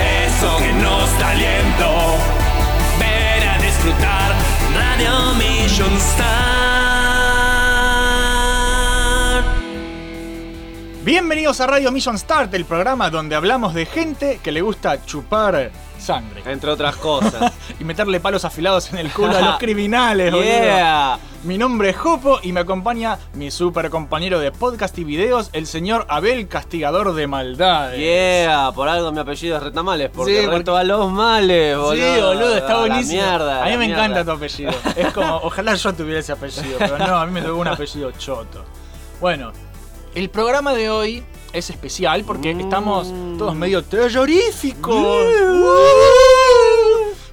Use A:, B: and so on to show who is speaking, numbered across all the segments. A: Este
B: aliento. Ven a disfrutar Radio Mission Star.
C: Bienvenidos a Radio Mission Start, el programa donde hablamos de gente que le gusta chupar sangre
D: Entre otras cosas.
C: y meterle palos afilados en el culo a los criminales, boludo.
D: yeah.
C: Mi nombre es Jopo y me acompaña mi super compañero de podcast y videos, el señor Abel Castigador de Maldades.
D: Yeah, por algo mi apellido es Retamales, porque
C: Sí, porque-
D: reto a los males, boludo.
C: sí, boludo,
D: A
C: está
D: la
C: buenísimo.
D: mierda,
C: a mí
D: la
C: me
D: mierda.
C: encanta tu apellido. Es como, ojalá yo tuviera ese apellido, pero no, a mí me tocó un apellido choto. Bueno, el programa de hoy es especial porque
D: Mm.
C: estamos todos medio terroríficos. Uh.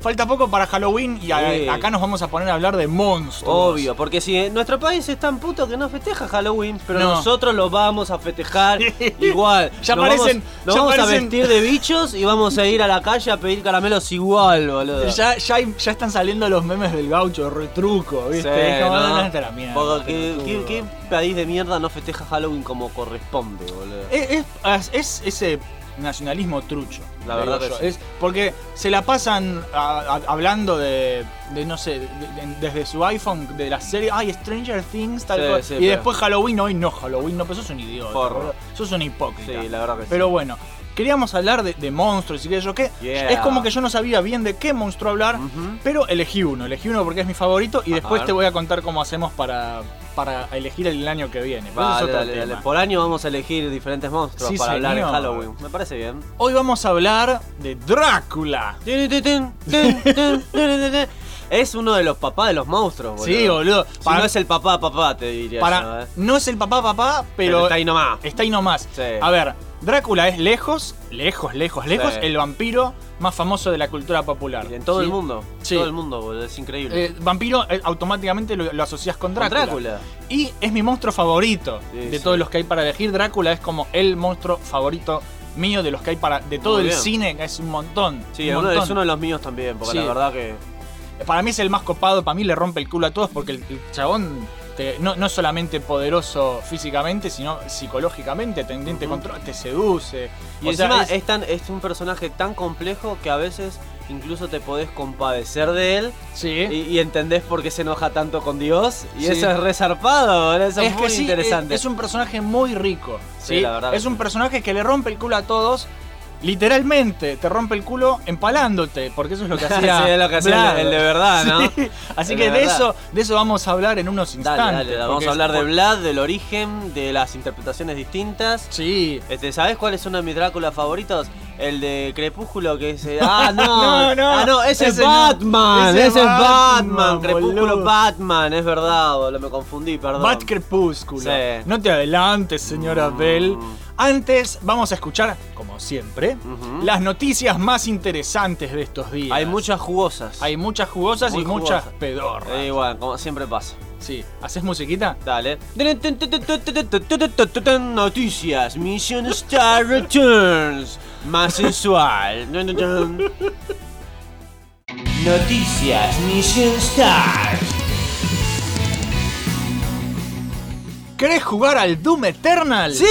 C: Falta poco para Halloween y a-
D: Sí.
C: acá nos vamos a poner a hablar de monstruos.
D: Obvio, porque si eh, nuestro país es tan puto que no festeja Halloween, pero
C: No.
D: nosotros lo vamos a festejar igual.
C: Ya
D: Nos
C: parecen-
D: vamos, nos
C: ya
D: vamos
C: parecen-
D: a vestir de bichos y vamos a ir a la calle a pedir caramelos igual, boludo.
C: Ya, ya, hay- ya están saliendo los memes del gaucho, retruco,
D: Sí,
C: ¿viste? Es como,
D: ¿no?
C: "Ah, anda a la mierda,
D: Porque ¿qué,
C: pelotudo".
D: qué, qué país de mierda no festeja Halloween como corresponde, boludo?
C: Es, es- es ese nacionalismo trucho.
D: La
C: digo
D: verdad que
C: yo.
D: sí.
C: es Porque se la pasan a- a- hablando de, de, no sé, de- de- desde su iPhone, de la serie, ay, Stranger Things, tal
D: Sí,
C: cosa.
D: sí,
C: y
D: pero-
C: después Halloween, hoy no, Halloween no, pero sos un idiota.
D: Forro.
C: boludo. Sos un hipócrita.
D: Sí, la verdad que sí.
C: Pero bueno, queríamos hablar de, de monstruos y qué sé yo qué.
D: Yeah.
C: Es como que yo no sabía bien de qué monstruo hablar,
D: Ujú.
C: pero elegí uno. Elegí uno porque es mi favorito y después
D: ver.
C: te voy a contar cómo hacemos para, para elegir el año que viene. Pero eso es
D: Vale,
C: otro
D: dale, dale.
C: tema.
D: Por año vamos a elegir diferentes monstruos
C: Sí,
D: para hablar en
C: señor.
D: Halloween. Me parece bien.
C: Hoy vamos a hablar de Drácula.
D: Es uno de los papás de los monstruos, boludo.
C: Sí, boludo.
D: Si
C: Para,
D: no es el papá, papá, te diría
C: para-
D: yo, eh.
C: no es el papá papá, pero,
D: Pero está ahí nomás.
C: está ahí nomás.
D: Sí.
C: A ver, Drácula es lejos, lejos, lejos, lejos,
D: Sí.
C: el vampiro más famoso de la cultura popular.
D: En todo
C: Sí.
D: el mundo.
C: Sí.
D: Todo el mundo, boludo. Es increíble.
C: Eh, vampiro eh, automáticamente lo, lo asocias con
D: Con
C: Drácula.
D: Drácula.
C: Y es mi monstruo favorito
D: Sí,
C: de
D: sí.
C: todos los que hay para elegir. Drácula es como el monstruo favorito mío de los que hay para. de todo
D: Muy
C: el
D: bien.
C: cine, que es un montón.
D: Sí,
C: un
D: uno-
C: montón.
D: es uno de los míos también, porque
C: Sí.
D: la verdad que.
C: Para mí es el más copado, para mí le rompe el culo a todos porque el, el chabón te- no, no es solamente poderoso físicamente, sino psicológicamente, te, te,
D: Ujú.
C: controla, te seduce.
D: Y
C: O sea,
D: encima
C: es-
D: es, tan- es un personaje tan complejo que a veces incluso te podés compadecer de él
C: sí.
D: y, y entendés por qué se enoja tanto con Dios. Y
C: Sí.
D: eso es resarpado, boludo. Eso es,
C: que
D: muy
C: sí,
D: interesante.
C: Es, es un personaje muy rico.
D: Sí,
C: ¿sí?
D: la verdad
C: Es
D: que
C: un
D: sí.
C: personaje que le rompe el culo a todos. Literalmente, te rompe el culo empalándote, porque eso es lo que hacía.
D: Sí, es lo que hacía el-
C: Vlad.
D: el de verdad, ¿no?
C: Sí. Así
D: El
C: que
D: de
C: de
D: verdad.
C: eso, de eso vamos a hablar en unos
D: Dale,
C: instantes.
D: dale, vamos
C: porque
D: a hablar
C: es-
D: de Vlad, del origen, de las interpretaciones distintas.
C: Sí.
D: Este, ¿Sabes cuál es uno de mis Dráculas favoritos? El de Crepúsculo que es... eh, Ah, no,
C: No, no,
D: ah, no,
C: ese
D: ese, es
C: no.
D: Batman,
C: Ese
D: ese es Batman,
C: Batman,
D: Crepúsculo
C: boludo.
D: Batman, es verdad, boludo, me confundí, perdón.
C: Bat Crepúsculo.
D: Sí.
C: No te adelantes, señora
D: Mm.
C: Bell. Antes vamos a escuchar, como siempre,
D: Ujú.
C: las noticias más interesantes de estos días.
D: Hay muchas jugosas.
C: Hay muchas jugosas
D: Muy
C: y muchas
D: jugosas.
C: pedorras.
D: Eh, bueno, como siempre pasa.
C: Sí. ¿Haces musiquita?
D: Dale. Noticias. Mission Star Returns. Más sensual. Noticias Mission Star.
C: ¿Querés jugar al Doom Eternal?
D: Sí,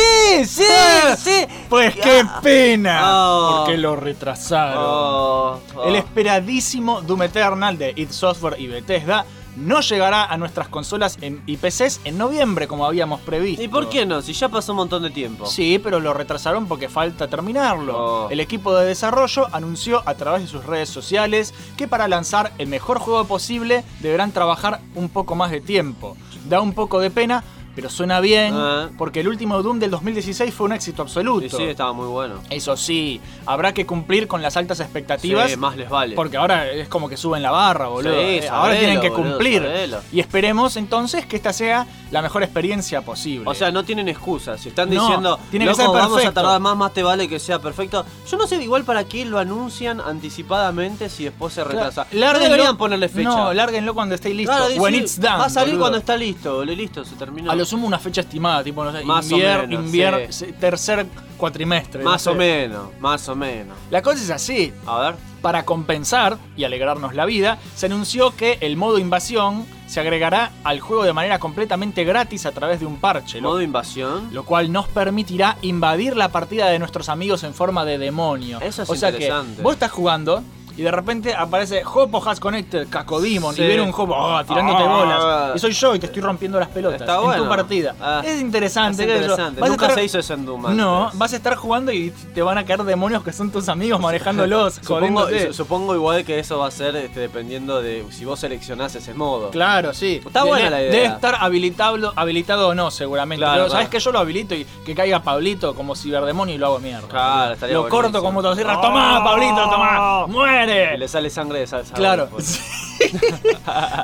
D: sí,
C: Ah,
D: sí.
C: Pues qué pena.
D: Ah.
C: Porque lo retrasaron.
D: Oh, oh.
C: El esperadísimo Doom Eternal de id Software y Bethesda no llegará a nuestras consolas en- y PCs en noviembre como habíamos previsto.
D: ¿Y por qué no? Si ya pasó un montón de tiempo.
C: Sí, pero lo retrasaron porque falta terminarlo.
D: Oh.
C: El equipo de desarrollo anunció a través de sus redes sociales que para lanzar el mejor juego posible deberán trabajar un poco más de tiempo. Da un poco de pena, pero suena bien
D: Ah.
C: porque el último Doom del 2016 fue un éxito
D: Y
C: absoluto.
D: sí, estaba muy bueno.
C: Eso sí, habrá que cumplir con las altas expectativas.
D: Sí, más les vale.
C: Porque ahora es como que suben la barra, boludo.
D: Sí,
C: Eh,
D: sabelo,
C: ahora tienen que
D: boludo,
C: cumplir.
D: sabelo.
C: Y esperemos entonces que esta sea la mejor experiencia posible.
D: O sea, no tienen excusas. Si están
C: No,
D: diciendo,
C: tiene que
D: "Loco,
C: ser
D: vamos a
C: perfecto".
D: tardar más, más te vale que sea perfecto. Yo no sé igual para qué lo anuncian anticipadamente si después se retrasa. no
C: Lárguenlo-
D: deberían ponerle fecha.
C: No, lárguenlo cuando esté listo.
D: Claro, dice,
C: When it's done.
D: Va a salir
C: boludo.
D: cuando está listo, boludo, listo, se terminó.
C: A lo sumo una fecha estimada, tipo, no sé,
D: Más o
C: invier-
D: menos,
C: invier-
D: sí.
C: tercer cuatrimestre. no
D: más
C: sé.
D: o menos, más o menos.
C: La cosa es así.
D: A ver.
C: Para compensar y alegrarnos la vida, se anunció que el modo invasión se agregará al juego de manera completamente gratis a través de un parche. lo
D: Modo invasión.
C: lo cual nos permitirá invadir la partida de nuestros amigos en forma de demonio.
D: Eso es
C: o sea que
D: interesante.
C: vos estás jugando Y de repente aparece Hopo Has Connected, Cacodemon,
D: Sí.
C: y viene un Hopo ah, tirándote
D: Ah.
C: bolas. Y soy yo y te estoy rompiendo las pelotas
D: Está
C: en
D: bueno.
C: tu partida.
D: Ah.
C: Es interesante.
D: Es
C: qué sé yo.
D: interesante.
C: Vas a
D: Nunca
C: estar-
D: se hizo eso en Doom.
C: No,
D: antes.
C: vas a estar jugando y te van a caer demonios que son tus amigos manejándolos,
D: Supongo,
C: jodiéndote.
D: su- supongo igual que eso va a ser este, dependiendo de si vos seleccionás ese modo.
C: Claro, sí.
D: Está buena la idea.
C: Debe estar habilitado, habilitado o no, seguramente.
D: Claro,
C: Pero, ¿Sabes
D: claro.
C: que Yo lo habilito y que caiga Pablito como ciberdemonio y lo hago mierda.
D: Claro, estaría
C: Lo
D: buenísimo.
C: corto como motosierra.
D: ¡Oh!
C: ¡Tomá, Pablito, tomá!
D: Y le
C: ¡Muere!
D: sale sangre de salsa.
C: Claro.
D: Pues.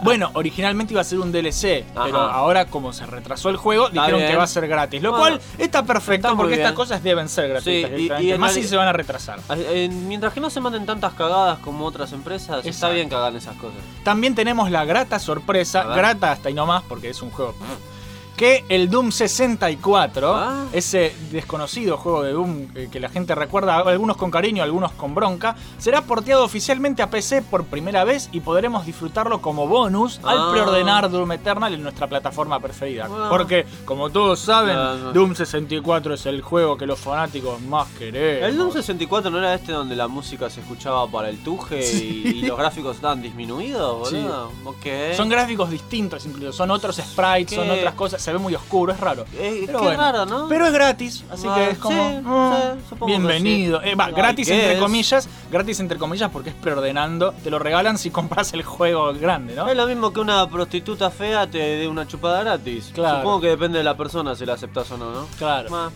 C: bueno, originalmente iba a ser un DLC, pero
D: Ajá.
C: ahora, como se retrasó el juego, dijeron
D: bien.
C: que va a ser gratis. Lo
D: Ah.
C: cual está perfecto
D: Está muy
C: porque estas
D: bien.
C: cosas deben ser gratuitas.
D: Sí, y- y
C: directamente,
D: en
C: Más si
D: realidad-
C: se van a retrasar.
D: Ah, eh, mientras que no se manden tantas cagadas como otras empresas, está
C: Exacto.
D: bien que hagan esas cosas.
C: También tenemos la grata sorpresa,
D: A ver.
C: grata hasta y no más porque es un juego. pff, Que el Doom 64,
D: Ah.
C: ese desconocido juego de Doom eh, que la gente recuerda, algunos con cariño, algunos con bronca, será porteado oficialmente a PC por primera vez y podremos disfrutarlo como bonus
D: Ah.
C: al preordenar Doom Eternal en nuestra plataforma preferida.
D: Ah.
C: Porque, como todos saben,
D: No, no.
C: Doom 64 es el juego que los fanáticos más queremos.
D: El Doom 64 no era este donde la música se escuchaba para el tuje y, y los gráficos estaban disminuidos,
C: Sí.
D: boludo. Ok.
C: Son gráficos distintos, incluso son otros sprites, son
D: ¿Qué?
C: otras cosas, se ve muy oscuro, es raro.
D: Eh,
C: Pero
D: qué
C: bueno.
D: raro, ¿no?
C: Pero es gratis, así
D: Ah,
C: que es como.
D: sí,
C: mm,
D: sí, supongo que
C: bienvenido.
D: sí.
C: Eh, va,
D: Ay,
C: gratis
D: ¿qué
C: entre
D: es?
C: comillas, gratis entre comillas porque es preordenando. Te lo regalan si compras el juego grande, ¿no?
D: Es lo mismo que una prostituta fea te dé una chupada gratis.
C: Claro.
D: Supongo que depende de la persona si la aceptás o no, ¿no?
C: Claro.
D: Ma.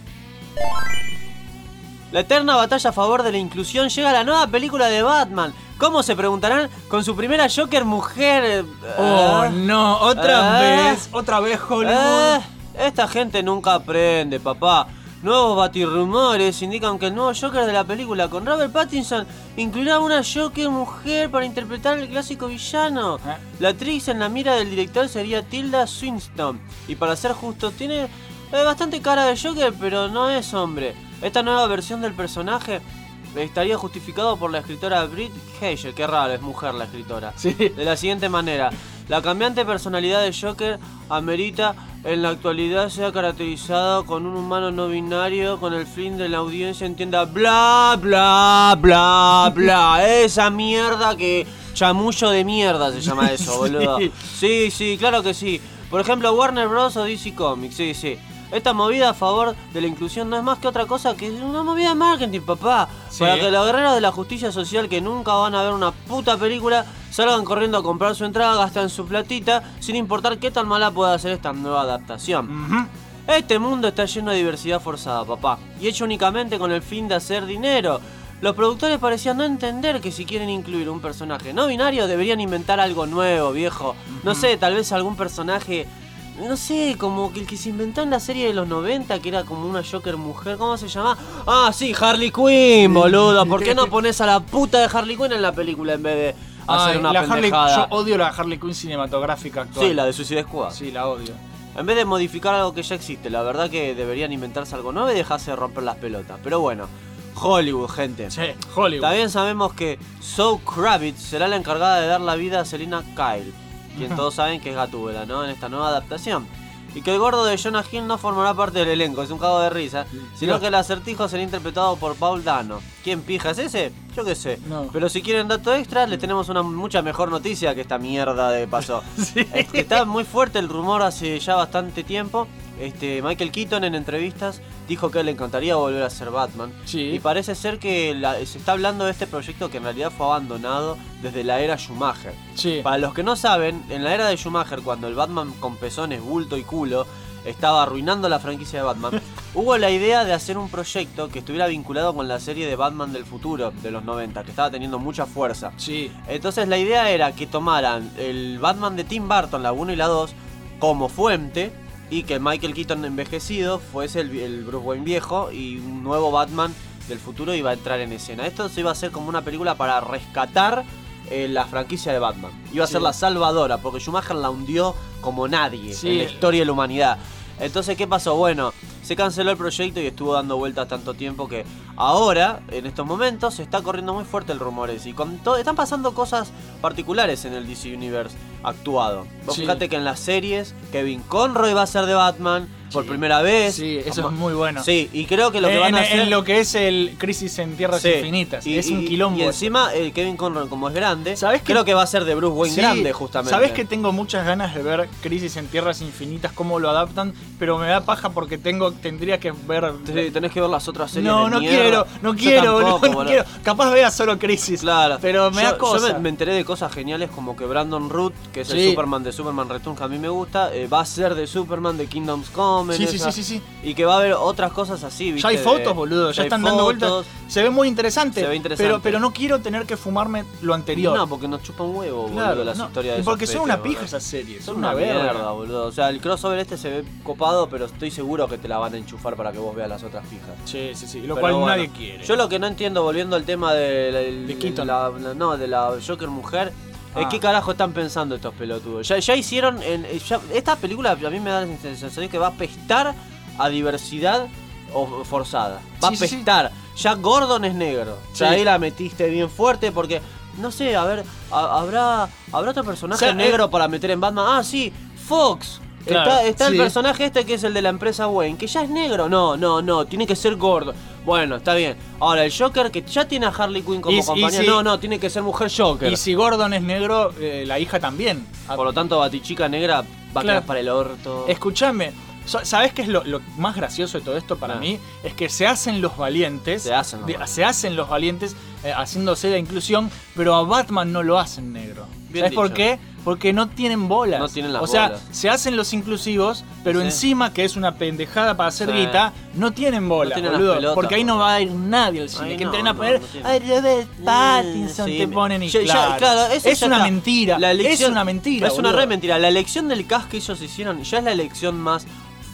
D: La eterna batalla a favor de la inclusión llega a la nueva película de Batman. ¿Cómo se preguntarán? Con su primera Joker mujer. eh,
C: Oh
D: ah,
C: no, otra
D: Ah.
C: vez, otra vez Hollywood.
D: ah, esta gente nunca aprende, papá. Nuevos batirrumores indican que el nuevo Joker de la película con Robert Pattinson incluirá una Joker mujer para interpretar el clásico villano.
C: Ah.
D: La actriz en la mira del director sería Tilda Swinton. Y para ser justo, tiene eh, bastante cara de Joker, pero no es hombre. Esta nueva versión del personaje estaría justificado por la escritora Britt Hegel. Qué raro, es mujer la escritora.
C: Sí.
D: De la siguiente manera, la cambiante personalidad de Joker amerita en la actualidad sea caracterizado con un humano no binario con el fin de la audiencia entienda bla bla bla bla esa mierda que chamullo de mierda se llama eso, boludo.
C: Sí.
D: Sí, sí, claro que sí. Por ejemplo, Warner Bros o DC Comics, sí, sí. Esta movida a favor de la inclusión no es más que otra cosa que una movida de marketing, papá.
C: Sí.
D: Para que los guerreros de la justicia social que nunca van a ver una puta película salgan corriendo a comprar su entrada, gastan su platita, sin importar qué tan mala pueda ser esta nueva adaptación.
C: Ujú.
D: Este mundo está lleno de diversidad forzada, papá, y hecho únicamente con el fin de hacer dinero. Los productores parecían no entender que si quieren incluir un personaje no binario deberían inventar algo nuevo, viejo. No sé, tal vez algún personaje, no sé, como que el que se inventó en la serie de los 90, que era como una Joker mujer, ¿cómo se llama? Ah, sí, Harley Quinn, boludo. ¿Por qué no pones a la puta de Harley Quinn en la película en vez de hacer
C: Ay,
D: una
C: la Harley-
D: pendejada?
C: yo odio la Harley Quinn cinematográfica actual.
D: Sí, la de Suicide Squad.
C: Sí, la odio.
D: En vez de modificar algo que ya existe, la verdad que deberían inventarse algo nuevo y dejarse de romper las pelotas. Pero bueno, Hollywood, gente.
C: Sí, Hollywood.
D: También sabemos que Zoe Kravitz será la encargada de dar la vida a Selina Kyle, quien todos saben que es Gatúbela, ¿no? En esta nueva adaptación. Y que el gordo de Jonah Hill no formará parte del elenco, es un cago de risa, sino
C: Dios.
D: que el acertijo será interpretado por Paul Dano. ¿Quién pija es ese? Yo qué sé.
C: No.
D: Pero si quieren dato extra, les tenemos una mucha mejor noticia que esta mierda de pasó. Es que Está muy fuerte el rumor hace ya bastante tiempo. Este, Michael Keaton en entrevistas dijo que le encantaría volver a ser Batman.
C: Sí.
D: Y parece ser que la- se está hablando de este proyecto que en realidad fue abandonado desde la era Schumacher.
C: Sí.
D: Para los que no saben, en la era de Schumacher, cuando el Batman con pezones, bulto y culo estaba arruinando la franquicia de Batman, hubo la idea de hacer un proyecto que estuviera vinculado con la serie de Batman del futuro, de los 90, que estaba teniendo mucha fuerza.
C: Sí.
D: Entonces la idea era que tomaran el Batman de Tim Burton, la 1 y la 2, como fuente y que Michael Keaton envejecido fuese el, el Bruce Wayne viejo y un nuevo Batman del futuro iba a entrar en escena. Esto se iba a hacer como una película para rescatar eh, la franquicia de Batman. Iba a ser
C: Sí.
D: la salvadora porque Schumacher la hundió como nadie
C: Sí.
D: en la historia de la humanidad. Entonces, ¿qué pasó? Bueno, se canceló el proyecto y estuvo dando vueltas tanto tiempo que ahora, en estos momentos, se está corriendo muy fuerte el rumor ese. Y con to- están pasando cosas particulares en el DC Universe actuado. Vos
C: Sí.
D: fíjate que en las series, Kevin Conroy va a ser de Batman por
C: Sí.
D: primera vez.
C: Sí, eso
D: Como-
C: es muy bueno. Eh,
D: Sí, y creo que lo que
C: en,
D: van a hacer...
C: en lo que es el Crisis en Tierras
D: Sí.
C: Infinitas. es un quilombo.
D: Y
C: eso.
D: encima, el Kevin Conroy, como es grande,
C: ¿Sabés que-
D: creo que va a ser de Bruce Wayne
C: Sí,
D: grande, justamente.
C: Sabés que tengo muchas ganas de ver Crisis en Tierras Infinitas, cómo lo adaptan, pero me da paja porque tengo, tendría que ver.
D: Sí, tenés que ver las otras series.
C: no,
D: de
C: no
D: mierda.
C: quiero, no
D: Yo
C: quiero, boludo,
D: tampoco,
C: no
D: boludo.
C: quiero. Capaz vea solo Crisis.
D: Claro.
C: Pero me
D: Yo-
C: da cosa.
D: Yo me, me enteré de cosas geniales como que Brandon Root, que es el
C: Sí.
D: Superman de Superman Returns, que a mí me gusta, eh, va a ser de Superman de Kingdoms Come. en
C: Sí, sí,
D: esa,
C: sí, sí, sí.
D: Y que va a haber otras cosas así, ¿viste?
C: Ya hay
D: de-
C: fotos, boludo,
D: ya
C: ya
D: hay
C: están dando vueltas.
D: fotos.
C: Se ve muy interesante.
D: Se ve interesante.
C: Pero, pero no quiero tener que fumarme lo anterior.
D: No, porque nos chupan huevo,
C: Claro,
D: boludo, las
C: no.
D: historias
C: Y
D: de esos
C: porque son
D: petes,
C: una
D: boludo.
C: pija esas series.
D: Son una
C: verga.
D: verga, boludo. O sea, el crossover este se ve copado, pero estoy seguro que te la van a enchufar para que vos veas las otras fijas.
C: Sí, sí, sí. Lo
D: Pero
C: cual
D: bueno.
C: nadie quiere.
D: Yo lo que no entiendo, volviendo al tema de, la- el-
C: De Keaton.
D: la- la- no, de la Joker mujer, es
C: Ah.
D: qué carajo están pensando estos pelotudos. Ya, ya hicieron. En, eh, ya- esta película a mí me da la sensación que va a pestar a diversidad o- forzada. Va
C: Sí,
D: a
C: sí, sí.
D: pestar. Ya Gordon es negro. Ya
C: Sí.
D: ahí la metiste bien fuerte porque. No sé, a ver, a- habrá, habrá otro personaje
C: O sea, eh,
D: negro para meter en Batman. Ah, sí, Fox.
C: Claro,
D: está está el
C: sí.
D: personaje personaje este que es el de la empresa Wayne, que ya es negro. No, no, no, tiene que ser gordo. Bueno, está bien. Ahora, el Joker que ya tiene a Harley Quinn como
C: Y- y
D: compañera.
C: si-
D: No, no, tiene que ser mujer Joker. Ah,
C: Y si Gordon es negro, eh, la hija también.
D: Por lo tanto, Batichica Negra va a quedar
C: Claro.
D: para el orto.
C: Escúchame, ¿sabes qué es lo, lo más gracioso de todo esto para
D: Ah.
C: mí? Es que se hacen los valientes.
D: Se hacen los
C: de-
D: valientes.
C: se hacen los valientes eh, haciéndose la inclusión, pero a Batman no lo hacen negro.
D: Bien
C: ¿Sabes por
D: dicho.
C: qué? Porque no tienen bolas.
D: No tienen las
C: o sea,
D: bolas.
C: se hacen los inclusivos, pero
D: Sí.
C: encima, que es una pendejada para hacer
D: Sí.
C: guita, no tienen bolas,
D: tienen las
C: boludo.
D: pelotas,
C: porque ahí no
D: boludo.
C: va a ir nadie al cine.
D: Ahí
C: que
D: no,
C: entren a
D: no,
C: poner.
D: no tienen. Mm,
C: Ay, Robert Pattinson
D: Sí,
C: te
D: me-
C: ponen y
D: ya- ya,
C: claro.
D: claro, eso
C: es
D: ya
C: una
D: está.
C: mentira.
D: La elección-
C: es una mentira.
D: Es una
C: boludo.
D: re mentira. La elección del cast que ellos hicieron ya es la elección más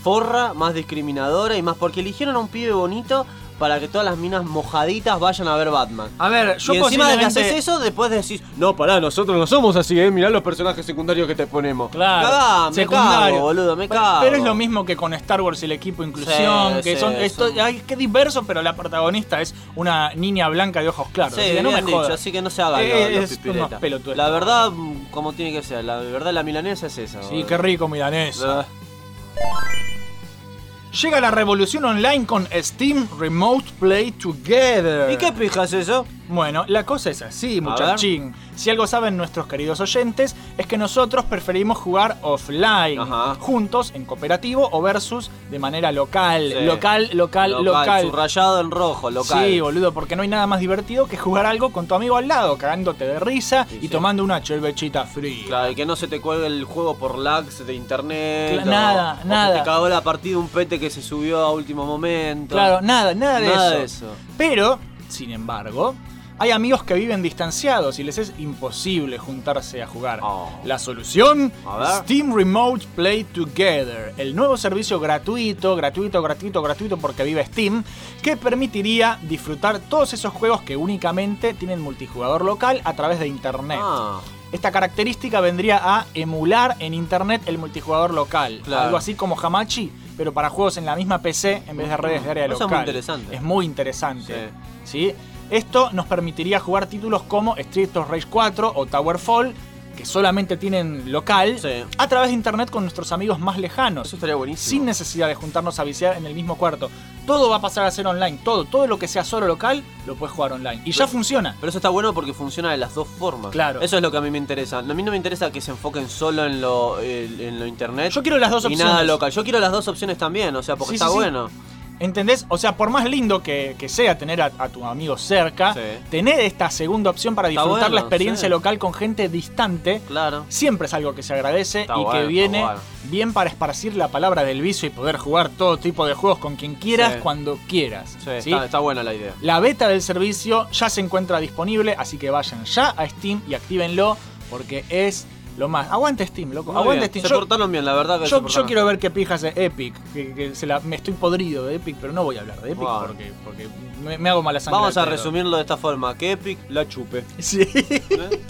D: forra, más discriminadora y más porque eligieron a un pibe bonito para que todas las minas mojaditas vayan a ver Batman.
C: A ver, yo
D: y encima de que
C: posiblemente-
D: haces eso, después decís, no, pará, nosotros no somos así, ¿eh? mirá los personajes secundarios que te ponemos.
C: Claro.
D: Cagá, me
C: secundario.
D: cago, boludo, me
C: Pero-
D: cago.
C: Pero es lo mismo que con Star Wars y el equipo inclusión,
D: Sí,
C: que
D: sí,
C: son, esto,
D: son-
C: ay, qué diverso, pero la protagonista es una niña blanca de ojos claros.
D: Sí,
C: así que no me
D: bien dicho,
C: jodas.
D: así que no se hagan
C: Eh,
D: los- los
C: es
D: pipiretas.
C: unos pelotudos.
D: La verdad, mm, como tiene que ser, la verdad la milanesa es esa.
C: Sí,
D: boludo.
C: qué rico milanés.
D: Ah,
C: Llega la revolución online con Steam Remote Play Together.
D: ¿Y qué pija es eso?
C: Bueno, la cosa es así, muchachín. Si algo saben nuestros queridos oyentes, es que nosotros preferimos jugar offline,
D: Ajá.
C: juntos, en cooperativo o versus de manera local.
D: Sí.
C: Local, local, local.
D: Subrayado en rojo, local.
C: Sí, boludo, porque no hay nada más divertido que jugar algo con tu amigo al lado, cagándote de risa
D: Sí,
C: y
D: sí.
C: tomando una chelvechita fría.
D: Claro, y que no se te cuelgue el juego por lags de internet.
C: Cla-
D: o-
C: nada,
D: o que
C: nada.
D: te cagó la partida un pete que se subió a último momento.
C: Claro, nada, nada de
D: Nada
C: eso.
D: de eso.
C: Pero, sin embargo, hay amigos que viven distanciados y les es imposible juntarse a jugar.
D: Oh.
C: La solución,
D: A ver.
C: Steam Remote Play Together, el nuevo servicio gratuito, gratuito, gratuito, gratuito porque vive Steam, que permitiría disfrutar todos esos juegos que únicamente tienen multijugador local a través de internet.
D: Ah.
C: Esta característica vendría a emular en internet el multijugador local.
D: Claro.
C: Algo así como Hamachi, pero para juegos en la misma PC en vez de redes de área
D: Mm. Eso es muy
C: local.
D: interesante.
C: Es muy interesante. ¿sí? Esto nos permitiría jugar títulos como Street of Rage 4 o Towerfall, que solamente tienen local,
D: Sí.
C: a través de internet con nuestros amigos más lejanos
D: Eso estaría buenísimo.
C: sin necesidad de juntarnos a viciar en el mismo cuarto. Todo va a pasar a ser online, todo, todo lo que sea solo local lo puedes jugar online. Y ya funciona.
D: Pero eso está bueno porque funciona de las dos formas.
C: Claro.
D: Eso es lo que a mí me interesa. A mí no me interesa que se enfoquen solo en lo, el- en lo internet.
C: Yo quiero las dos
D: y
C: opciones.
D: nada local. Yo quiero las dos opciones también, o sea, porque
C: Sí,
D: está
C: sí, sí.
D: bueno.
C: ¿Entendés? O sea, por más lindo que, que sea tener a, a tu amigo cerca,
D: Sí.
C: tener esta segunda opción para
D: Está
C: disfrutar la
D: bueno,
C: experiencia
D: sí.
C: local con gente distante,
D: Claro.
C: siempre es algo que se agradece y
D: Está bueno,
C: que
D: está
C: viene
D: bueno.
C: bien para esparcir la palabra del vicio y poder jugar todo tipo de juegos con quien quieras,
D: Sí.
C: cuando quieras.
D: Sí,
C: ¿sí?
D: Está, está buena la idea.
C: La beta del servicio ya se encuentra disponible, así que vayan ya a Steam y actívenlo porque es lo más. Aguante Steam, loco.
D: Muy
C: Aguante
D: bien.
C: Steam.
D: Se
C: Yo-
D: portaron bien, la verdad que se
C: yo, yo
D: portaron.
C: quiero ver qué pijas de Epic. Que, que se la- me estoy podrido de Epic, pero no voy a hablar de Epic
D: Bueno.
C: porque, porque me, me hago mala sangre.
D: Vamos a
C: al pedo.
D: resumirlo de esta forma, que Epic la chupe.
C: Sí.
D: ¿Eh?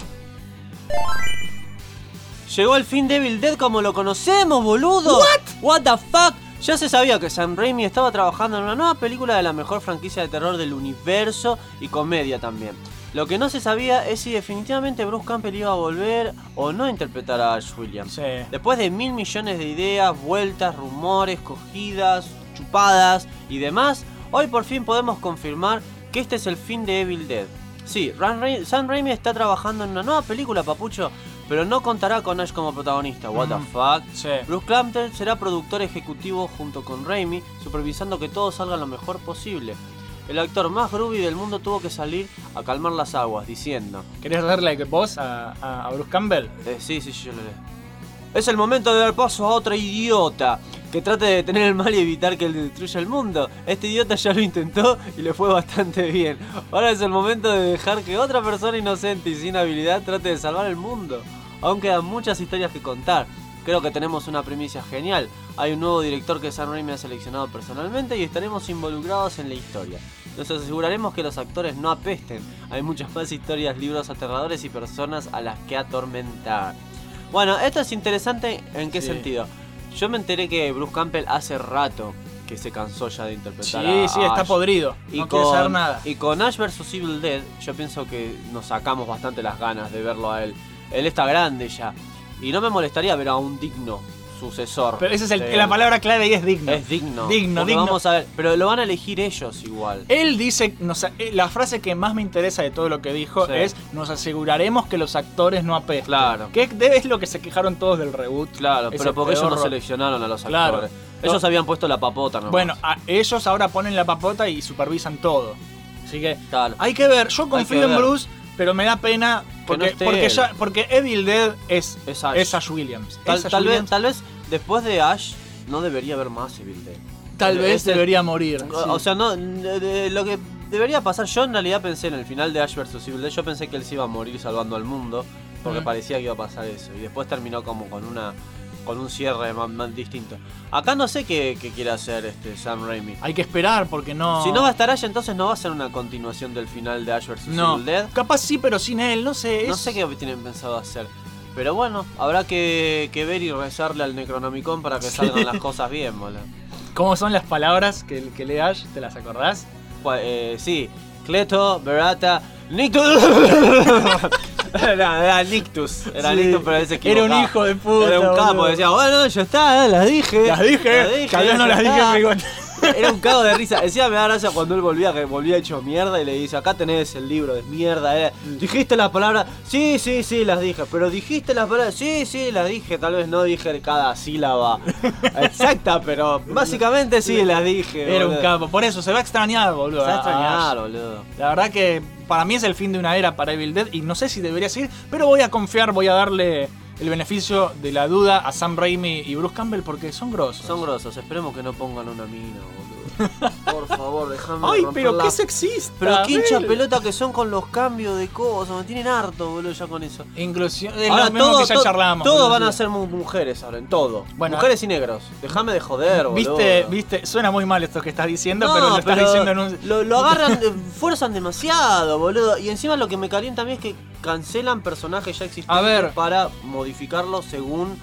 D: Llegó el fin Devil Dead como lo conocemos, boludo. What? What the fuck? Ya se sabía que Sam Raimi estaba trabajando en una nueva película de la mejor franquicia de terror del universo y comedia también. Lo que no se sabía es si definitivamente Bruce Campbell iba a volver o no a interpretar a Ash Williams.
C: Sí.
D: Después de mil millones de ideas, vueltas, rumores, cogidas, chupadas y demás, hoy por fin podemos confirmar que este es el fin de Evil Dead. Sí, Ran Ra- Sam Raimi está trabajando en una nueva película, papucho, pero no contará con Ash como protagonista. What the
C: Mm.
D: fuck.
C: Sí.
D: Bruce Campbell será productor ejecutivo junto con Raimi, supervisando que todo salga lo mejor posible. El actor más groovy del mundo tuvo que salir a calmar las aguas, diciendo:
C: ¿Querés darle voz a, a, a Bruce Campbell?
D: eh, Sí, sí, sí, yo lo leo. Es el momento de dar paso a otro idiota que trate de detener el mal y evitar que destruya el mundo. Este idiota ya lo intentó y le fue bastante bien. Ahora es el momento de dejar que otra persona inocente y sin habilidad trate de salvar el mundo. Aún quedan muchas historias que contar. Creo que tenemos una primicia genial. Hay un nuevo director que Sam Raimi ha seleccionado personalmente y estaremos involucrados en la historia. Nos aseguraremos que los actores no apesten. Hay muchas más historias, libros aterradores y personas a las que atormentar. Bueno, esto es interesante en qué
C: Sí.
D: sentido. Yo me enteré que Bruce Campbell hace rato que se cansó ya de
C: Sí,
D: interpretar a
C: sí, está
D: Ash.
C: podrido. no quiere saber nada.
D: Y con Ash vs Evil Dead, yo pienso que nos sacamos bastante las ganas de verlo a él. Él está grande ya. Y no me molestaría ver a un digno sucesor.
C: Pero esa es el-
D: de
C: la
D: él.
C: palabra clave y es digno.
D: Es digno.
C: Digno,
D: Porque
C: digno.
D: Vamos a ver. Pero lo van a elegir ellos igual.
C: Él dice, nos- eh, la frase que más me interesa de todo lo que dijo
D: Sí.
C: es, nos aseguraremos que los actores no apesten.
D: Claro.
C: Que es lo que se quejaron todos del reboot.
D: Claro,
C: Ese
D: pero porque ellos no
C: pedorro.
D: seleccionaron a los
C: Claro.
D: actores. Ellos
C: No.
D: habían puesto la papota, ¿no?
C: Bueno, a- ellos ahora ponen la papota y supervisan todo. Así que
D: Claro.
C: hay que ver. Yo confío en
D: ver.
C: Bruce, pero me da pena porque,
D: esté
C: porque,
D: él.
C: ya- porque Evil Dead es,
D: Es
C: es,
D: Ash.
C: Ash. Williams.
D: tal,
C: Es Ash
D: tal vez,
C: Williams.
D: tal vez después de Ash no debería haber más Evil Dead.
C: Tal vez
D: ese-
C: debería morir.
D: O o sea, no, de- de- lo que debería pasar, yo en realidad pensé en el final de Ash vs. Evil Dead, yo pensé que él se iba a morir salvando al mundo, porque
C: Mm.
D: parecía que iba a pasar eso, y después terminó como con una con un cierre más, más distinto. Acá no sé qué, qué quiere hacer este Sam Raimi.
C: hay que esperar porque no.
D: Si no va a estar Ash, entonces no va a ser una continuación del final de Ash vs.
C: no.
D: Evil Dead.
C: Capaz sí, pero sin él, no sé.
D: No
C: es-
D: sé qué tienen pensado hacer. Pero bueno, habrá que, que ver y rezarle al Necronomicon para que
C: Sí.
D: salgan las cosas bien, boludo.
C: ¿Cómo son las palabras que, que lee Ash? ¿Te las acordás?
D: Cua- eh, sí, Cleto, Berata, Nictus. era, era Nictus, era
C: Sí.
D: Nictus, pero él se
C: Era un
D: equivocaba.
C: hijo de puta.
D: Era un capo,
C: boludo.
D: decía, bueno, ya está, eh, las dije.
C: Las dije, tal vez no
D: ya
C: las dije,
D: está".
C: Rigón.
D: Era un cago de risa. Decía, me da gracia cuando él volvía, que volvía hecho mierda y le dice, acá tenés el libro de mierda. eh.
C: Mm.
D: Dijiste las palabras, sí, sí, sí, las dije. Pero dijiste las palabras, sí, sí, las dije. Tal vez no dije cada sílaba exacta, pero básicamente sí las dije.
C: Era un
D: boludo.
C: capo. ah, Por eso se va a extrañar, boludo.
D: Se
C: a-
D: va a
C: a Ash.
D: extrañar, boludo.
C: La verdad que para mí es el fin de una era para Evil Dead y no sé si debería seguir, pero voy a confiar, voy a darle el beneficio de la duda a Sam Raimi y Bruce Campbell porque son grosos.
D: Son grosos, esperemos que no pongan una mina, boludo. Por favor, déjame.
C: Ay,
D: romper
C: pero
D: la-
C: qué sexista.
D: Pero qué hincha
C: Abel.
D: pelota que son con los cambios de cosas, me tienen harto, boludo, ya con eso.
C: Inclusión. Es
D: Ahora
C: lo mismo
D: todo-
C: que ya
D: to-
C: charlamos.
D: Todos
C: boludo.
D: van a ser mu- mujeres ahora, en todo.
C: Bueno,
D: mujeres y negros. Déjame de joder, boludo.
C: Viste, viste, suena muy mal esto que estás diciendo,
D: No,
C: pero lo estás
D: pero
C: diciendo en un.
D: lo, lo agarran, eh, fuerzan demasiado, boludo. Y encima lo que me calienta a mí es que cancelan personajes ya existentes
C: A ver.
D: para modificarlos según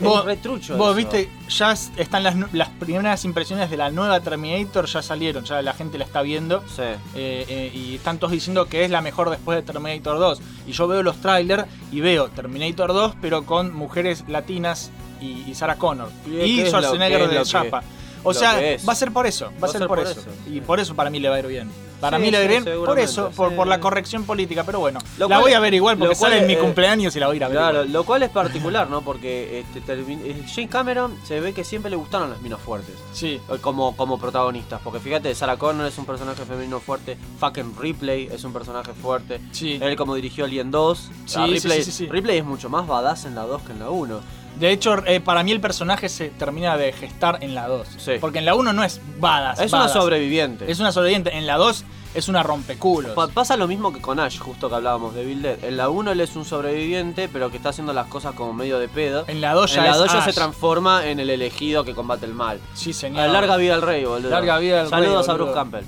C: Vos-
D: el retrucho.
C: Vos
D: eso.
C: viste, ya s- están las, nu- las primeras impresiones de la nueva Terminator, ya salieron, ya la gente la está viendo.
D: Sí.
C: Eh, eh, y están todos diciendo que es la mejor después de Terminator 2. Y yo veo los trailers y veo Terminator 2, pero con mujeres latinas y, y Sarah Connor.
D: Y es que
C: Y
D: es lo que
C: Schwarzenegger
D: es lo
C: de
D: que-
C: Chapa. O
D: lo
C: sea,
D: que es.
C: va a ser por eso. Va a ser, por, eso.
D: sí.
C: Y por eso para mí le va a ir bien. Para
D: Sí,
C: mí le va a
D: sí,
C: ir bien por
D: seguramente,
C: eso, por,
D: sí.
C: por la corrección política. Pero bueno,
D: Lo
C: la
D: cual-
C: voy a ver igual porque
D: lo cual
C: sale en mi
D: es-
C: cumpleaños y la voy a ir a ver.
D: Claro,
C: igual.
D: lo cual es particular, ¿no? Porque este, termi- eh, James Cameron se ve que siempre le gustaron las minas fuertes
C: Sí.
D: eh, como, como protagonistas. Porque fíjate, Sarah Connor es un personaje femenino fuerte, fucking Ripley es un personaje fuerte.
C: Sí.
D: Él como dirigió Alien 2.
C: Sí,
D: ah,
C: sí,
D: Ripley,
C: sí, sí, sí.
D: Ripley es mucho más badass en la 2 que en la 1.
C: De hecho, eh, para mí el personaje se termina de gestar en la 2.
D: Sí.
C: Porque en la 1 no es badass.
D: Es una
C: badass.
D: sobreviviente.
C: Es una sobreviviente. En la 2 es una rompeculos.
D: Pa- pasa lo mismo que con Ash, justo que hablábamos de Bill Dead. En la 1 él es un sobreviviente, pero que está haciendo las cosas como medio de pedo.
C: En la 2 ya
D: En la
C: es
D: 2 ya
C: Ash.
D: se transforma en el elegido que combate el mal.
C: Sí,
D: Ah,
C: señor.
D: Larga vida al rey, boludo.
C: Larga vida al rey,
D: Saludos a
C: boludo.
D: Bruce Campbell.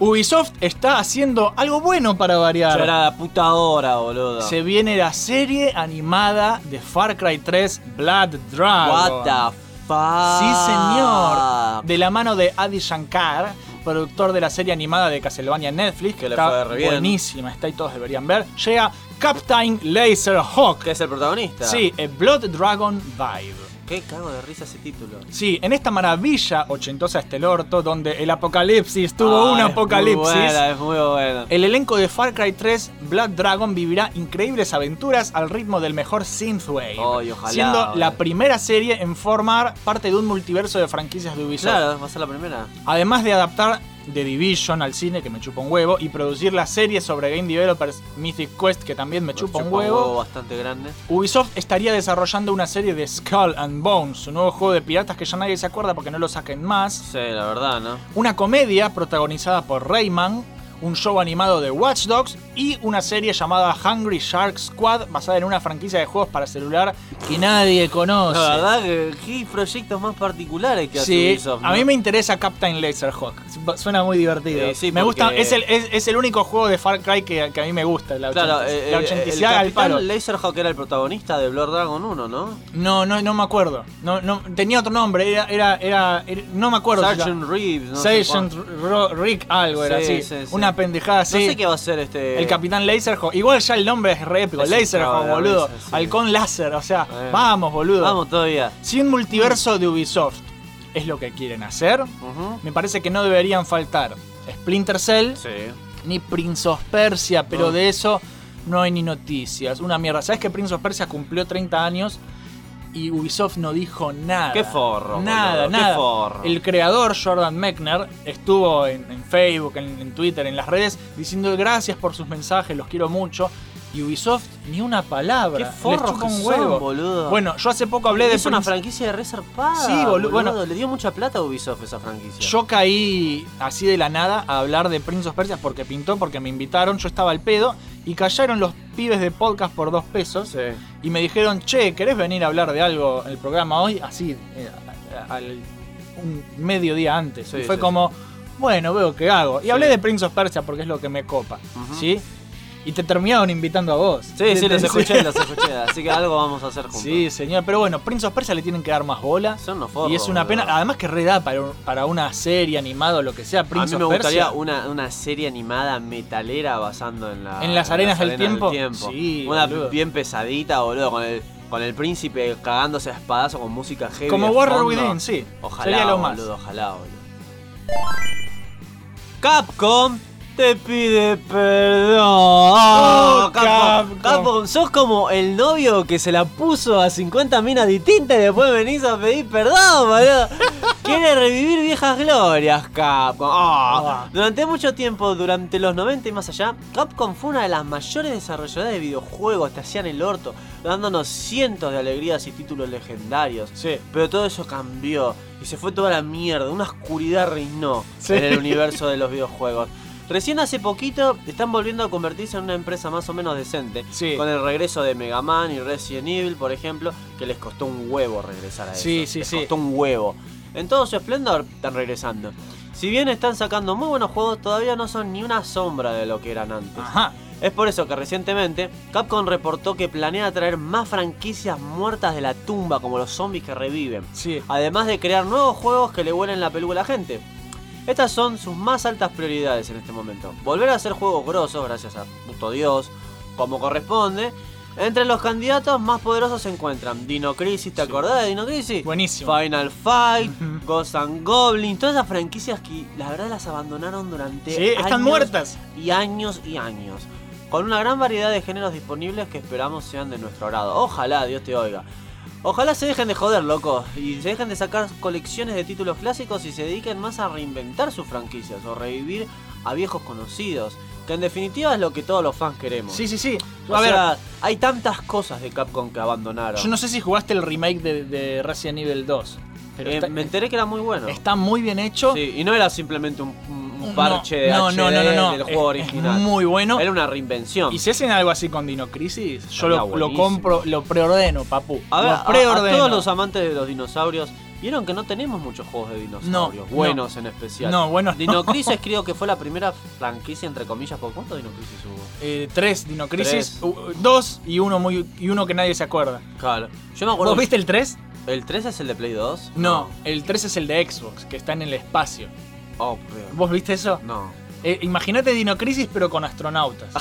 C: Ubisoft está haciendo algo bueno para variar.
D: Ya era la puta hora, boludo.
C: Se viene la serie animada de Far Cry 3 Blood Dragon.
D: What the Pa.
C: Sí, señor. De la mano de Adi Shankar, productor de la serie animada de Castlevania en Netflix, que
D: Que le
C: está
D: fue re bien.
C: buenísima, está y todos deberían ver, llega Captain Laserhawk.
D: Que es el protagonista.
C: Sí, eh, Blood Dragon Vibe.
D: Qué cago de risa ese título.
C: Sí, en esta maravilla ochentosa este orto, donde el apocalipsis tuvo
D: Ah,
C: un
D: es
C: apocalipsis. Eh,
D: Muy buena, es muy buena.
C: El elenco de Far Cry 3, Blood Dragon, vivirá increíbles aventuras al ritmo del mejor Synthwave.
D: Ay, ojalá,
C: siendo
D: ojalá.
C: la primera serie en formar parte de un multiverso de franquicias de Ubisoft.
D: Claro, va a ser la primera.
C: Además de adaptar The Division al cine, que me chupa un huevo, y producir la serie sobre game developers Mythic Quest, que también me chupa, un huevo,
D: bastante grande.
C: Ubisoft estaría desarrollando una serie de Skull and Bones, un nuevo juego de piratas que ya nadie se acuerda porque no lo saquen más.
D: Sí, la verdad, ¿no?
C: una comedia protagonizada por Rayman, un show animado de Watch Dogs y una serie llamada Hungry Shark Squad basada en una franquicia de juegos para celular que nadie conoce.
D: La verdad, que qué proyectos más particulares que hace
C: Sí,
D: Ubisoft,
C: a mí
D: ¿no?
C: me interesa Captain Laserhawk. Suena muy divertido.
D: Sí, sí,
C: me gusta,
D: porque-
C: es el, es, es el único juego de Far Cry que, que a mí me gusta. La,
D: Claro,
C: ochentici-
D: eh,
C: la
D: eh, el
C: ochenticidad al palo.
D: capitán Laserhawk era el protagonista de Blood Dragon 1, ¿no?
C: No, no, no me acuerdo. No, no, tenía otro nombre. Era, era, era, era- no me acuerdo. si era-
D: Sergeant Reeves, no sé
C: Sergeant
D: cuál.
C: Ro- Rick algo era
D: Sí,
C: así.
D: sí, sí.
C: Una pendejada así.
D: No sé qué va a ser este...
C: El Capitán Laserhawk. Igual ya el nombre es re épico.
D: Es un
C: Laserhawk,
D: cabrón,
C: boludo.
D: sí, sí.
C: Halcón Láser. O sea,
D: Eh.
C: vamos, boludo.
D: Vamos todavía.
C: Si un multiverso de Ubisoft es lo que quieren hacer,
D: Ujú.
C: me parece que no deberían faltar Splinter Cell
D: Sí.
C: ni Prince of Persia, pero
D: No.
C: de eso no hay ni noticias. Una mierda. ¿Sabes que Prince of Persia cumplió 30 años? Y Ubisoft no dijo nada.
D: Qué forro,
C: Nada,
D: boludo, qué
C: nada.
D: forro.
C: El creador Jordan Mechner estuvo en, en Facebook, en, en Twitter, en las redes, diciendo gracias por sus mensajes, los quiero mucho. Y Ubisoft ni una palabra.
D: Qué
C: Les
D: forros
C: chupa
D: que
C: un
D: son,
C: huevo.
D: boludo.
C: Bueno, yo hace poco hablé de
D: es una
C: Prince-
D: franquicia de reservada.
C: Sí, bolu- bueno.
D: Le dio mucha plata a Ubisoft esa franquicia.
C: Yo caí así de la nada a hablar de Prince of Persia porque pintó, porque me invitaron, yo estaba al pedo y callaron los pibes de podcast por dos pesos
D: Sí.
C: y me dijeron, che, ¿querés venir a hablar de algo en el programa hoy? Así, eh, a- a- al, un mediodía antes.
D: Sí,
C: y fue
D: sí,
C: como, bueno, veo qué hago. Y
D: Sí.
C: hablé de Prince of Persia porque es lo que me copa,
D: Ujú.
C: ¿sí? Y te terminaron invitando a vos.
D: Sí, sí, los
C: Sí.
D: escuché, los escuché. Así que algo vamos a hacer juntos.
C: Sí, señor, pero bueno, Prince of Persia le tienen que dar más bola.
D: Son unos forros,
C: Y es una pena,
D: boludo.
C: además que reda para, un- para una serie animada o lo que sea,
D: A
C: Prince
D: mí me
C: of Persia.
D: gustaría una, una serie animada metalera basando en, la,
C: En las arenas del tiempo. Sí,
D: Sí, una
C: boludo.
D: bien pesadita, boludo, con el, con el príncipe cagándose a espadazo con música heavy.
C: Como
D: de
C: Warrior
D: fondo.
C: Within, sí.
D: Ojalá,
C: Sería lo más.
D: boludo, ojalá, boludo. Capcom te pide perdón.
C: Oh, Capcom.
D: Capcom, Capcom, sos como el novio que se la puso a 50 minas distintas y después venís a pedir perdón, boludo. Quiere revivir viejas glorias, Capcom. Ah.
C: Ah.
D: Durante mucho tiempo, durante los 90 y más allá, Capcom fue una de las mayores desarrolladoras de videojuegos, te hacían el orto, dándonos cientos de alegrías y títulos legendarios.
C: Sí.
D: Pero todo eso cambió y se fue toda la mierda. Una oscuridad reinó
C: Sí.
D: en el universo de los videojuegos. Recién hace poquito están volviendo a convertirse en una empresa más o menos decente.
C: Sí.
D: Con el regreso de Mega Man y Resident Evil, por ejemplo, que les costó un huevo regresar a eso.
C: Sí, sí,
D: les
C: sí.
D: costó un huevo. En todo su esplendor están regresando. Si bien están sacando muy buenos juegos, todavía no son ni una sombra de lo que eran antes.
C: Ajá.
D: Es por eso que recientemente Capcom reportó que planea traer más franquicias muertas de la tumba como los zombies que reviven,
C: Sí.
D: además de crear nuevos juegos que le vuelen la peluca a la gente. Estas son sus más altas prioridades en este momento. Volver a hacer juegos grosos, gracias a puto Dios, como corresponde. Entre los candidatos más poderosos se encuentran Dino Crisis, ¿te acordás de Dino Crisis?
C: Buenísimo.
D: Final Fight,
C: Ujú.
D: Ghosts and Goblins, todas esas franquicias que la verdad las abandonaron durante
C: Sí, están
D: años
C: muertas.
D: y años y años. Con una gran variedad de géneros disponibles que esperamos sean de nuestro agrado. Ojalá, Dios te oiga. Ojalá se dejen de joder, loco, y se dejen de sacar colecciones de títulos clásicos y se dediquen más a reinventar sus franquicias o revivir a viejos conocidos, que en definitiva es lo que todos los fans queremos.
C: Sí, sí, sí.
D: O
C: A ver,
D: sea, hay tantas cosas de Capcom que abandonaron.
C: yo no sé si jugaste el remake de, de Resident Evil 2. Pero
D: Eh,
C: está, eh,
D: me enteré que era muy bueno.
C: está muy bien hecho.
D: Sí, y no era simplemente un, un- un
C: No,
D: parche
C: no,
D: de
C: no, no, no, no.
D: del
C: Es-
D: juego
C: es
D: original.
C: muy bueno.
D: Era una reinvención.
C: Y si hacen algo así con Dino Crisis, yo lo,
D: Estaría
C: lo compro, lo preordeno, papu.
D: A ver,
C: lo
D: a-
C: preordeno.
D: a todos los amantes de los dinosaurios, vieron que no tenemos muchos juegos de dinosaurios,
C: No,
D: buenos en especial.
C: No, bueno, no.
D: Dinocrisis creo que fue la primera franquicia, entre comillas, ¿por cuánto Dinocrisis hubo?
C: Eh, tres Dino Crisis, Uh,
D: Tres.
C: u- u- dos y uno, muy, y uno que nadie se acuerda.
D: Claro. Yo me acuerdo
C: ¿Vos viste el 3?
D: ¿El 3 es el de Play 2?
C: No, el 3 es el de Xbox, que está en el espacio.
D: Oh, peor.
C: ¿Vos viste eso?
D: No.
C: Eh, Imagínate Dinocrisis, pero con astronautas.
D: Ah,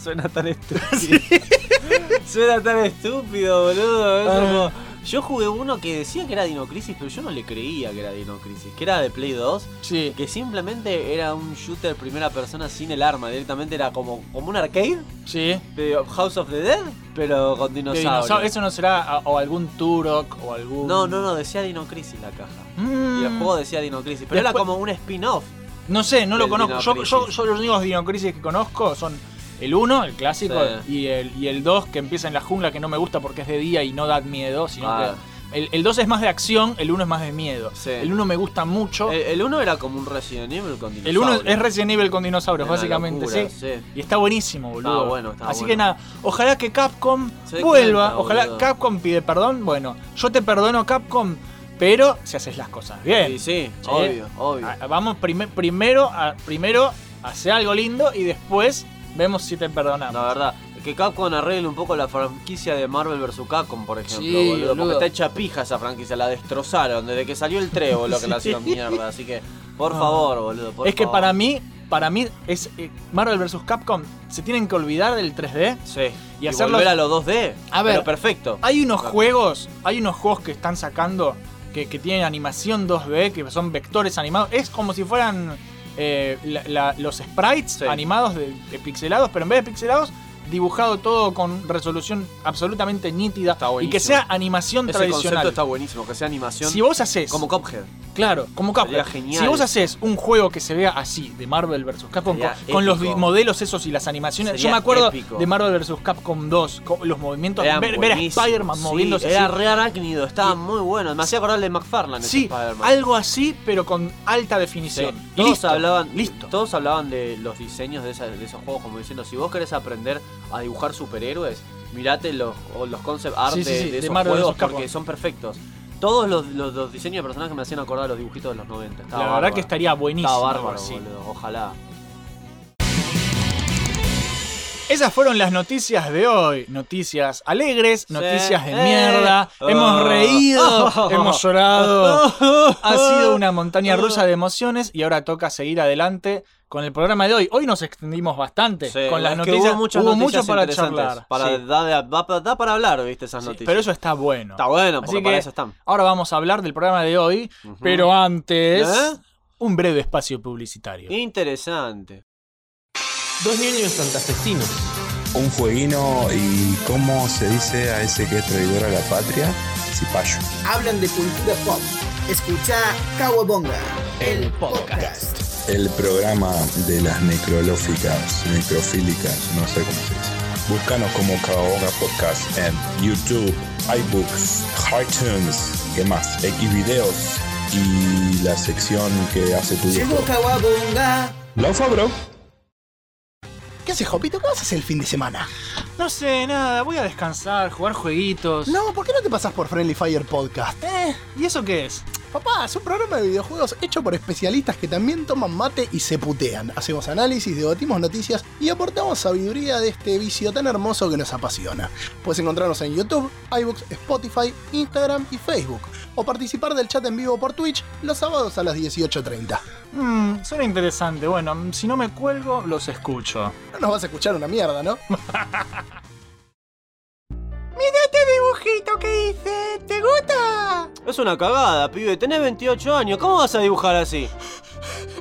D: Suena tan estúpido. Suena tan estúpido, boludo. Es
C: Ah.
D: como- Yo jugué uno que decía que era Dinocrisis, pero yo no le creía que era Dinocrisis. Que era de Play 2.
C: Sí.
D: Que simplemente era un shooter primera persona sin el arma. Directamente era como, como un arcade
C: Sí.
D: de House of the Dead, pero con
C: De
D: dinosaurios.
C: dinosaurio. Eso no será a- o algún Turok o algún.
D: No, no, no, decía Dinocrisis la caja.
C: Mm.
D: Y el juego decía Dinocrisis. Pero era
C: Después-
D: como un spin-off.
C: No sé, no lo
D: El
C: conozco. Yo,
D: Dino
C: yo,
D: Crisis.
C: yo los únicos Dinocrisis que conozco son el 1, el clásico,
D: Sí.
C: y el 2 y el dos que empieza en la jungla, que no me gusta porque es de día y no da miedo, sino
D: Ah.
C: que. el- El 2 es más de acción, el 1 es más de miedo.
D: Sí. Eh,
C: El 1 me gusta mucho.
D: El- El 1 era como un Resident Evil con dinosaurios.
C: El 1 es Resident Evil con dinosaurios,
D: Una
C: básicamente,
D: locura,
C: sí.
D: sí.
C: Y está buenísimo, boludo.
D: Estaba bueno, estaba
C: Así
D: bueno.
C: que nada, ojalá que Capcom
D: Se dé
C: vuelva.
D: cuenta,
C: ojalá
D: boludo.
C: Capcom pide perdón. Bueno, yo te perdono, Capcom, pero si haces las cosas bien.
D: Sí, sí,
C: Sí.
D: obvio, obvio.
C: Ah, Vamos prime- primero, a, primero hace algo lindo y después vemos si te perdonamos.
D: La verdad, que Capcom arregle un poco la franquicia de Marvel vs. Capcom, por ejemplo,
C: Sí,
D: boludo, Porque
C: boludo.
D: está hecha pija esa franquicia, la destrozaron desde que salió el Trébol, lo que la hicieron mierda. Así que, por
C: Ah.
D: favor, boludo. por
C: es que
D: favor.
C: para mí, para mí es eh, Marvel vs. Capcom se tienen que olvidar del 3D.
D: Sí,
C: y
D: y,
C: hacerlos-
D: volver a los 2D.
C: A ver.
D: pero perfecto.
C: Hay unos
D: Claro.
C: juegos, hay unos juegos que están sacando que, que tienen animación 2D, que son vectores animados. Es como si fueran eh, la- la- los sprites
D: Sí.
C: animados de, de pixelados, pero en vez de pixelados dibujado todo con resolución absolutamente nítida
D: Está
C: y
D: buenísimo.
C: que sea animación
D: Ese
C: tradicional.
D: concepto está buenísimo, que sea animación
C: Si vos haces
D: como Cophead.
C: Claro, como Capcom.
D: Sería genial.
C: Si vos haces un juego que se vea así, de Marvel vs. Capcom, con,
D: Sería
C: con los
D: épico.
C: modelos esos y las animaciones.
D: Sería
C: Yo me acuerdo
D: épico.
C: de Marvel vs. Capcom 2, con los movimientos.
D: Eran
C: Ver, ver a
D: buenísimos,
C: Spider-Man
D: sí,
C: moviéndose
D: Era
C: así.
D: re arácnido, estaba muy bueno. Me hacía acordar de McFarlane ese
C: Sí,
D: Spider-Man.
C: algo así, pero con alta
D: Sí,
C: definición. Y
D: todos
C: listo,
D: hablaban,
C: Listo.
D: Todos hablaban de los diseños de, esa- de esos juegos, como diciendo, si vos querés aprender a dibujar superhéroes, mirate los, o los concept art
C: Sí, sí,
D: de,
C: sí,
D: de
C: de
D: esos
C: Marvel
D: juegos
C: vs. Capcom.
D: porque son perfectos. Todos los, los- los diseños de personajes me hacían acordar a los dibujitos de los 90.
C: La
D: Estaba
C: verdad
D: bárbaro.
C: que estaría buenísimo.
D: Estaba
C: algo
D: bárbaro,
C: así.
D: boludo, ojalá.
C: Esas fueron las noticias de hoy. Noticias alegres, noticias de
D: Eh.
C: mierda.
D: Oh.
C: Hemos reído,
D: Oh.
C: hemos llorado. Ha
D: Ah.
C: sido una montaña rusa de emociones y ahora toca seguir adelante con el programa de hoy. Hoy nos extendimos bastante
D: Sí,
C: con las
D: es que
C: noticias.
D: hubo, muchas
C: hubo
D: noticias
C: mucho para
D: interesantes,
C: charlar.
D: Para,
C: sí.
D: da, da- da- da para hablar, viste, esas
C: Sí,
D: noticias.
C: pero eso está bueno.
D: está bueno,
C: Así
D: porque para
C: que-
D: eso están.
C: Ahora vamos a hablar del programa de hoy,
D: Ujú.
C: pero antes,
D: ¿Eh?
C: un breve espacio publicitario.
D: Interesante.
E: Dos niños santafesinos.
F: un fueguino y cómo se dice a ese que es traidor a la patria, cipayo.
G: hablan de cultura pop. Escucha Kawabonga, el podcast.
F: El programa de las necrolóficas, necrofílicas, no sé cómo se dice. Búscanos como Caboga Podcast en YouTube, iBooks, iTunes, ¿qué más? X videos y la sección que hace tu
G: Llegó
F: viejo.
G: Kawabonga.
F: Laufa, bro.
H: ¿Qué haces, Jopito? ¿Qué haces el fin de semana?
C: No sé, nada, voy a descansar, jugar jueguitos.
H: No, ¿por qué no te pasas por Friendly Fire Podcast?
C: Eh, ¿Y eso qué es?
H: Papá, es un programa de videojuegos hecho por especialistas que también toman mate y se putean. Hacemos análisis, debatimos noticias y aportamos sabiduría de este vicio tan hermoso que nos apasiona. Puedes encontrarnos en YouTube, iBooks, Spotify, Instagram y Facebook. O participar del chat en vivo por Twitch los sábados a las 18.30.
C: Mmm, suena interesante. Bueno, mm, si no me cuelgo, los escucho.
H: No nos vas a escuchar una mierda, ¿no?
D: Es una cagada, pibe. Tenés 28 años. ¿Cómo vas a dibujar así?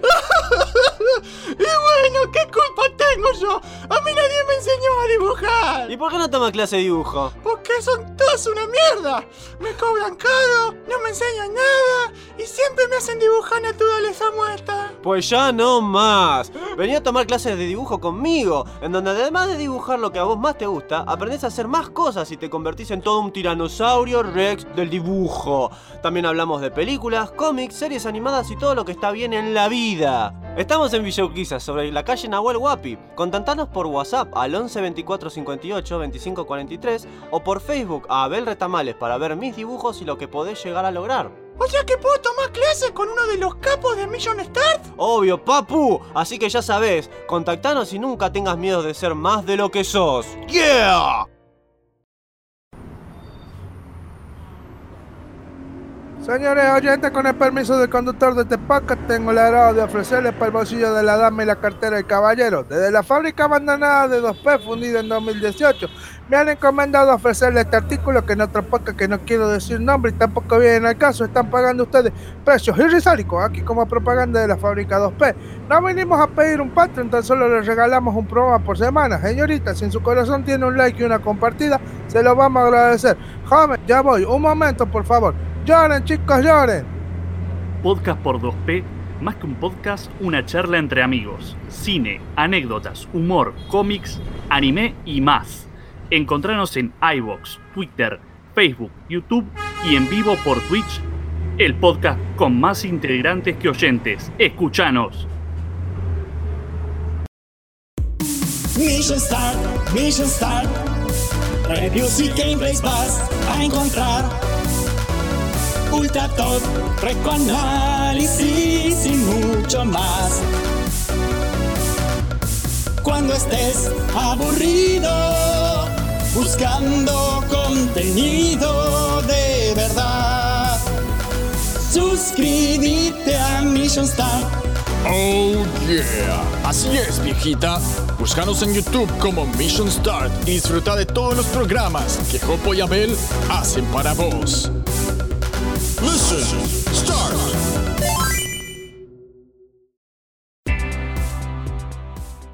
H: y bueno, ¿qué culpa tengo yo? A mí nadie me enseñó a dibujar.
D: ¿Y por qué no tomas clase de dibujo?
H: Porque son todos una mierda. Me cobran caro, no me enseñan nada y siempre me hacen dibujar naturaleza muerta.
D: Pues ya no más. Vení a tomar clases de dibujo conmigo, en donde además de dibujar lo que a vos más te gusta, aprendés a hacer más cosas y te convertís en todo un tiranosaurio rex del dibujo. También hablamos de películas, cómics, series animadas y todo lo que está bien en la vida. Estamos en Villauquiza, sobre la calle Nahuel Huapi. Contactanos por WhatsApp al 11 24 58 25 43 o por Facebook a Abel Retamales para ver mis dibujos y lo que podés llegar a lograr.
H: O sea que puedo tomar clases con uno de los capos de Million Start.
D: Obvio, papu. Así que ya sabes, contactanos y nunca tengas miedo de ser más de lo que sos.
H: Yeah.
I: Señores oyentes, con el permiso del conductor de este podcast, tengo el agrado de ofrecerles para el bolsillo de la dama y la cartera del caballero. Desde la fábrica abandonada de 2P, fundida en 2018, me han encomendado ofrecerles este artículo que en otro podcast que no quiero decir nombre y tampoco viene al caso, están pagando ustedes precios irrisóricos aquí como propaganda de la fábrica 2P. No venimos a pedir un Patreon, tan solo les regalamos un programa por semana. Señorita, si en su corazón tiene un like y una compartida, se lo vamos a agradecer. Joven, ya voy, un momento por favor. Lloren, chicos, lloren.
J: Podcast por 2P, más que un podcast, una charla entre amigos. Cine, anécdotas, humor, cómics, anime y más. Encontranos en iVoox, Twitter, Facebook, YouTube y en vivo por Twitch, el podcast con más integrantes que oyentes. Escuchanos.
A: Mission Start, Mission Start. Reviews y gameplays vas a encontrar. Ultra Top, Recoanálisis y mucho más. Cuando estés aburrido, buscando contenido de verdad, suscríbete a Mission Start.
K: Oh yeah, así es viejita. Búscanos en YouTube como Mission Start y disfruta de todos los programas que Jopo y Abel hacen para vos. Listen, start.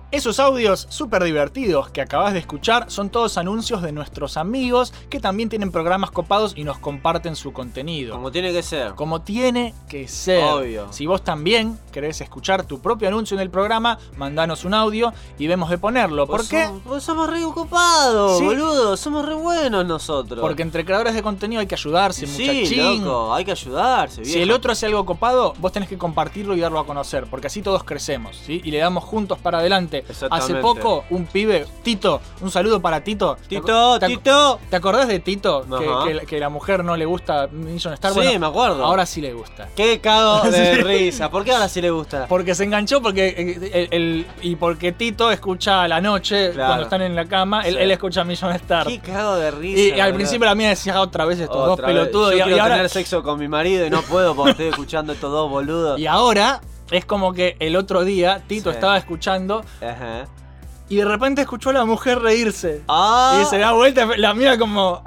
C: Esos audios súper divertidos que acabas de escuchar son todos anuncios de nuestros amigos que también tienen programas copados y nos comparten su contenido.
D: Como tiene que ser.
C: Como tiene que ser.
D: Obvio.
C: Si vos también querés escuchar tu propio anuncio en el programa, mandanos un audio y vemos de ponerlo. ¿Por
D: Vos
C: qué?
D: somos- vos somos re ocupados,
C: Sí.
D: boludo. Somos re buenos nosotros.
C: Porque entre creadores de contenido hay que ayudarse,
D: Sí,
C: muchachín.
D: loco, hay que ayudarse.
C: Si
D: viejo.
C: el otro hace algo copado, vos tenés que compartirlo y darlo a conocer, porque así todos crecemos, ¿sí? Y le damos juntos para adelante. Hace
D: Exactamente.
C: poco, un pibe, Tito, un saludo para Tito. ¿Te
D: Tito,
C: acu- te acu-
D: Tito.
C: ¿Te acordás de Tito? Que-
D: Ajá.
C: Que, la- que la mujer no le gusta Mission Star.
D: Sí,
C: Bueno,
D: me acuerdo.
C: Ahora sí le gusta.
D: Qué cago de risa. ¿Por qué ahora sí le gusta?
C: Porque se enganchó porque eh, el- el- y porque Tito escucha a la noche
D: Claro.
C: cuando están en la cama, él,
D: Sí.
C: él escucha Mission Star.
D: Qué cago de risa.
C: Y, y al
D: boludo.
C: principio la mía decía otra vez estos dos
D: Otra vez.
C: pelotudos
D: Yo
C: y, y
D: quiero
C: ahora
D: tener sexo con mi marido y no puedo porque estoy escuchando estos dos boludos.
C: Y ahora es como que el otro día Tito
D: Sí.
C: estaba escuchando
D: Ajá.
C: y de repente escuchó a la mujer reírse.
D: Ah.
C: Y se da vuelta, la mira como.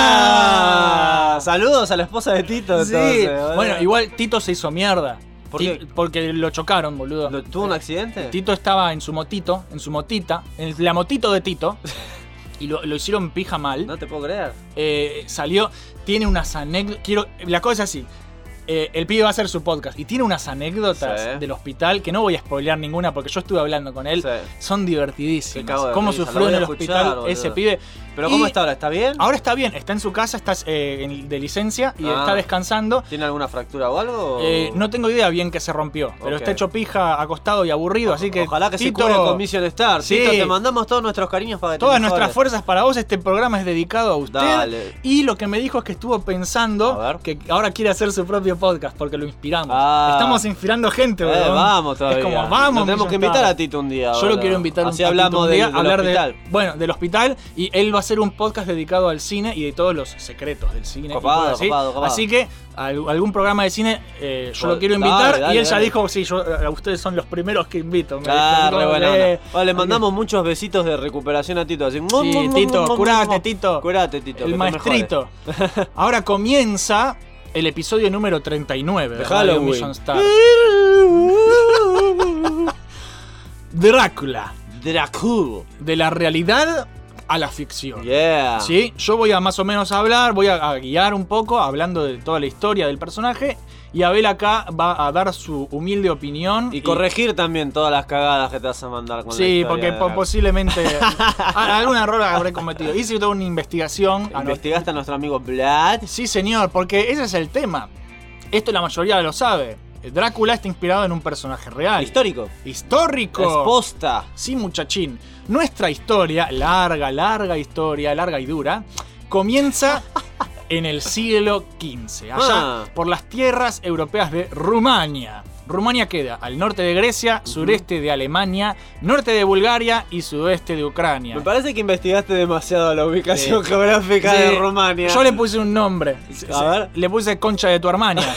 D: Ah.
C: "Ah".
D: Saludos a la esposa de Tito.
C: Sí.
D: entonces, boludo.
C: Bueno, igual Tito se hizo mierda.
D: ¿Por
C: Ti-
D: qué?
C: Porque lo chocaron, boludo.
D: ¿Lo- ¿Tuvo un accidente?
C: Tito estaba en su motito, en su motita, en la motito de Tito. Y lo, lo hicieron pija mal.
D: No te puedo creer.
C: Eh, salió, tiene unas anécdotas. Quiero, la cosa es así. eh, el pibe va a hacer su podcast y tiene unas anécdotas
D: Sí.
C: del hospital que no voy a spoilear ninguna porque yo estuve hablando con él.
D: Sí.
C: Son
D: Qué cago
C: divertidísimas.
D: de
C: Cómo
D: risa,
C: sufrió
D: lo voy
C: en
D: a
C: el
D: escuchar,
C: hospital
D: boludo.
C: ese pibe.
D: ¿Pero cómo
C: Y
D: está ahora? ¿Está bien?
C: Ahora está bien, está en su casa, está eh, en- de licencia y
D: Ah.
C: está descansando.
D: ¿Tiene alguna fractura o algo? o-
C: Eh, no tengo idea bien que se rompió, pero
D: Ok.
C: está hecho pija, acostado y aburrido, así que
D: Ojalá que
C: Tito,
D: se cure con Mission Star.
C: Sí.
D: Tito, te mandamos todos nuestros cariños para que te
C: Todas
D: mejores.
C: nuestras fuerzas para vos, este programa es dedicado a usted.
D: Dale.
C: Y lo que me dijo es que estuvo
D: A
C: pensando
D: ver.
C: que ahora quiere hacer su propio podcast porque lo inspiramos.
D: Ah.
C: Estamos inspirando gente,
D: Eh,
C: boludo.
D: vamos todavía.
C: Es como, vamos.
D: Lo tenemos que
C: Millon
D: invitar
C: Star.
D: a Tito un día.
C: Yo lo
D: boludo.
C: quiero invitar
D: Así
C: un, a Tito
D: hablamos
C: un
D: de,
C: día,
D: del
C: hablar de-
D: hospital.
C: bueno, del hospital y él va a hacer un podcast dedicado al cine y de todos los secretos del cine. y
D: Copado,
C: cosas así.
D: copado, copado.
C: Así que al- algún programa de cine eh, yo lo
D: Dale,
C: quiero invitar
D: dale,
C: y él ya
D: dale.
C: dijo, sí, yo, eh, ustedes son los primeros que invito. Me
D: Ah,
C: dijo,
D: re
C: como,
D: buena
C: eh,
D: onda. Vale, le mandamos muchos besitos de recuperación a Tito. Así, mu, mu,
C: Sí,
D: mu, mu, mu,
C: Tito,
D: mu,
C: curate,
D: mu.
C: Tito.
D: Curate, Tito. que
C: El
D: te eh.
C: maestrito. Ahora comienza el episodio número 39 de
D: De
C: Radio
D: Halloween.
C: Mission Star.
D: mejores.
C: Drácula.
D: Dracul.
C: De la realidad a la ficción.
D: Yeah.
C: ¿Sí? Yo voy a más o menos hablar, voy a, a guiar un poco, hablando de toda la historia del personaje. Y Abel acá va a dar su humilde opinión.
D: Y corregir también todas las cagadas que te vas a mandar con la
C: Sí,
D: historia
C: porque
D: de
C: po-
D: Drácula.
C: posiblemente a- algún error habré cometido. Hice toda una investigación, anoté
D: ¿Investigaste a nuestro amigo Vlad?
C: Sí, señor, porque ese es el tema. Esto la mayoría lo sabe. Drácula está inspirado en un personaje real.
D: Histórico.
C: Histórico.
D: Exposta.
C: Sí, muchachín. Nuestra historia, larga, larga historia, larga y dura, comienza en el siglo XV, allá
D: Ah.
C: por las tierras europeas de Rumania. Rumania queda al norte de Grecia, sureste de Alemania, norte de Bulgaria y sudeste de Ucrania.
D: Me parece que investigaste demasiado la ubicación
C: Sí.
D: geográfica
C: Sí.
D: de Rumania.
C: Yo le puse un nombre.
D: A ver.
C: Le puse Concha de tu Armania.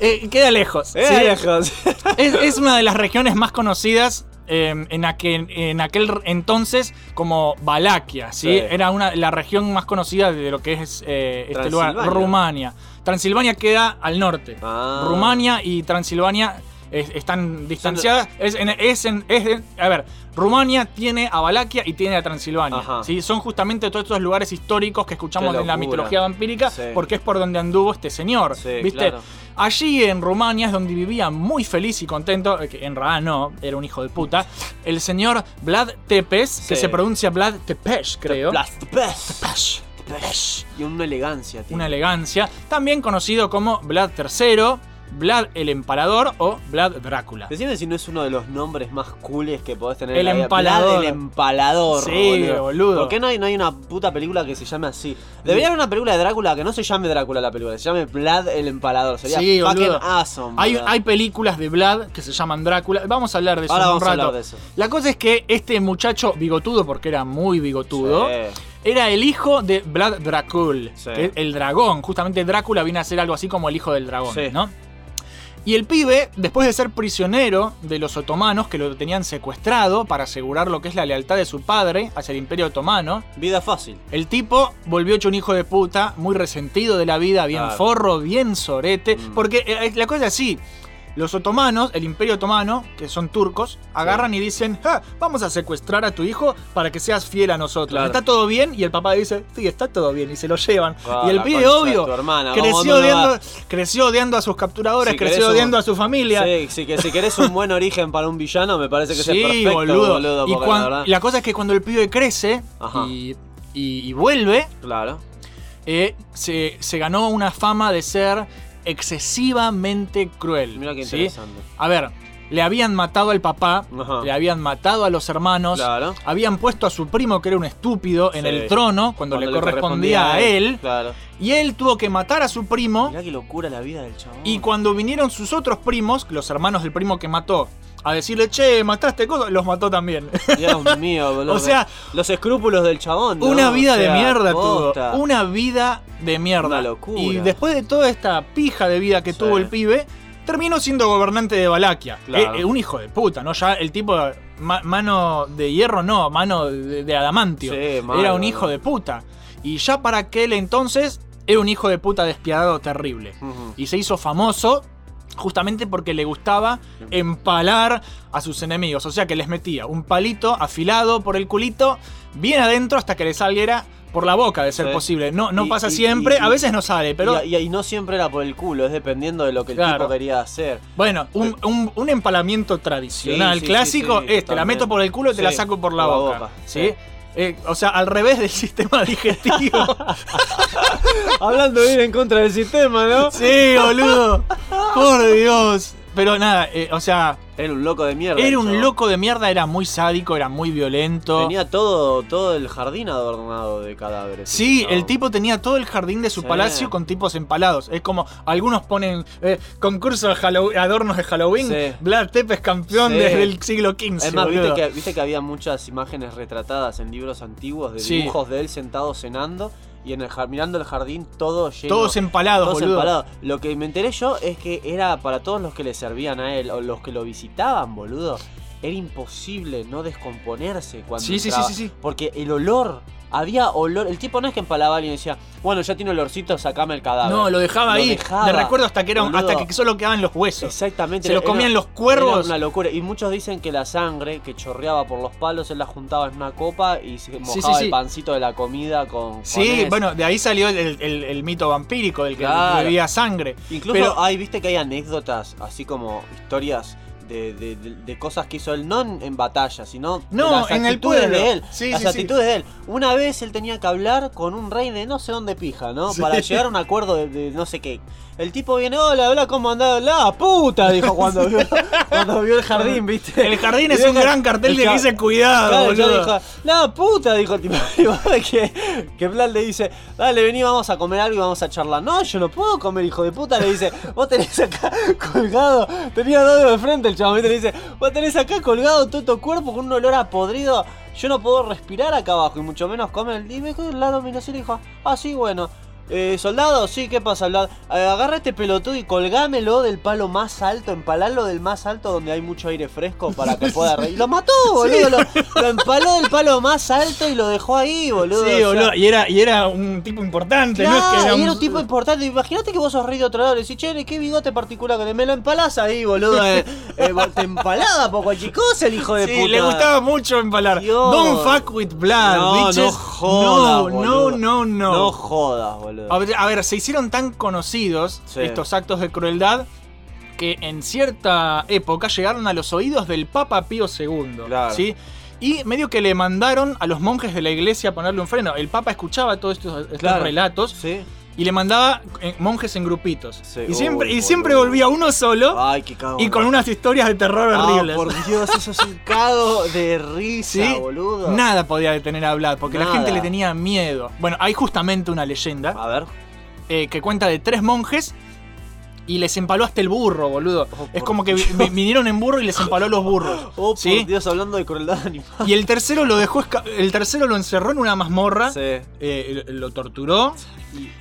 C: Eh, queda lejos.
D: Queda lejos.
C: es, es una de las regiones más conocidas. eh, en, aquel, en aquel entonces como Valaquia, ¿sí?
D: Sí.
C: Era una, la región más conocida de lo que es eh, este lugar,
D: Transilvania.
C: Rumania. Transilvania queda al norte.
D: Ah.
C: Rumania y Transilvania es- están distanciadas. Es, en- es en- es en- a ver, Rumania tiene a Valaquia y tiene a Transilvania.
D: Ajá.
C: ¿sí? Son justamente todos estos lugares históricos que escuchamos
D: Qué
C: en la
D: locura.
C: mitología vampírica
D: Sí.
C: porque es por donde anduvo este señor.
D: Sí,
C: ¿viste?
D: claro.
C: Allí en Rumania es donde vivía muy feliz y contento, eh, que en realidad no, era un hijo de puta, el señor Vlad Tepes, que
D: Sí.
C: se pronuncia Vlad Tepes, creo.
D: Las Tepes. Tepes. Y una elegancia, tío.
C: Una elegancia. También conocido como Vlad III, Vlad el Empalador o Vlad Drácula.
D: Decime si no es uno de los nombres más cooles que podés tener
C: El
D: en la vida.
C: empalador.
D: Vlad el empalador.
C: Sí, boludo.
D: ¿Por qué no hay, no hay una puta película que se llame así? Debería haber una película de Drácula que no se llame Drácula la película, se llame Vlad el empalador. Sería
C: Sí,
D: fucking
C: boludo.
D: awesome.
C: Hay,
D: boludo.
C: hay películas de Vlad que se llaman Drácula. Vamos a hablar de eso
D: Ahora
C: en un
D: vamos a
C: rato.
D: hablar de eso.
C: La cosa es que este muchacho bigotudo, porque era muy bigotudo,
D: Sí.
C: era el hijo de Vlad Dracul,
D: Sí.
C: que es el dragón. Justamente Drácula viene a ser algo así como el hijo del dragón,
D: Sí.
C: ¿no? Y el pibe, después de ser prisionero de los otomanos que lo tenían secuestrado para asegurar lo que es la lealtad de su padre hacia el imperio otomano,
D: Vida fácil.
C: el tipo volvió hecho un hijo de puta, muy resentido de la vida, bien
D: Claro. Mm.
C: forro, bien sorete. Porque eh, la cosa es así. Los otomanos, el imperio otomano, que son turcos, agarran y dicen, "Ja, vamos a secuestrar a tu hijo para que seas fiel a nosotros.
D: Claro.
C: ¿Está todo bien? Y el papá dice, sí, está todo bien. Y se lo llevan.
D: Ah,
C: y el
D: la
C: pibe,
D: concha de
C: obvio,
D: tu hermana, vamos,
C: creció,
D: ¿dónde
C: odiando,
D: vas?
C: creció odiando a sus capturadores,
D: Si querés
C: creció
D: un-
C: odiando a su familia.
D: Sí, sí, que si querés un buen origen para un villano, me parece que ese es perfecto, boludo.
C: y
D: porque
C: cuan-
D: la verdad-
C: la cosa es que cuando el pibe crece
D: Ajá.
C: y- y- y vuelve,
D: Claro.
C: eh, se, se ganó una fama de ser excesivamente cruel.
D: Mira qué
C: ¿sí?
D: interesante.
C: A ver, le habían matado al papá,
D: Ajá.
C: le habían matado a los hermanos,
D: Claro.
C: habían puesto a su primo, que era un estúpido, en
D: Sí.
C: el trono cuando, le, correspondía, a él,
D: Claro.
C: y él tuvo que matar a su primo,
D: Mirá qué locura la vida del chabón.
C: y cuando vinieron sus otros primos, los hermanos del primo que mató, a decirle, che, mataste cosas, los mató también.
D: Dios mío, boludo.
C: O sea,
D: los escrúpulos del chabón. ¿no?
C: Una vida
D: O sea,
C: de mierda
D: posta.
C: tuvo. Una vida de mierda.
D: Una locura.
C: Y después de toda esta pija de vida que tuvo el pibe, terminó siendo gobernante de Valaquia.
D: Claro.
C: Eh, eh, un hijo de puta, ¿no? Ya el tipo, ma- mano de hierro, no, mano de, de adamantio.
D: Sí,
C: Era
D: malo,
C: un hijo
D: ¿no?
C: de puta. Y ya para aquel entonces, era un hijo de puta despiadado terrible.
D: Ujú.
C: Y se hizo famoso. Justamente porque le gustaba empalar a sus enemigos. O sea que les metía un palito afilado por el culito, bien adentro hasta que le saliera por la boca, de ser
D: Sí.
C: posible. No, no
D: Y-
C: pasa
D: y-
C: siempre,
D: y-
C: a veces no sale, pero.
D: Y, y- y no siempre era por el culo, es dependiendo de lo que el
C: Claro.
D: tipo quería hacer.
C: bueno, un, un- un empalamiento tradicional,
D: Sí, sí,
C: clásico,
D: sí, sí,
C: es te la
D: totalmente.
C: meto por el culo y te la
D: Sí,
C: saco por la boca. ¿sí?
D: sí.
C: Eh, o sea, al revés del sistema digestivo.
D: Hablando de ir en contra del sistema, ¿no?
C: sí, boludo. Por Dios. Pero nada, eh, o sea,
D: Era un loco de mierda. el
C: era un
D: chabón.
C: loco de mierda, era muy sádico, era muy violento.
D: Tenía todo, todo el jardín adornado de cadáveres.
C: Sí,
D: chabón.
C: el tipo tenía todo el jardín de su
D: Sí.
C: palacio con tipos empalados. Es como algunos ponen eh, concurso de Hallow- adornos de Halloween.
D: Sí.
C: Vlad Tepes campeón
D: Sí.
C: desde el siglo XV.
D: Es más, viste
C: boludo.
D: que, viste que había muchas imágenes retratadas en libros antiguos de
C: Sí.
D: dibujos de él sentado cenando y en el, jar- mirando el jardín todo lleno.
C: Todos empalados,
D: todos
C: boludo.
D: empalados. Lo que me enteré yo es que era para todos los que le servían a él o los que lo visitaban, boludo. Era imposible no descomponerse cuando
C: Sí, sí,
D: entraba,
C: sí, sí, sí.
D: Porque el olor, había olor. El tipo no es que empalaba a alguien y decía, bueno, ya tiene olorcito, sacame el cadáver.
C: No, lo dejaba ahí.
D: dejaba,
C: de recuerdo hasta que, era un- hasta
D: boludo.
C: que solo quedaban los huesos.
D: Exactamente.
C: Se lo
D: era-
C: comían los
D: Era
C: cuervos.
D: una locura. Y muchos dicen que la sangre que chorreaba por los palos, él la juntaba en una copa y se mojaba
C: sí.
D: el pancito de la comida con. con
C: Sí,
D: eso.
C: bueno, de ahí salió el, el- el- el mito vampírico del que
D: Claro.
C: bebía sangre.
D: Incluso
C: Pero
D: hay, viste que hay anécdotas, así como historias de- de- de- de cosas que hizo él, no en, en batalla, sino de
C: No,
D: las
C: en el
D: actitudes
C: pueblo.
D: de él.
C: Sí,
D: las
C: sí, sí.
D: actitudes de él. Una vez él tenía que hablar con un rey de no sé dónde pija, ¿no?
C: Sí.
D: Para llegar a un acuerdo de, de no sé qué. El tipo viene, hola, hola, ¿cómo andás? La puta, dijo cuando vio, cuando vio el jardín, ¿viste?
C: El jardín es
D: Vio
C: un
D: que-
C: gran cartel
D: el
C: que
D: ca-
C: dice cuidado,
D: Claro, yo
C: boludo.
D: dijo, la puta, dijo el tipo. Y vos ves que, que Vlad le dice, dale, vení, vamos a comer algo y vamos a charlar. No, yo no puedo comer, hijo de puta. Le dice, vos tenés acá colgado, tenía dos dedos de frente el chabón, ¿viste? le dice, vos tenés acá colgado todo tu cuerpo con un olor a podrido. Yo no puedo respirar acá abajo y mucho menos comer. Y me la dominación y dijo, ah, sí, bueno. Eh, soldado, sí, ¿qué pasa? Vlad? Eh, agarra este pelotudo y colgámelo del palo más alto, empalalo del más alto donde hay mucho aire fresco para que pueda reír. Y lo mató, boludo. Lo, lo empaló del palo más alto y lo dejó ahí, boludo.
C: Sí,
D: o sea,
C: boludo. Y era, y era un tipo importante, no
D: Claro,
C: es que era
D: y
C: un-
D: era un tipo importante. Imagínate que vos sos rey de otro lado y decís, che, qué bigote particular que tenés. me lo empalás ahí, boludo. eh. Eh, te empalaba poco chicos el hijo de
C: Sí,
D: puta.
C: le gustaba mucho empalar.
D: Dios.
C: Don't fuck with blood,
D: No,
C: bitches.
D: no jodas,
C: no,
D: boludo.
C: no, no, no.
D: No jodas, boludo.
C: A ver, a ver, se hicieron tan conocidos
D: Sí.
C: estos actos de crueldad que en cierta época llegaron a los oídos del Papa Pío II. ¿sí? Y medio que le mandaron a los monjes de la iglesia a ponerle un freno. El Papa escuchaba todos estos, estos
D: Claro.
C: relatos y le mandaba eh, monjes en grupitos. y
D: uy,
C: siempre, y
D: boludo.
C: siempre volvía uno solo
D: Ay, qué cago.
C: y con unas historias de terror
D: Ah,
C: horribles.
D: por Dios, eso es un cago de risa,
C: Sí,
D: boludo.
C: Nada podía detener a Vlad porque la
D: Nada. Ah.
C: gente le tenía miedo. Bueno, hay justamente una leyenda. eh,
D: A ver.
C: que cuenta de tres monjes y les empaló hasta el burro, boludo. es como que vi- vi- vinieron en burro y les empaló los burros.
D: Oh, por
C: ¿sí?
D: Dios, hablando de crueldad animal.
C: Y el tercero lo dejó esca- el tercero lo encerró en una mazmorra,
D: Sí.
C: eh, lo lo torturó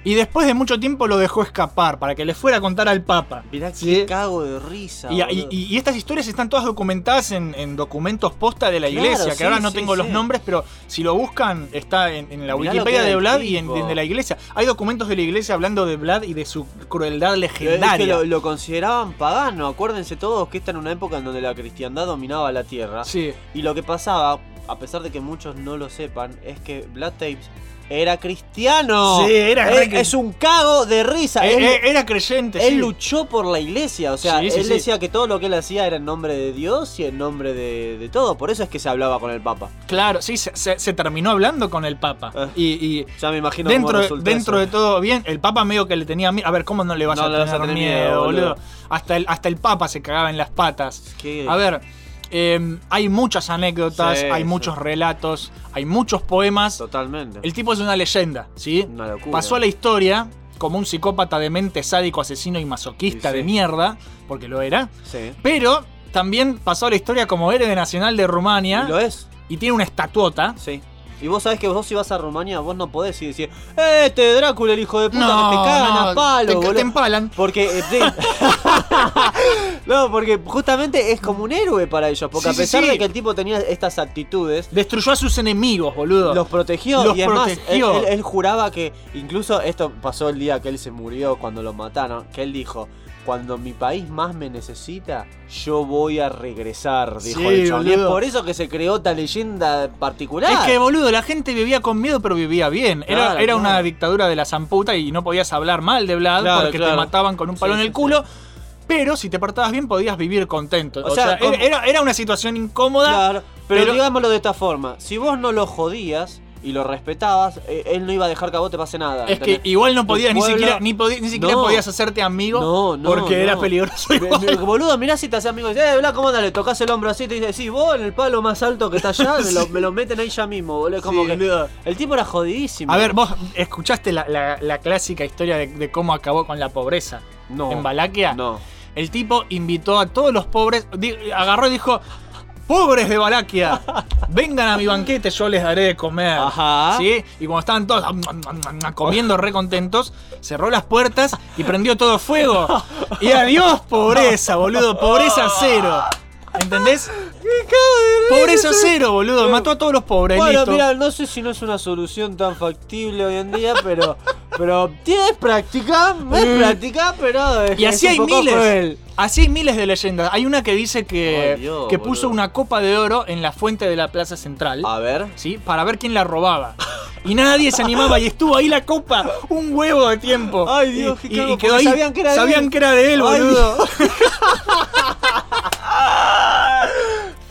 C: y después de mucho tiempo lo dejó escapar para que le fuera a contar al Papa.
D: Mirá
C: ¿sí?
D: qué cago de risa.
C: Y, y-
D: boludo.
C: y- y estas historias están todas documentadas en, en documentos posta de la
D: Claro,
C: iglesia, que
D: sí,
C: ahora no
D: sí,
C: tengo los
D: sí.
C: nombres, pero si lo buscan está en, en la
D: Mirá lo
C: Wikipedia
D: que
C: de
D: era el
C: Vlad y en,
D: tipo.
C: en de la iglesia. Hay documentos de la iglesia hablando de Vlad y de su crueldad
D: Es
C: legendaria.
D: que lo, lo consideraban pagano. Acuérdense todos que esta era una época en donde la cristiandad dominaba la tierra.
C: Sí.
D: Y lo que pasaba, a pesar de que muchos no lo sepan, es que Vlad Tapes era cristiano. Eh,
C: Sí, era re
D: es,
C: que-
D: es un cago de risa.
C: Eh,
D: Él-
C: eh, era creyente,
D: Él
C: sí.
D: luchó por la iglesia, o sea,
C: Sí, sí,
D: él
C: sí.
D: decía que todo lo que él hacía era en nombre de Dios y en nombre de, de todo. Por eso es que se hablaba con el Papa.
C: Claro, sí, se, se- se terminó hablando con el Papa.
D: Ah.
C: Y, y
D: ya me imagino cómo
C: dentro, de-
D: resultó
C: dentro
D: eso.
C: de todo bien, el Papa medio que le tenía miedo. A ver, ¿cómo no le vas,
D: No
C: a,
D: le
C: tener
D: vas a tener
C: miedo,
D: miedo,
C: boludo?
D: boludo.
C: Hasta, el, hasta el Papa se cagaba en las patas.
D: Qué-
C: A ver, eh, hay muchas anécdotas,
D: Sí,
C: hay
D: sí.
C: muchos relatos, hay muchos poemas.
D: Totalmente.
C: El tipo es una leyenda, ¿sí?
D: Una locura.
C: Pasó a la historia como un psicópata demente, sádico, asesino y masoquista
D: Y sí.
C: de mierda, porque lo era.
D: Sí.
C: Pero también pasó a la historia como héroe nacional de Rumania.
D: Y lo es.
C: Y tiene una estatuota.
D: Sí. Y vos sabés que vos si vas a Rumania, vos no podés y decir, "Eh, este Drácula, el hijo de puta,
C: No,
D: que te cagan
C: no,
D: a palo,
C: te-
D: boludo".
C: te empalan.
D: Porque, eh, sí. no, porque justamente es como un héroe para ellos. Porque
C: Sí,
D: a
C: sí,
D: pesar
C: sí.
D: de que el tipo tenía estas actitudes,
C: Destruyó a sus enemigos, boludo.
D: Los protegió
C: Los
D: y además
C: protegió.
D: Él, él- él juraba que incluso esto pasó el día que él se murió cuando lo mataron, que él dijo, cuando mi país más me necesita, yo voy a regresar, dijo
C: Sí,
D: el chabón. Y es
C: boludo.
D: por eso que se creó esta leyenda particular.
C: Es que, boludo, la gente vivía con miedo, pero vivía bien. Era,
D: Claro,
C: era una
D: claro.
C: dictadura de la zamputa y no podías hablar mal de Vlad
D: Claro,
C: porque te
D: claro.
C: mataban con un palo en
D: Sí,
C: el
D: sí,
C: culo. Pero si te portabas bien, podías vivir contento.
D: O
C: O, sea,
D: sea, como-
C: era, era una situación incómoda.
D: Claro, pero,
C: pero-
D: digámoslo de esta forma, si vos no lo jodías y lo respetabas, eh, él no iba a dejar que a vos te pase nada.
C: Es que
D: ¿entendés?
C: igual no
D: Tu
C: podías ni
D: pueblo-
C: siquiera, ni podías, ni siquiera
D: No.
C: podías hacerte amigo
D: No, no,
C: porque era
D: no.
C: peligroso.
D: Me- me- boludo, mirá si te haces amigo y dices, eh, Blas, ¿cómo andás? Le tocas el hombro así y te dices, sí, vos en el palo más alto que está allá, me, lo, me lo meten ahí ya mismo, boludo. Es Como
C: Sí,
D: que
C: boludo.
D: el tipo era jodidísimo.
C: A ver, vos escuchaste la, la- la clásica historia de, de cómo acabó con la pobreza
D: No.
C: en Valaquia.
D: No.
C: El tipo invitó a todos los pobres, di- agarró y dijo: Pobres de Valaquia, vengan a mi banquete, yo les daré de comer.
D: Ajá.
C: ¿Sí? Y cuando estaban todos am, am, am, am, comiendo re contentos, cerró las puertas y prendió todo fuego. Y adiós, pobreza, boludo, pobreza cero. ¿Entendés? Pobreza cero, boludo. Mató a todos los pobres.
D: Bueno,
C: listo.
D: mira, no sé si no es una solución tan factible hoy en día, pero. Pero tienes práctica, es
C: Mm.
D: práctica, pero. es-
C: Y así
D: es
C: hay
D: un poco
C: miles.
D: cruel.
C: Así hay miles de leyendas. Hay una que dice que,
D: Ay, Dios,
C: que puso
D: boludo.
C: una copa de oro en la fuente de la Plaza Central.
D: A ver.
C: ¿Sí? Para ver quién la robaba. Y nadie se animaba y estuvo ahí la copa un huevo de tiempo.
D: Ay, Dios,
C: y,
D: qué
C: y- y
D: cago,
C: quedó
D: porque
C: ahí.
D: sabían que era de él.
C: Sabían que era de él,
D: Ay,
C: boludo.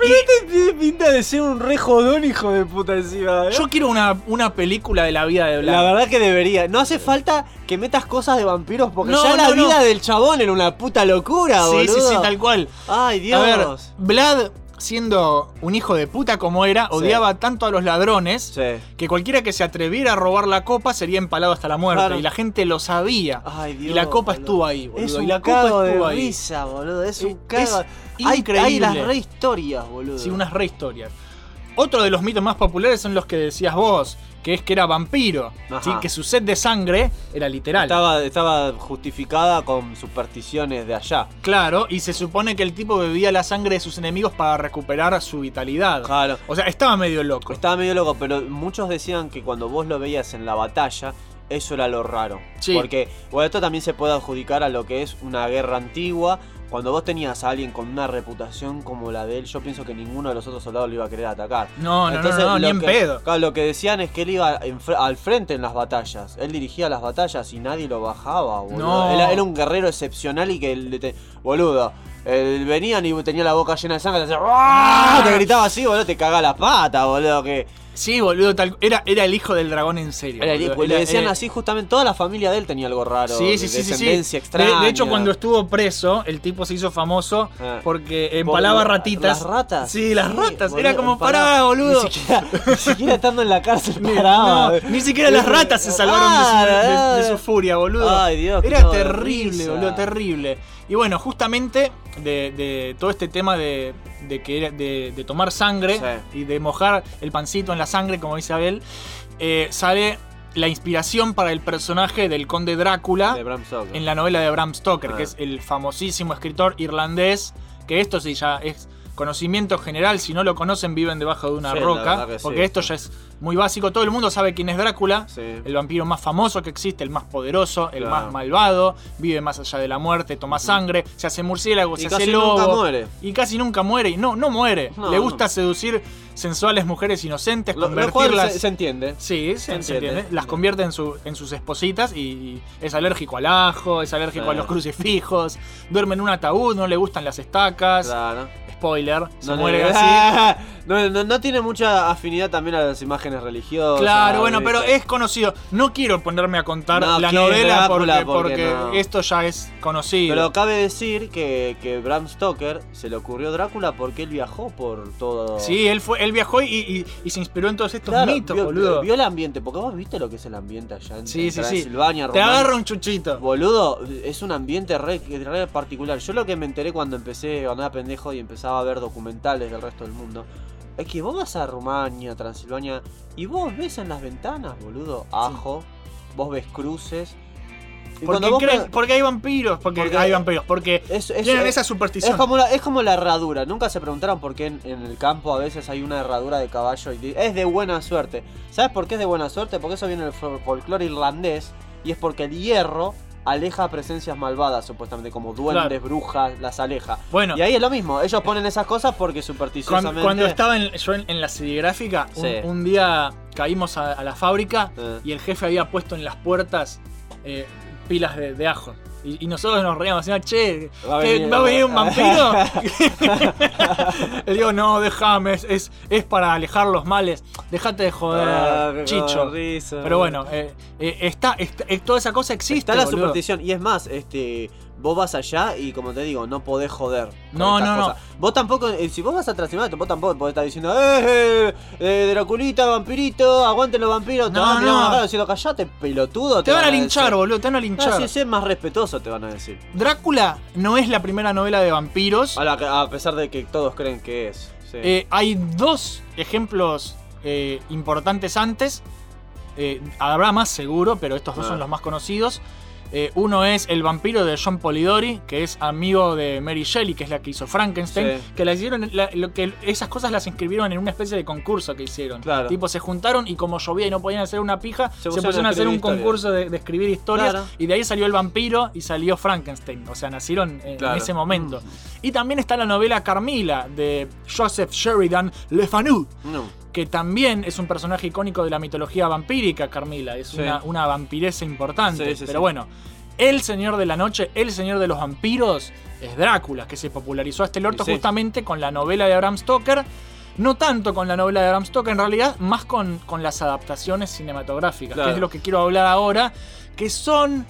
D: Pero este tiene pinta de ser un re jodón, hijo de puta encima. ¿eh?
C: Yo quiero una, una película de la vida de Blanc.
D: La verdad que debería. No hace falta que metas cosas de vampiros porque
C: No,
D: ya la
C: no, no.
D: vida del chabón era una puta locura,
C: Sí,
D: boludo.
C: sí, sí, tal cual.
D: Ay, Dios.
C: A ver, Vlad, siendo un hijo de puta como era, odiaba tanto a los ladrones que cualquiera que se atreviera a robar la copa sería empalado hasta la muerte.
D: Claro.
C: Y la gente lo sabía.
D: Ay, Dios,
C: y la copa
D: boludo.
C: estuvo ahí, boludo.
D: Es un
C: y la copa
D: cago
C: estuvo
D: de
C: ahí.
D: risa, boludo. Es un
C: Es
D: cago. Hay, hay
C: increíble.
D: las re historias, boludo.
C: Sí, unas re historias. Otro de los mitos más populares son los que decías vos, que es que era vampiro.
D: Ajá.
C: ¿sí? Que su sed de sangre era literal.
D: Estaba, estaba justificada con supersticiones de allá.
C: Claro, y se supone que el tipo bebía la sangre de sus enemigos para recuperar su vitalidad.
D: Claro.
C: O sea, estaba medio loco.
D: Estaba medio loco, pero muchos decían que cuando vos lo veías en la batalla, eso era lo raro.
C: Sí.
D: Porque, bueno, esto también se puede adjudicar a lo que es una guerra antigua. Cuando vos tenías a alguien con una reputación como la de él, yo pienso que ninguno de los otros soldados lo iba a querer atacar.
C: No, no, no, no, ni
D: lo
C: en
D: que-
C: pedo.
D: claro, lo que decían es que él iba en fr- al frente en las batallas. Él dirigía las batallas y nadie lo bajaba, boludo.
C: No.
D: Él- era un guerrero excepcional y que, le te- boludo, él venían y tenía la boca llena de sangre. Te, te gritaba así, boludo, te caga la pata, boludo, que...
C: Sí, boludo, tal, era, era el hijo del dragón en serio.
D: Era el-
C: boludo.
D: le
C: Era-
D: decían
C: era-
D: así justamente, toda la familia de él tenía algo raro.
C: Sí,
D: de
C: sí, sí, sí, sí.
D: descendencia
C: De,
D: extraña.
C: de hecho, cuando estuvo preso, el tipo se hizo famoso
D: Ah.
C: porque empalaba
D: Por-
C: ratitas.
D: Las ratas.
C: Sí, las ratas. Era
D: boludo,
C: como,
D: empalaba.
C: pará, boludo.
D: Ni siquiera, ni siquiera estando en la cárcel
C: Ni-
D: paraba.
C: no, ni siquiera las ratas se salvaron de su-
D: Ah,
C: de, de su furia, boludo.
D: Ay, Dios, qué
C: Era
D: cago de
C: terrible,
D: risa.
C: boludo, terrible. Y bueno, justamente de, de todo este tema de, de que era- de, de tomar sangre y de mojar el pancito en la sangre, como dice Abel, eh, sale la inspiración para el personaje del conde Drácula
D: De Bram Stoker.
C: en la novela de Bram Stoker,
D: Ah.
C: que es el famosísimo escritor irlandés, que esto sí ya es conocimiento general, si no lo conocen viven debajo de una
D: Sí, la
C: roca,
D: verdad que sí.
C: porque esto ya es muy básico, todo el mundo sabe quién es Drácula,
D: Sí.
C: el vampiro más famoso que existe, el más poderoso, el
D: Claro.
C: más malvado, vive más allá de la muerte, toma sangre, se hace murciélago,
D: Y
C: se
D: casi
C: hace lobo.
D: nunca muere.
C: Y casi nunca muere, y no, no muere.
D: No,
C: Le
D: no.
C: gusta seducir sensuales mujeres inocentes,
D: Lo, lo cual
C: convertirlas...
D: se, se entiende.
C: Sí, se,
D: entiende.
C: se entiende. Las convierte en, su- en sus espositas y, y es alérgico al ajo, es alérgico
D: Claro.
C: a los crucifijos, duerme en un ataúd, no le gustan las estacas.
D: Claro.
C: Spoiler, se
D: No, le-
C: muere así.
D: no, no- no tiene mucha afinidad también a las imágenes religiosas.
C: Claro, bueno, pero
D: ¿viste?
C: es conocido. No quiero ponerme a contar
D: No,
C: la
D: ¿quién?
C: novela porque,
D: Drácula, porque
C: porque
D: no.
C: esto ya es conocido.
D: Pero cabe decir que, que Bram Stoker se le ocurrió Drácula porque él viajó por todo.
C: Sí, él fue, él viajó y, y- y se inspiró en todos estos
D: Claro,
C: mitos,
D: vio,
C: boludo.
D: vio el ambiente, porque vos viste lo que es el ambiente allá en,
C: Sí,
D: en
C: sí, sí.
D: Transilvania,
C: Te
D: Rumania.
C: agarra un chuchito.
D: Boludo, es un ambiente re, re particular. Yo lo que me enteré cuando empecé, cuando era pendejo y empezaba a ver documentales del resto del mundo, es que vos vas a Rumania, Transilvania, y vos ves en las ventanas, boludo, ajo, vos ves cruces. Y
C: Porque,
D: cuando vos
C: creen-
D: me-
C: porque hay vampiros, porque,
D: Porque-
C: hay vampiros, porque
D: es- es-
C: tienen
D: es-
C: esa superstición.
D: Es como, la, es como la herradura. Nunca se preguntaron por qué en, en el campo a veces hay una herradura de caballo. Y di- es de buena suerte. ¿Sabes por qué es de buena suerte? Porque eso viene del fol- folclore irlandés. Y es porque el hierro aleja presencias malvadas, supuestamente, como duendes,
C: Claro.
D: brujas, las aleja.
C: Bueno.
D: Y ahí es lo mismo. Ellos ponen esas cosas porque
C: Cuan-
D: supersticiosamente.
C: Cuando, estaba en, yo en, en la serigráfica, un,
D: Sí.
C: un día caímos a, a la fábrica
D: Eh,
C: y el jefe había puesto en las puertas eh, pilas de, de ajo. Y, y nosotros nos reíamos, decíamos, che, ¿qué,
D: Va
C: ¿va
D: a
C: a,
D: venir-
C: venir, un vampiro? Le digo, no, déjame, es, es, es para alejar los males. Déjate de joder,
D: Ah, qué
C: chicho.
D: risa.
C: Pero bueno, eh, eh, está, está- eh, toda esa cosa existe.
D: Está la
C: boludo.
D: superstición. Y es más, este. Vos vas allá y como te digo, no podés joder. con
C: No,
D: estas
C: no, no.
D: cosas. Vos tampoco, eh, si vos vas a Transilvania, vos tampoco podés estar diciendo, eh, eh, eh, Draculita, vampirito, aguanten los vampiros, te
C: No,
D: van a tirar
C: no.
D: una cara diciendo, callate, pelotudo.
C: Te van a
D: decir.
C: linchar, boludo, te van a linchar.
D: Ah, sí, sí, más respetuoso te van a decir.
C: Drácula no es la primera novela de vampiros.
D: A, la- a pesar de que todos creen que es. sí.
C: Eh, hay dos ejemplos eh, importantes antes. Eh, habrá más seguro, pero estos dos
D: Ah.
C: son los más conocidos. Eh, uno es El vampiro de John Polidori, que es amigo de Mary Shelley, que es la que hizo Frankenstein.
D: Sí.
C: Que la hicieron, la- lo que esas cosas las inscribieron en una especie de concurso que hicieron.
D: Claro.
C: Tipo, se juntaron y como llovía y no podían hacer una pija, se,
D: pusieron a
C: pusieron a hacer un
D: escribir historias.
C: concurso de, de escribir historias.
D: Claro.
C: Y de ahí salió el vampiro y salió Frankenstein. O sea, nacieron eh, en, en
D: Claro.
C: ese momento. Y también está la novela Carmila de Joseph Sheridan Le Fanu,
D: No.
C: que también es un personaje icónico de la mitología vampírica, Carmila. Es
D: Sí.
C: una, una vampiresa importante.
D: Sí, sí,
C: pero
D: sí.
C: bueno, El Señor de la Noche, El Señor de los Vampiros, es Drácula, que se popularizó hasta el orto
D: Sí, sí.
C: justamente con la novela de Bram Stoker. No tanto con la novela de Bram Stoker, en realidad, más con, con las adaptaciones cinematográficas, que
D: Claro.
C: es de lo que quiero hablar ahora, que son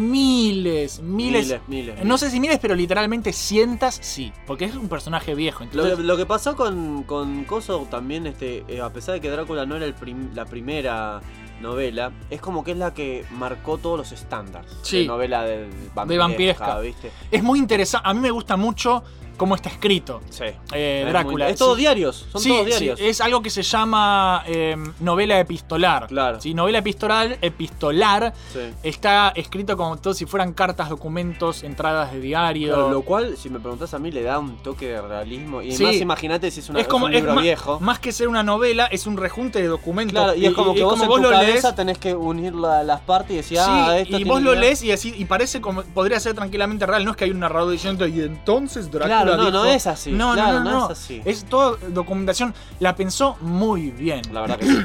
C: miles, miles.
D: Miles, miles,
C: No
D: miles.
C: sé si miles, pero literalmente cientas sí, porque es un personaje viejo.
D: Lo,
C: Entonces,
D: lo que pasó con, con Coso también, este, eh, a pesar de que Drácula no era el prim- la primera novela, es como que es la que marcó todos los estándares
C: Sí.
D: de novela de,
C: De vampiresca.
D: ¿viste?
C: es muy interesante. A mí me gusta mucho cómo está escrito.
D: Sí.
C: eh,
D: Es
C: Drácula.
D: muy- es todos
C: Sí.
D: diarios, son
C: Sí,
D: todos
C: sí,
D: diarios.
C: es algo que se llama eh, novela epistolar. Claro. Sí, novela epistolar, epistolar
D: Sí.
C: está escrito como todo si fueran cartas, documentos, entradas de diario.
D: Claro, lo cual, si me preguntás a mí, le da un toque de realismo. Y
C: Sí.
D: más imagínate si es, una,
C: es como
D: un libro
C: es ma-
D: viejo.
C: Más que ser una novela, es un rejunte de documentos.
D: Claro, y, es como que vos en tu
C: lo lees.
D: cabeza tenés que unir la- las partes y decir,
C: Sí,
D: ah, esto
C: y
D: tiene
C: vos lo
D: que-
C: lees y así, y parece como podría ser tranquilamente real, no es que hay un narrador diciendo y entonces Drácula
D: Claro, no,
C: dijo-".
D: no es así,
C: No,
D: claro,
C: no, no,
D: no
C: no.
D: es así.
C: Es toda documentación, la pensó muy bien.
D: La verdad que sí.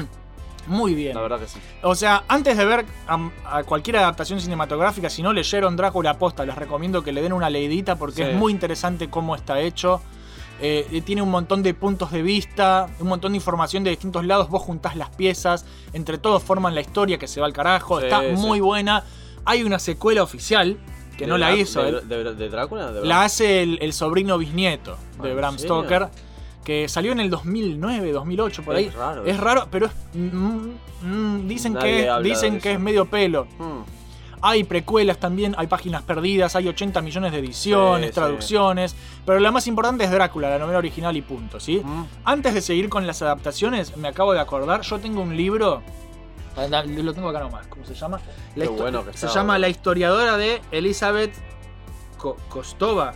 C: Muy bien.
D: La verdad que sí.
C: O sea, antes de ver a, a cualquier adaptación cinematográfica, si no leyeron Drácula Posta, les recomiendo que le den una leidita porque
D: Sí.
C: es muy interesante cómo está hecho. Eh, eh, tiene un montón de puntos de vista, un montón de información de distintos lados. Vos juntás las piezas, entre todos forman la historia que se va al carajo.
D: Sí,
C: está
D: sí.
C: muy buena. Hay una secuela oficial que
D: ¿De
C: no la
D: Drá-
C: hizo.
D: ¿De,
C: él.
D: de- de Drácula? De
C: La hace el, el sobrino bisnieto
D: Ah,
C: de
D: ¿en
C: Bram
D: serio?
C: Stoker, que salió en el 2009, 2008, por
D: Es
C: ahí.
D: raro
C: Es
D: eso.
C: raro, pero es- mm, mm, dicen,
D: Nadie
C: que,
D: habla de
C: dicen que
D: eso.
C: es medio pelo.
D: Hmm.
C: Hay precuelas también, hay páginas perdidas, hay 80 millones de ediciones,
D: Sí, sí.
C: traducciones. Pero la más importante es Drácula, la novela original y punto, ¿sí? Antes de seguir con las adaptaciones, me acabo de acordar, yo tengo un libro. Anda, Lo tengo acá nomás, ¿cómo se llama? La
D: Qué
C: histo-
D: bueno que
C: se
D: está,
C: llama
D: boludo.
C: La historiadora de Elizabeth Co- Kostova.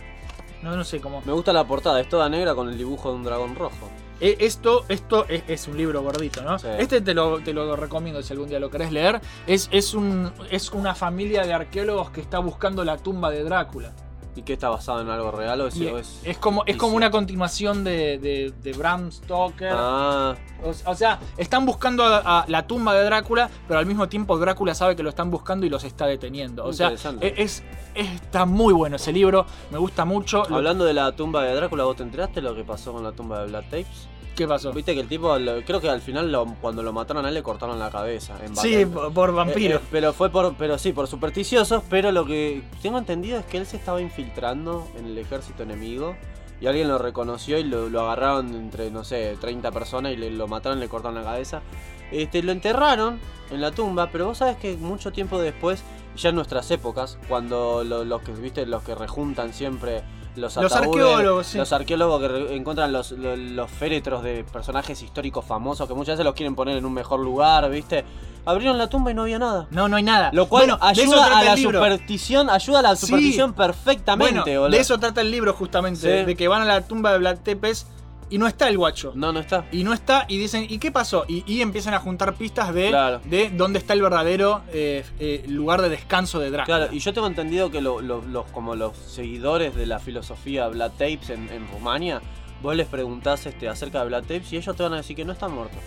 C: No, no sé cómo.
D: Me gusta la portada, es toda negra con el dibujo de un dragón rojo.
C: E- Esto, esto es, es un libro gordito, ¿no? Este te lo, te lo recomiendo si algún día lo querés leer. Es, es, un, es una familia de arqueólogos que está buscando la tumba de Drácula.
D: ¿Y qué está basado en algo real o es.?
C: Y
D: o es-
C: es como, es como
D: ficticio?
C: una continuación de, de- de Bram Stoker.
D: Ah,
C: O, o sea, están buscando a, a la tumba de Drácula, pero al mismo tiempo Drácula sabe que lo están buscando y los está deteniendo. O sea, e,
D: Interesante.
C: es, es- está muy bueno ese libro, me gusta mucho. Lo-
D: hablando de la tumba de Drácula, ¿vos te enteraste lo que pasó con la tumba de Black Tapes?
C: ¿Qué pasó?
D: Viste que el tipo, lo- creo que al final lo- cuando lo mataron a él le cortaron la cabeza. En
C: Sí,
D: Batman.
C: por, por vampiro.
D: Eh, eh, pero fue por, pero sí, por supersticiosos, pero lo que tengo entendido es que él se estaba infiltrando en el ejército enemigo y alguien lo reconoció y lo, lo agarraron entre, no sé, 30 personas y le, lo mataron, le cortaron la cabeza. Este, lo enterraron en la tumba, pero vos sabés que mucho tiempo después, ya en nuestras épocas, cuando lo- los que, viste, los que rejuntan siempre los
C: Los
D: ataúdes,
C: arqueólogos, sí.
D: los arqueólogos que re- encuentran los, lo- los féretros de personajes históricos famosos que muchas veces los quieren poner en un mejor lugar, ¿viste? Abrieron la tumba y no había nada.
C: No, no hay nada.
D: eh, Lo cual
C: Bueno, de eso trata
D: ayuda a
C: el
D: la
C: libro.
D: superstición, ayuda a la
C: Sí.
D: superstición perfectamente,
C: Bueno,
D: boludo.
C: de eso trata el libro justamente,
D: Sí.
C: de que van a la tumba de Black Tepes y no está el guacho.
D: No, no está.
C: Y no está, y dicen, ¿y qué pasó? Y, y empiezan a juntar pistas de,
D: Claro.
C: de dónde está el verdadero eh, eh, lugar de descanso de Drácula.
D: Claro, y yo tengo entendido que lo- lo- los, como los seguidores de la filosofía Black Tapes en, en Rumania, vos les preguntás este, acerca de Black Tapes y ellos te van a decir que no está muerto.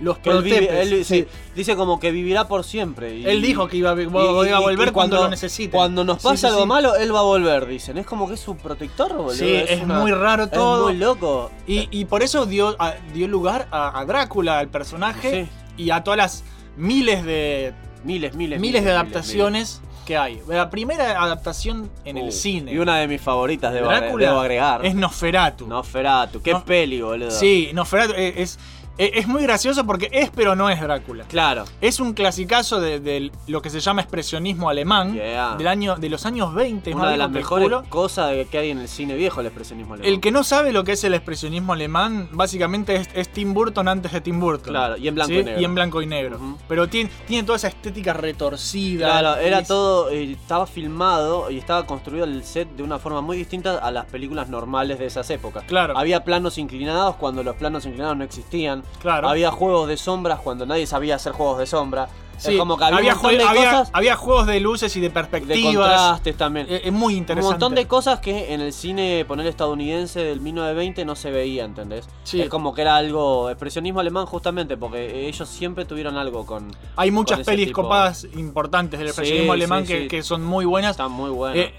C: Los
D: Que él vive-
C: protepes,
D: él-
C: sí.
D: sí, Dice como que vivirá por siempre. y-
C: Él dijo que iba, a-
D: y-
C: iba a
D: y-
C: volver
D: y
C: cuando, lo necesite.
D: Cuando nos pasa
C: Sí, sí,
D: algo
C: sí.
D: malo, él va a volver, dicen. Es como que es su protector, boludo.
C: Sí, es
D: una-
C: muy raro todo.
D: Es muy loco.
C: Y, y por eso dio, a- dio lugar a, a Drácula, al personaje, y a todas las miles de.
D: Miles, miles.
C: Miles, de adaptaciones que hay. La primera adaptación en el cine.
D: Uh, Y una de mis favoritas, debo,
C: Drácula
D: debo agregar.
C: es Nosferatu.
D: Nosferatu, qué
C: No-
D: peli, boludo.
C: Sí, Nosferatu eh, es, eh, es muy gracioso porque es pero no es Drácula.
D: Claro.
C: Es un clasicazo de, de lo que se llama expresionismo alemán
D: Yeah.
C: del año, de los años 20. es
D: Una
C: más
D: de
C: viejo
D: las
C: que el
D: mejores
C: culo.
D: cosas de- que hay en el cine viejo, el expresionismo alemán.
C: El que no sabe lo que es el expresionismo alemán, básicamente es, es Tim Burton antes de Tim Burton.
D: Claro, y en blanco y negro.
C: Y en blanco y negro. Pero tiene, tiene toda esa estética retorcida.
D: Claro, era
C: es-
D: todo, eh, estaba filmado y estaba construido el set de una forma muy distinta a las películas normales de esas épocas.
C: Claro.
D: Había planos inclinados cuando los planos inclinados no existían.
C: Claro.
D: Había juegos de sombras cuando nadie sabía hacer juegos de sombra.
C: Sí,
D: es como que había,
C: había,
D: un montón
C: jue-
D: de
C: había-
D: cosas
C: había juegos de luces y de
D: de
C: perspectivas. Eh,
D: contrastes también.
C: Es, es muy interesante.
D: Un montón de cosas que en el cine poner estadounidense del 1920 no se veía, ¿entendés?
C: Sí.
D: Es como que era algo expresionismo alemán justamente porque ellos siempre tuvieron algo con
C: Hay muchas
D: con ese
C: pelis
D: tipo.
C: copadas importantes del
D: Sí,
C: expresionismo alemán
D: sí,
C: que,
D: sí.
C: que son muy buenas.
D: Están muy buenas.
C: Eh,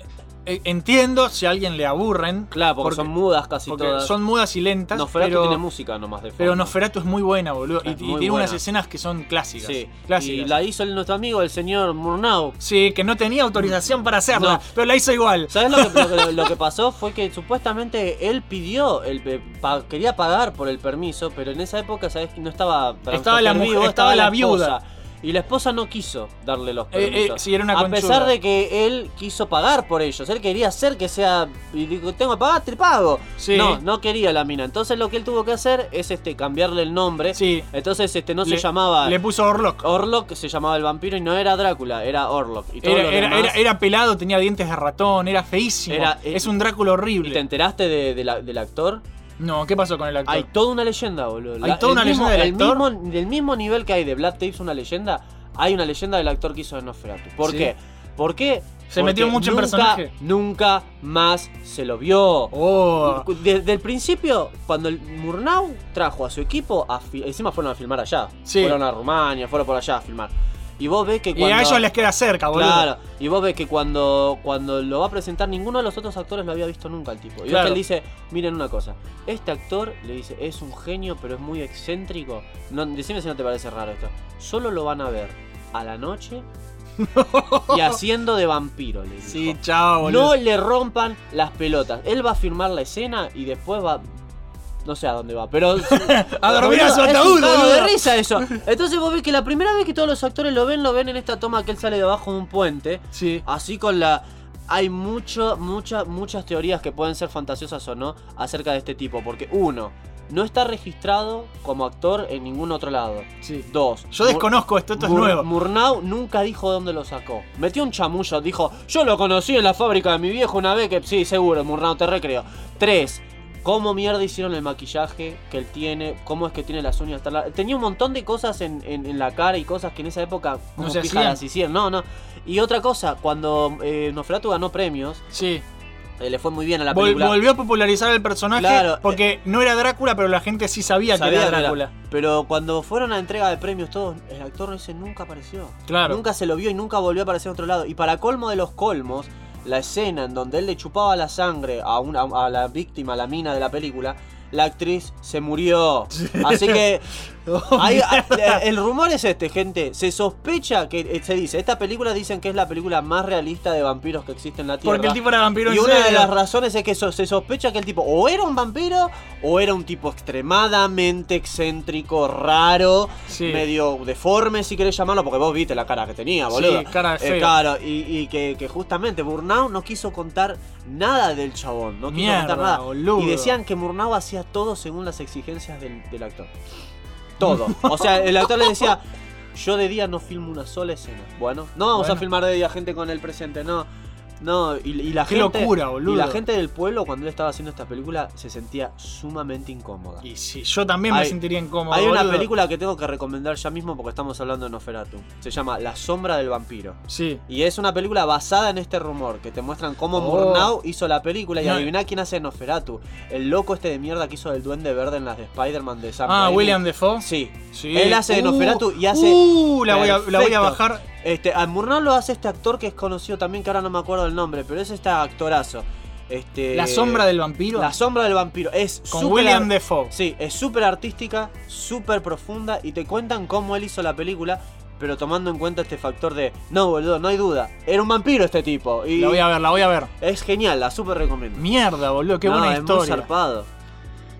C: eh, entiendo si a alguien le aburren.
D: claro, porque, son mudas casi
C: porque
D: todas.
C: son mudas y lentas.
D: Nosferatu
C: pero,
D: tiene música nomás de fondo.
C: pero Nosferatu es muy buena, boludo. Y,
D: Es
C: y
D: muy
C: tiene unas
D: buena.
C: escenas que son clásicas.
D: Sí.
C: clásicas.
D: Y la hizo el- nuestro amigo el señor Murnau.
C: Sí, que no tenía autorización para hacerla,
D: No.
C: pero la hizo igual.
D: ¿Sabes lo que, lo que- lo que pasó? Fue que supuestamente él pidió, el, pe- pa- quería pagar por el permiso, pero en esa época, ¿sabes? No estaba. para
C: Estaba la
D: Mr.
C: mujer-
D: Vivo,
C: estaba la viuda.
D: esposa. Y la esposa no quiso darle los
C: Eh, eh,
D: permisos.
C: sí, era una
D: A
C: conchuda.
D: pesar de que él quiso pagar por ellos. Él quería hacer que sea. Y digo, tengo que pagar, te pago.
C: Sí.
D: No, no quería la mina. Entonces lo que él tuvo que hacer es este cambiarle el nombre.
C: Sí.
D: Entonces este no
C: Le-
D: se llamaba.
C: Le puso Orlok.
D: Orlok se llamaba el vampiro y no era Drácula, era Orlok. Y todo
C: Era,
D: lo
C: era-
D: demás-
C: era- era pelado, tenía dientes de ratón, era feísimo.
D: Era- eh,
C: es un Drácula
D: ¿Y te
C: horrible.
D: enteraste de- de la- del actor?
C: No, ¿qué pasó con el actor?
D: Hay toda una leyenda, boludo.
C: Hay toda
D: el
C: una
D: mismo-
C: leyenda del
D: el
C: actor.
D: mismo, del mismo nivel que hay de Black Tapes una leyenda, hay una leyenda del actor que hizo de Nosferatu. ¿Por
C: Sí.
D: qué? ¿Por qué?
C: Se
D: Porque
C: metió mucho en
D: nunca,
C: personaje.
D: Nunca más se lo vio.
C: Oh.
D: Desde el principio, cuando el Murnau trajo a su equipo, a fi- encima fueron a filmar allá.
C: Sí.
D: Fueron a Rumania, fueron por allá a filmar. Y vos ves que
C: Y
D: cuando.
C: a ellos les queda cerca, Ah, boludo.
D: Claro, y vos ves que cuando, cuando lo va a presentar, ninguno de los otros actores lo había visto nunca el tipo. Y ves
C: Claro.
D: que él dice, miren una cosa, este actor le dice, es un genio, pero es muy excéntrico. No, decime si no te parece raro esto. Solo lo van a ver a la noche y haciendo de vampiro, le dijo.
C: Sí, chao, boludo.
D: no le rompan las pelotas. Él va a filmar la escena y después va... No sé a dónde va, pero...
C: a dormir a su
D: Es un
C: ataúd,
D: cago
C: boludo.
D: de risa eso. Entonces vos ves que la primera vez que todos los actores lo ven, lo ven en esta toma que él sale debajo de un puente.
C: Sí.
D: Así con la. Hay mucho, muchas, muchas teorías que pueden ser fantasiosas o no acerca de este tipo. Porque, uno, no está registrado como actor en ningún otro lado.
C: Sí.
D: Dos,
C: Yo
D: Mur-
C: desconozco esto, esto es
D: Mur-
C: nuevo.
D: Murnau nunca dijo dónde lo sacó. Metió un chamullo, dijo, yo lo conocí en la fábrica de mi viejo una vez que... Sí, seguro, Murnau, te recreo. Tres, cómo mierda hicieron el maquillaje que él tiene, cómo es que tiene las uñas tan largas. Tenía un montón de cosas en, en- en la cara y cosas que en esa época
C: No
D: como
C: se
D: pija
C: hacían.
D: las hicieron. No, no. Y otra cosa, cuando eh, Nosferatu ganó premios,
C: Sí.
D: eh, le fue muy bien a la
C: Vol-
D: película.
C: volvió a popularizar el personaje
D: Claro. eh,
C: porque no era Drácula, pero la gente sí sabía,
D: Sabía
C: que
D: que
C: era
D: era.
C: Drácula.
D: Pero cuando fueron a la entrega de premios todos, el actor ese nunca apareció.
C: Claro.
D: Nunca se lo vio y nunca volvió a aparecer en otro lado. Y para colmo de los colmos, la escena en donde él le chupaba la sangre a, una, a la víctima, a la mina de la película, la actriz se murió. Así que hay- el rumor es este, gente. Se sospecha que eh, se dice, esta película dicen que es la película más realista de vampiros que existe en la Tierra.
C: Porque el tipo era vampiro
D: Y
C: en
D: una de
C: serio.
D: las razones es que so- se sospecha que el tipo o era un vampiro o era un tipo extremadamente excéntrico, raro,
C: Sí.
D: medio deforme, si querés llamarlo, porque vos viste la cara que tenía,
C: Sí,
D: boludo.
C: cara de
D: Eh,
C: feo.
D: claro, y, y que, que justamente Murnau no quiso contar nada del chabón, no quiso
C: Mierda,
D: contar nada.
C: boludo.
D: Y decían que Murnau hacía todo según las exigencias del, del actor. Todo. O sea, el actor le decía. Yo de día no filmo una sola escena. Bueno, no vamos a
C: Bueno.
D: filmar de día gente con el presente, no. No, y, y la
C: Qué
D: gente.
C: locura, boludo.
D: Y la gente del pueblo, cuando él estaba haciendo esta película, se sentía sumamente incómoda.
C: Y sí, yo también me
D: Hay-
C: sentiría incómodo.
D: Hay una
C: boludo.
D: película que tengo que recomendar ya mismo porque estamos hablando de Nosferatu. Se llama La sombra del vampiro.
C: Sí.
D: Y es una película basada en este rumor, que te muestran cómo
C: Oh.
D: Murnau hizo la película y
C: No.
D: adiviná quién hace Nosferatu. El loco este de mierda que hizo del Duende Verde en las de Spider-Man de Sam
C: Ah,
D: Raimi.
C: William Defoe.
D: Sí.
C: Sí.
D: Él hace de
C: Uh,
D: Nosferatu y hace...
C: Uh, la voy, a, la voy a
D: Perfecto.
C: bajar.
D: Este, a Murnau lo hace este actor que es conocido también, que ahora no me acuerdo el nombre, pero es este actorazo. Este,
C: La sombra del vampiro.
D: La sombra del vampiro. Es
C: con
D: súper
C: William
D: ar-
C: Defoe.
D: Sí, es súper artística, súper profunda y te cuentan cómo él hizo la película, pero tomando en cuenta este factor de, no boludo, no hay duda, era un vampiro este tipo. Y
C: La voy a ver, la voy a ver.
D: es genial, la súper recomiendo.
C: Mierda, boludo, qué
D: No,
C: buena
D: es muy
C: historia.
D: zarpado.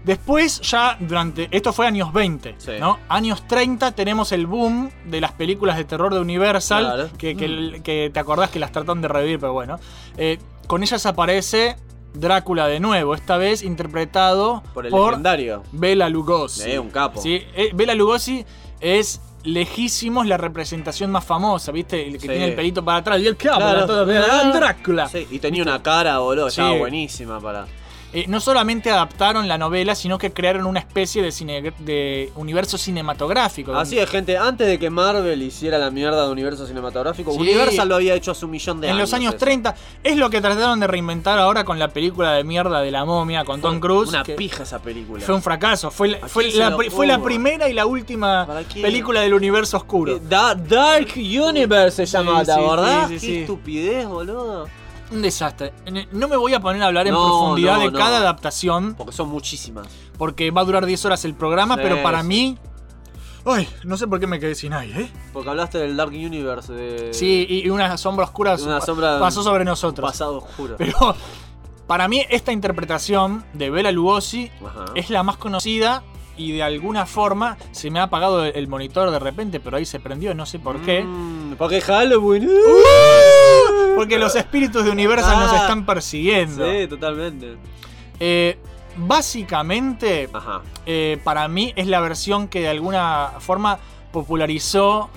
C: Después, ya durante. Esto fue años 20,
D: Sí.
C: ¿no? Años 30 tenemos el boom de las películas de terror de Universal.
D: Claro.
C: Que, que el- que te acordás que las tratan de revivir, pero bueno. Eh, con ellas aparece Drácula de nuevo, esta vez interpretado
D: Por el
C: por
D: legendario.
C: Bela Lugosi.
D: Eh, un capo.
C: Sí, eh, Bela Lugosi es lejísimos la representación más famosa, ¿viste? El que
D: Sí.
C: tiene el pelito para atrás y el que habla
D: Claro.
C: todo,
D: Claro.
C: Drácula.
D: Sí, y tenía una cara, boludo,
C: Sí.
D: estaba buenísima para...
C: eh, no solamente adaptaron la novela, sino que crearon una especie de, cine- de universo cinematográfico.
D: Así es, gente, antes de que Marvel hiciera la mierda de universo cinematográfico,
C: Sí.
D: Universal lo había hecho hace un millón de
C: en
D: años.
C: los años
D: eso.
C: 30. Es lo que trataron de reinventar ahora con la película de mierda de la momia con Tom Cruise.
D: Una
C: que
D: pija esa película.
C: Fue un fracaso. Fue, la-
D: ¿A
C: fue,
D: quién se
C: la,
D: le
C: pri- fue la
D: ocurre?
C: primera y la última película del universo oscuro.
D: Eh, Da- Dark Universe se llamaba,
C: sí, sí,
D: ¿verdad?
C: sí,
D: Qué
C: sí.
D: estupidez, boludo.
C: Un desastre. N- No me voy a poner a hablar en
D: No,
C: profundidad
D: no,
C: de
D: no.
C: cada adaptación.
D: Porque son muchísimas.
C: Porque va a durar 10 horas el programa,
D: Sí,
C: pero para
D: sí.
C: mí. Ay, no sé por qué me quedé sin aire, ¿eh?
D: Porque hablaste del Dark Universe. De...
C: Sí, y y una sombra oscura
D: Una
C: su-
D: sombra-
C: pasó sobre nosotros.
D: Pasado oscuro.
C: Pero para mí esta interpretación de Bela Lugosi es la más conocida y de alguna forma se me ha apagado el- el monitor de repente, pero ahí se prendió, no sé por
D: Mm.
C: qué. ¡Uh!
D: porque Halloween.
C: Porque los espíritus de Universal nos
D: Ah.
C: están persiguiendo.
D: Sí, totalmente.
C: Eh, básicamente, eh, para mí es la versión que de alguna forma popularizó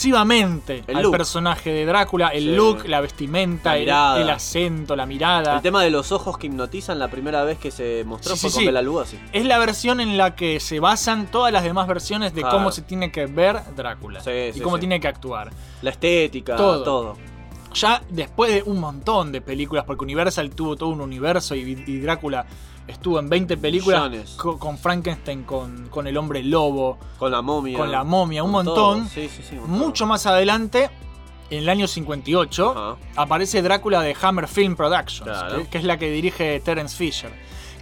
C: masivamente
D: El
C: al
D: look.
C: personaje de Drácula, el
D: Sí.
C: look, la vestimenta,
D: La
C: el-
D: mirada.
C: el, acento, la mirada.
D: El tema de los ojos que hipnotizan la primera vez que se mostró
C: Sí,
D: fue
C: sí,
D: con
C: sí.
D: Bela Lugosi.
C: Es la versión en la que se basan todas las demás versiones de
D: Claro.
C: cómo se tiene que ver Drácula
D: Sí, sí,
C: y cómo
D: sí.
C: tiene que actuar.
D: La estética,
C: Todo.
D: todo.
C: Ya después de un montón de películas, porque Universal tuvo todo un universo y, y Drácula estuvo en 20 películas
D: Millones.
C: co- con, Frankenstein, con, con el hombre lobo,
D: Con la momia.
C: con la momia, un
D: Con
C: montón.
D: todo. Sí, sí, sí. un montón.
C: Mucho más adelante, en el año 58, aparece Drácula de Hammer Film Productions,
D: Claro.
C: que, que es la que dirige Terence Fisher,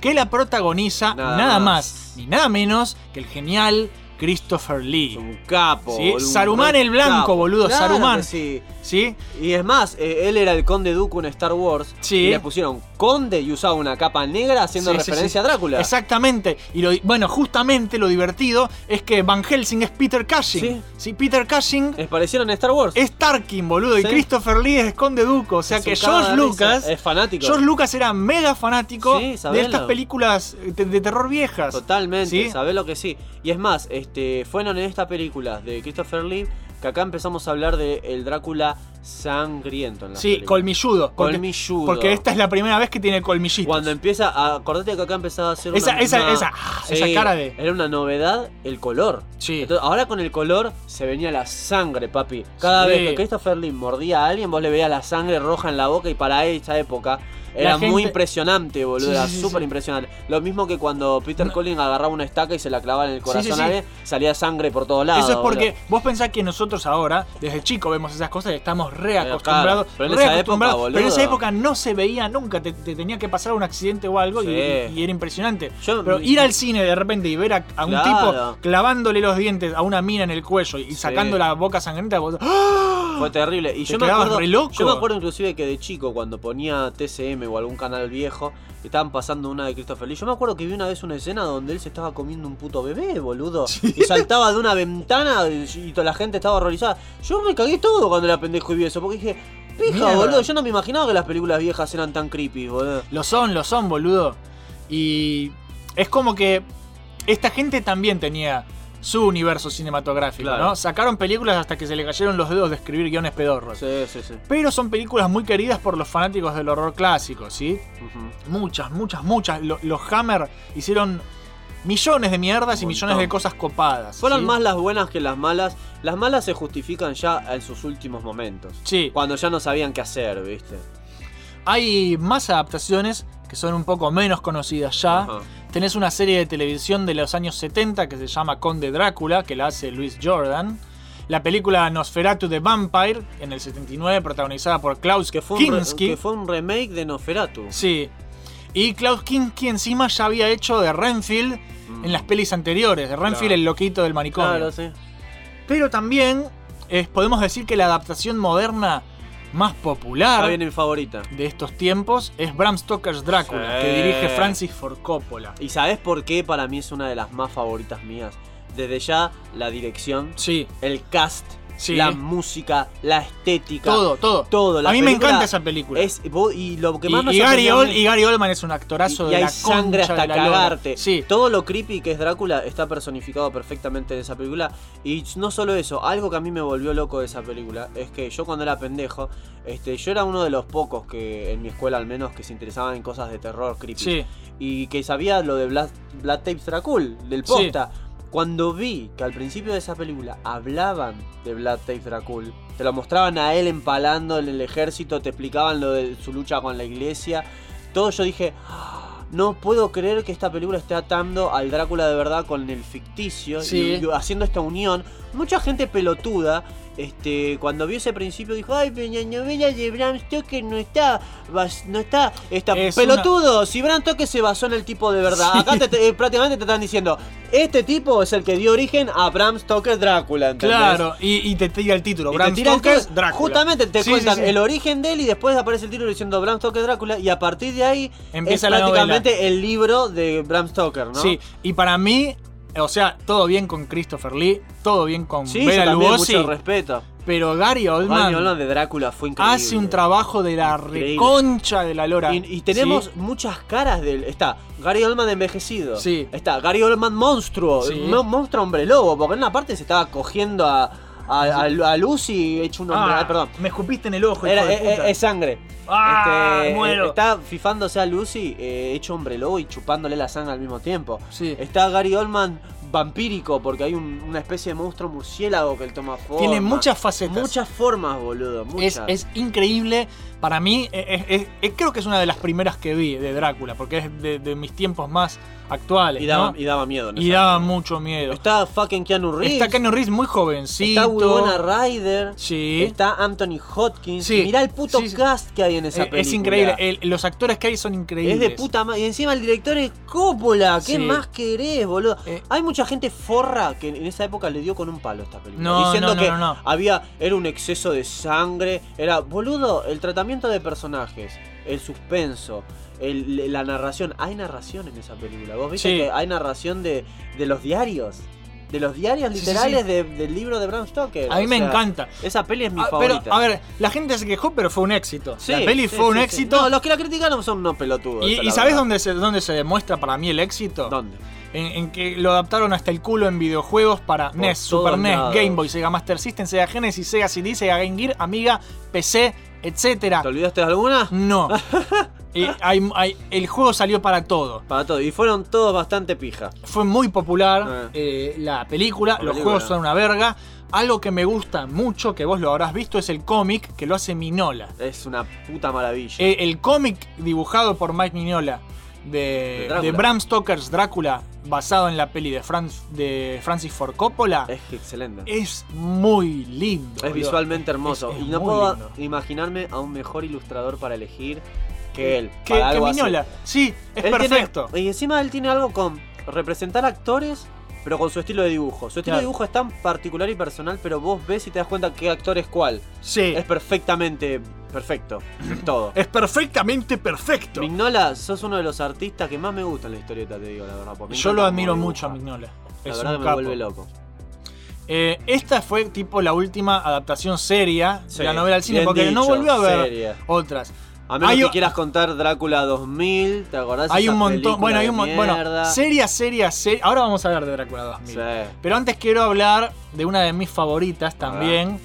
C: que la protagoniza
D: Nada
C: nada, más. ni nada menos que el genial Christopher Lee. Un
D: capo.
C: ¿Sí?
D: boludo,
C: Saruman
D: un
C: el blanco,
D: capo.
C: boludo,
D: Claro
C: Saruman.
D: que Sí.
C: ¿Sí?
D: Y es más, eh, él era el conde Dooku en Star Wars.
C: Sí.
D: Y le pusieron conde y usaba una capa negra haciendo
C: Sí, sí,
D: referencia
C: sí.
D: a Drácula.
C: Exactamente. Y lo, bueno, justamente lo divertido es que Van Helsing es Peter Cushing. Sí. Peter Cushing.
D: ¿Les parecieron Star Wars?
C: Es Tarkin, boludo. Y
D: Sí.
C: Christopher Lee es Conde Duco. O sea
D: Es
C: que
D: un cago
C: George
D: de risa.
C: Lucas.
D: Es fanático.
C: George Lucas era mega fanático
D: Sí,
C: de
D: sabelo.
C: estas películas de, de terror viejas.
D: Totalmente,
C: ¿Sí?
D: sabés lo que sí. Y es más, este, fueron en estas películas de Christopher Lee que acá empezamos a hablar de el Drácula sangriento. En las
C: Sí,
D: películas.
C: colmilludo. Porque,
D: Colmilludo.
C: Porque esta es la primera vez que tiene colmillitos.
D: Cuando empieza, a, acordate que acá empezaba a hacer
C: Esa-
D: una,
C: esa-
D: una-
C: esa- esa cara de-
D: Era una novedad el color.
C: Sí.
D: ahora con el color se venía la sangre, papi. Cada
C: Sí.
D: vez que Christopher Lee mordía a alguien, vos le veías la sangre roja en la boca y para esa época era
C: La gente-
D: muy impresionante, boludo.
C: Sí, sí,
D: era
C: sí,
D: súper
C: sí.
D: impresionante. Lo mismo que cuando Peter Collins agarraba una estaca y se la clavaba en el corazón
C: sí, sí.
D: a alguien, salía sangre por todos lados.
C: Eso es porque
D: boludo.
C: vos pensás que nosotros ahora, desde chico, vemos esas cosas y estamos reacostumbrados.
D: Pero claro, pero en esa
C: reacostumbrados.
D: época,
C: Pero en esa
D: boludo.
C: época no se veía nunca, te, te tenía que pasar un accidente o algo y-
D: Sí.
C: y, y era impresionante.
D: Yo-
C: pero ir al cine de repente y ver a, a un
D: Claro.
C: tipo clavándole los dientes a una mina en el cuello y y sacando la boca sangrienta, vos- ¡Ah!
D: Fue terrible. Y
C: Te
D: yo me,
C: quedabas
D: acuerdo,
C: re loco.
D: yo me acuerdo inclusive que de chico, cuando ponía TCM o algún canal viejo, estaban pasando una de Christopher Lee. Yo me acuerdo que vi una vez una escena donde él se estaba comiendo un puto bebé, boludo. Y saltaba de una ventana y y toda la gente estaba horrorizada. Yo me cagué todo cuando era pendejo y vi eso, porque dije, pija,
C: Mierda.
D: boludo, yo no me imaginaba que las películas viejas eran tan creepy, boludo.
C: Lo son, lo son, boludo. Y es como que esta gente también tenía su universo cinematográfico,
D: Claro.
C: ¿no? Sacaron películas hasta que se le cayeron los dedos de escribir guiones pedorros.
D: Sí, sí, sí.
C: Pero son películas muy queridas por los fanáticos del horror clásico, ¿sí? Muchas, muchas, muchas. Lo- los Hammer hicieron millones de mierdas y millones de cosas copadas.
D: Fueron
C: ¿sí?
D: más las buenas que las malas. Las malas se justifican ya en sus últimos momentos.
C: Sí.
D: Cuando ya no sabían qué hacer, ¿viste?
C: Hay más adaptaciones que son un poco menos conocidas ya. Tenés una serie de televisión de los años 70 que se llama Conde Drácula, que la hace Luis Jordan. La película Nosferatu de Vampire, en el 79, protagonizada por Klaus
D: Que fue, un re-
C: Kinski.
D: que fue un remake de Noferatu.
C: Sí. Y Klaus Kinski encima ya había hecho de Renfield en las pelis anteriores. De Renfield,
D: Mm. Claro.
C: el loquito del manicomio.
D: Claro, sí.
C: Pero también eh, podemos decir que la adaptación moderna más
D: Está
C: popular
D: bien mi favorita.
C: de estos tiempos es Bram Stoker's Drácula,
D: Sí.
C: que dirige Francis Ford Coppola.
D: ¿Y sabes por qué para mí es una de las más favoritas mías? Desde ya, la dirección.
C: Sí.
D: El cast.
C: Sí.
D: la música, la estética.
C: Todo, todo.
D: Todo. La
C: A mí me
D: película
C: encanta esa película.
D: es- vos- y lo que
C: Y,
D: más me
C: y Gary
D: sorprendió a
C: Old-
D: mí-
C: y Gary Oldman es un actorazo
D: y
C: de
D: hay
C: la
D: sangre
C: concha
D: hasta
C: de la lora.
D: cagarte. Todo lo creepy que es Drácula está personificado perfectamente de esa película. Y no solo eso, algo que a mí me volvió loco de esa película es que yo cuando era pendejo, este, yo era uno de los pocos que en mi escuela al menos que se interesaban en cosas de terror creepy.
C: Sí.
D: Y que sabía lo de Black, Black Tapes Dracul, del
C: Sí.
D: posta. Cuando vi que al principio de esa película hablaban de Black Tape Dracul, te lo mostraban a él empalando en el ejército, te explicaban lo de su lucha con la iglesia, todo yo dije, "Ah, no puedo creer que esta película esté atando al Drácula de verdad con el ficticio
C: Sí.
D: y, y haciendo esta unión. Mucha gente pelotuda, este, cuando vio ese principio dijo, ay, pero la novela de Bram Stoker no está, bas- no está, está
C: Es
D: pelotudo. Si Bram Stoker se basó en el tipo de verdad,
C: Sí.
D: acá te- te- eh, prácticamente te están diciendo, este tipo es el que dio origen a Bram Stoker Drácula, ¿entendés?
C: Claro, y, y te tira el título.
D: Y te
C: Bram
D: tiran
C: Stoker,
D: todo-
C: Drácula.
D: Justamente te
C: Sí,
D: cuentan
C: sí, sí.
D: el origen de él y después aparece el título diciendo Bram Stoker Drácula y a partir de ahí
C: Empieza
D: es
C: la
D: prácticamente el libro de Bram Stoker, ¿no?
C: Sí, y para mí, o sea, todo bien con Christopher Lee, todo bien con
D: Sí, yo
C: Bela
D: también,
C: Lugosi,
D: mucho respeto.
C: pero Gary Oldman
D: Gary Oldman de Drácula fue increíble.
C: hace un trabajo de la
D: Increíble.
C: reconcha de la lora.
D: Y, y tenemos
C: Sí.
D: muchas caras de él. Está Gary Oldman envejecido.
C: Sí.
D: Está Gary Oldman monstruo.
C: Sí.
D: No, monstruo hombre lobo. Porque en una parte se estaba cogiendo a, a, a, a Lucy hecho un hombre.
C: Ah,
D: ah, perdón.
C: Me escupiste en el ojo,
D: Era-
C: hijo de
D: eh, eh, es, eh,
C: puta.
D: sangre. Este,
C: Ah, muero.
D: Está fifándose a Lucy, eh, hecho hombre lobo y chupándole la sangre al mismo tiempo. Está Gary Oldman vampírico, porque hay un- una especie de monstruo murciélago que él toma forma.
C: Tiene muchas facetas.
D: Muchas formas, boludo.
C: Es,
D: Muchas.
C: es increíble. Para mí, eh, eh, eh, creo que es una de las primeras que vi de Drácula, porque es de, de mis tiempos más actuales.
D: y, daba,
C: ¿no?
D: y daba miedo. en
C: Y
D: esa
C: daba mucho miedo.
D: Está fucking Keanu Reeves.
C: Está Keanu Reeves muy jovencito.
D: Está Winona Ryder.
C: Sí.
D: Está Anthony Hopkins.
C: Sí.
D: Mirá el puto
C: Sí, sí.
D: cast que hay en esa
C: Eh,
D: película.
C: es increíble. El- los actores que hay son
D: Es
C: increíbles.
D: de puta madre. Y encima el director es Coppola. ¿Qué
C: Sí.
D: más querés, boludo?
C: Eh,
D: Hay mucha gente forra que en esa época le dio con un palo a esta película.
C: No,
D: diciendo
C: no, no,
D: que
C: no, no.
D: había. Era un exceso de sangre. Era. Boludo, el tratamiento de personajes. El suspenso. el- la narración. Hay narración en esa película. Vos viste
C: Sí.
D: que hay narración de, de los diarios. De los diarios
C: Sí, sí,
D: literales
C: sí.
D: de- del libro de Bram Stoker.
C: A mí
D: O
C: me
D: sea,
C: encanta.
D: Esa peli es mi
C: Ah,
D: favorita.
C: Pero, a ver, la gente se quejó, pero fue un éxito.
D: Sí,
C: la peli
D: sí,
C: fue un
D: sí, sí.
C: éxito.
D: No, los que la criticaron son unos pelotudos.
C: ¿Y,
D: esa es
C: y
D: la
C: sabés
D: verdad.
C: dónde se, dónde se demuestra para mí el éxito?
D: ¿Dónde?
C: En, en que lo adaptaron hasta el culo en videojuegos para NES,
D: todos
C: Super NES,
D: lados.
C: Game Boy, Sega Master System, Sega Genesis, Sega CD, Sega Game Gear, Amiga, PC, etcétera. ¿Te
D: olvidaste de alguna?
C: No. Y hay- hay- el juego salió para todo.
D: Para todo. Y fueron todos bastante pija.
C: Fue muy popular eh, la película,
D: La
C: los
D: Ah. película.
C: juegos son una verga. Algo que me gusta mucho, que vos lo habrás visto, es el cómic que lo hace Minola.
D: Es una puta maravilla.
C: Eh, el cómic dibujado por Mike Mignola de,
D: De Drácula.
C: de Bram Stoker's Drácula, basado en la peli de, Franz- de Francis Ford Coppola,
D: es excelente.
C: es muy lindo. eh,
D: Es
C: boludo.
D: visualmente hermoso.
C: Es- es
D: y no
C: muy
D: puedo
C: lindo.
D: imaginarme a un mejor ilustrador para elegir que él.
C: Eh, Que,
D: para
C: que
D: algo así.
C: Mignola, sí, es
D: Él tiene-
C: perfecto.
D: y encima él tiene algo con representar actores, pero con su estilo de dibujo. Su estilo
C: Claro.
D: de dibujo es tan particular y personal, pero vos ves y te das cuenta qué actor es cuál.
C: Sí.
D: Es perfectamente perfecto. todo.
C: Es perfectamente perfecto.
D: Mignola, sos uno de los artistas que más me gusta en la historieta, te digo la verdad. porque me
C: Yo
D: encanta
C: lo
D: cómo
C: admiro
D: dibuja.
C: mucho a Mignola.
D: La
C: Es
D: verdad
C: un
D: que me
C: capo.
D: vuelve loco.
C: Eh, esta fue tipo la última adaptación seria
D: Sí,
C: de la novela al cine,
D: bien
C: porque no
D: dicho,
C: volvió a ver
D: seria.
C: otras.
D: A menos
C: Hay
D: que
C: o-
D: quieras contar Drácula 2000, ¿te acordás?
C: Hay
D: esa
C: un montón,
D: película
C: bueno, hay
D: de
C: un montón, bueno,
D: mierda?
C: seria, seria, seria. Ahora vamos a hablar de Drácula 2000.
D: Sí.
C: Pero antes quiero hablar de una de mis favoritas también,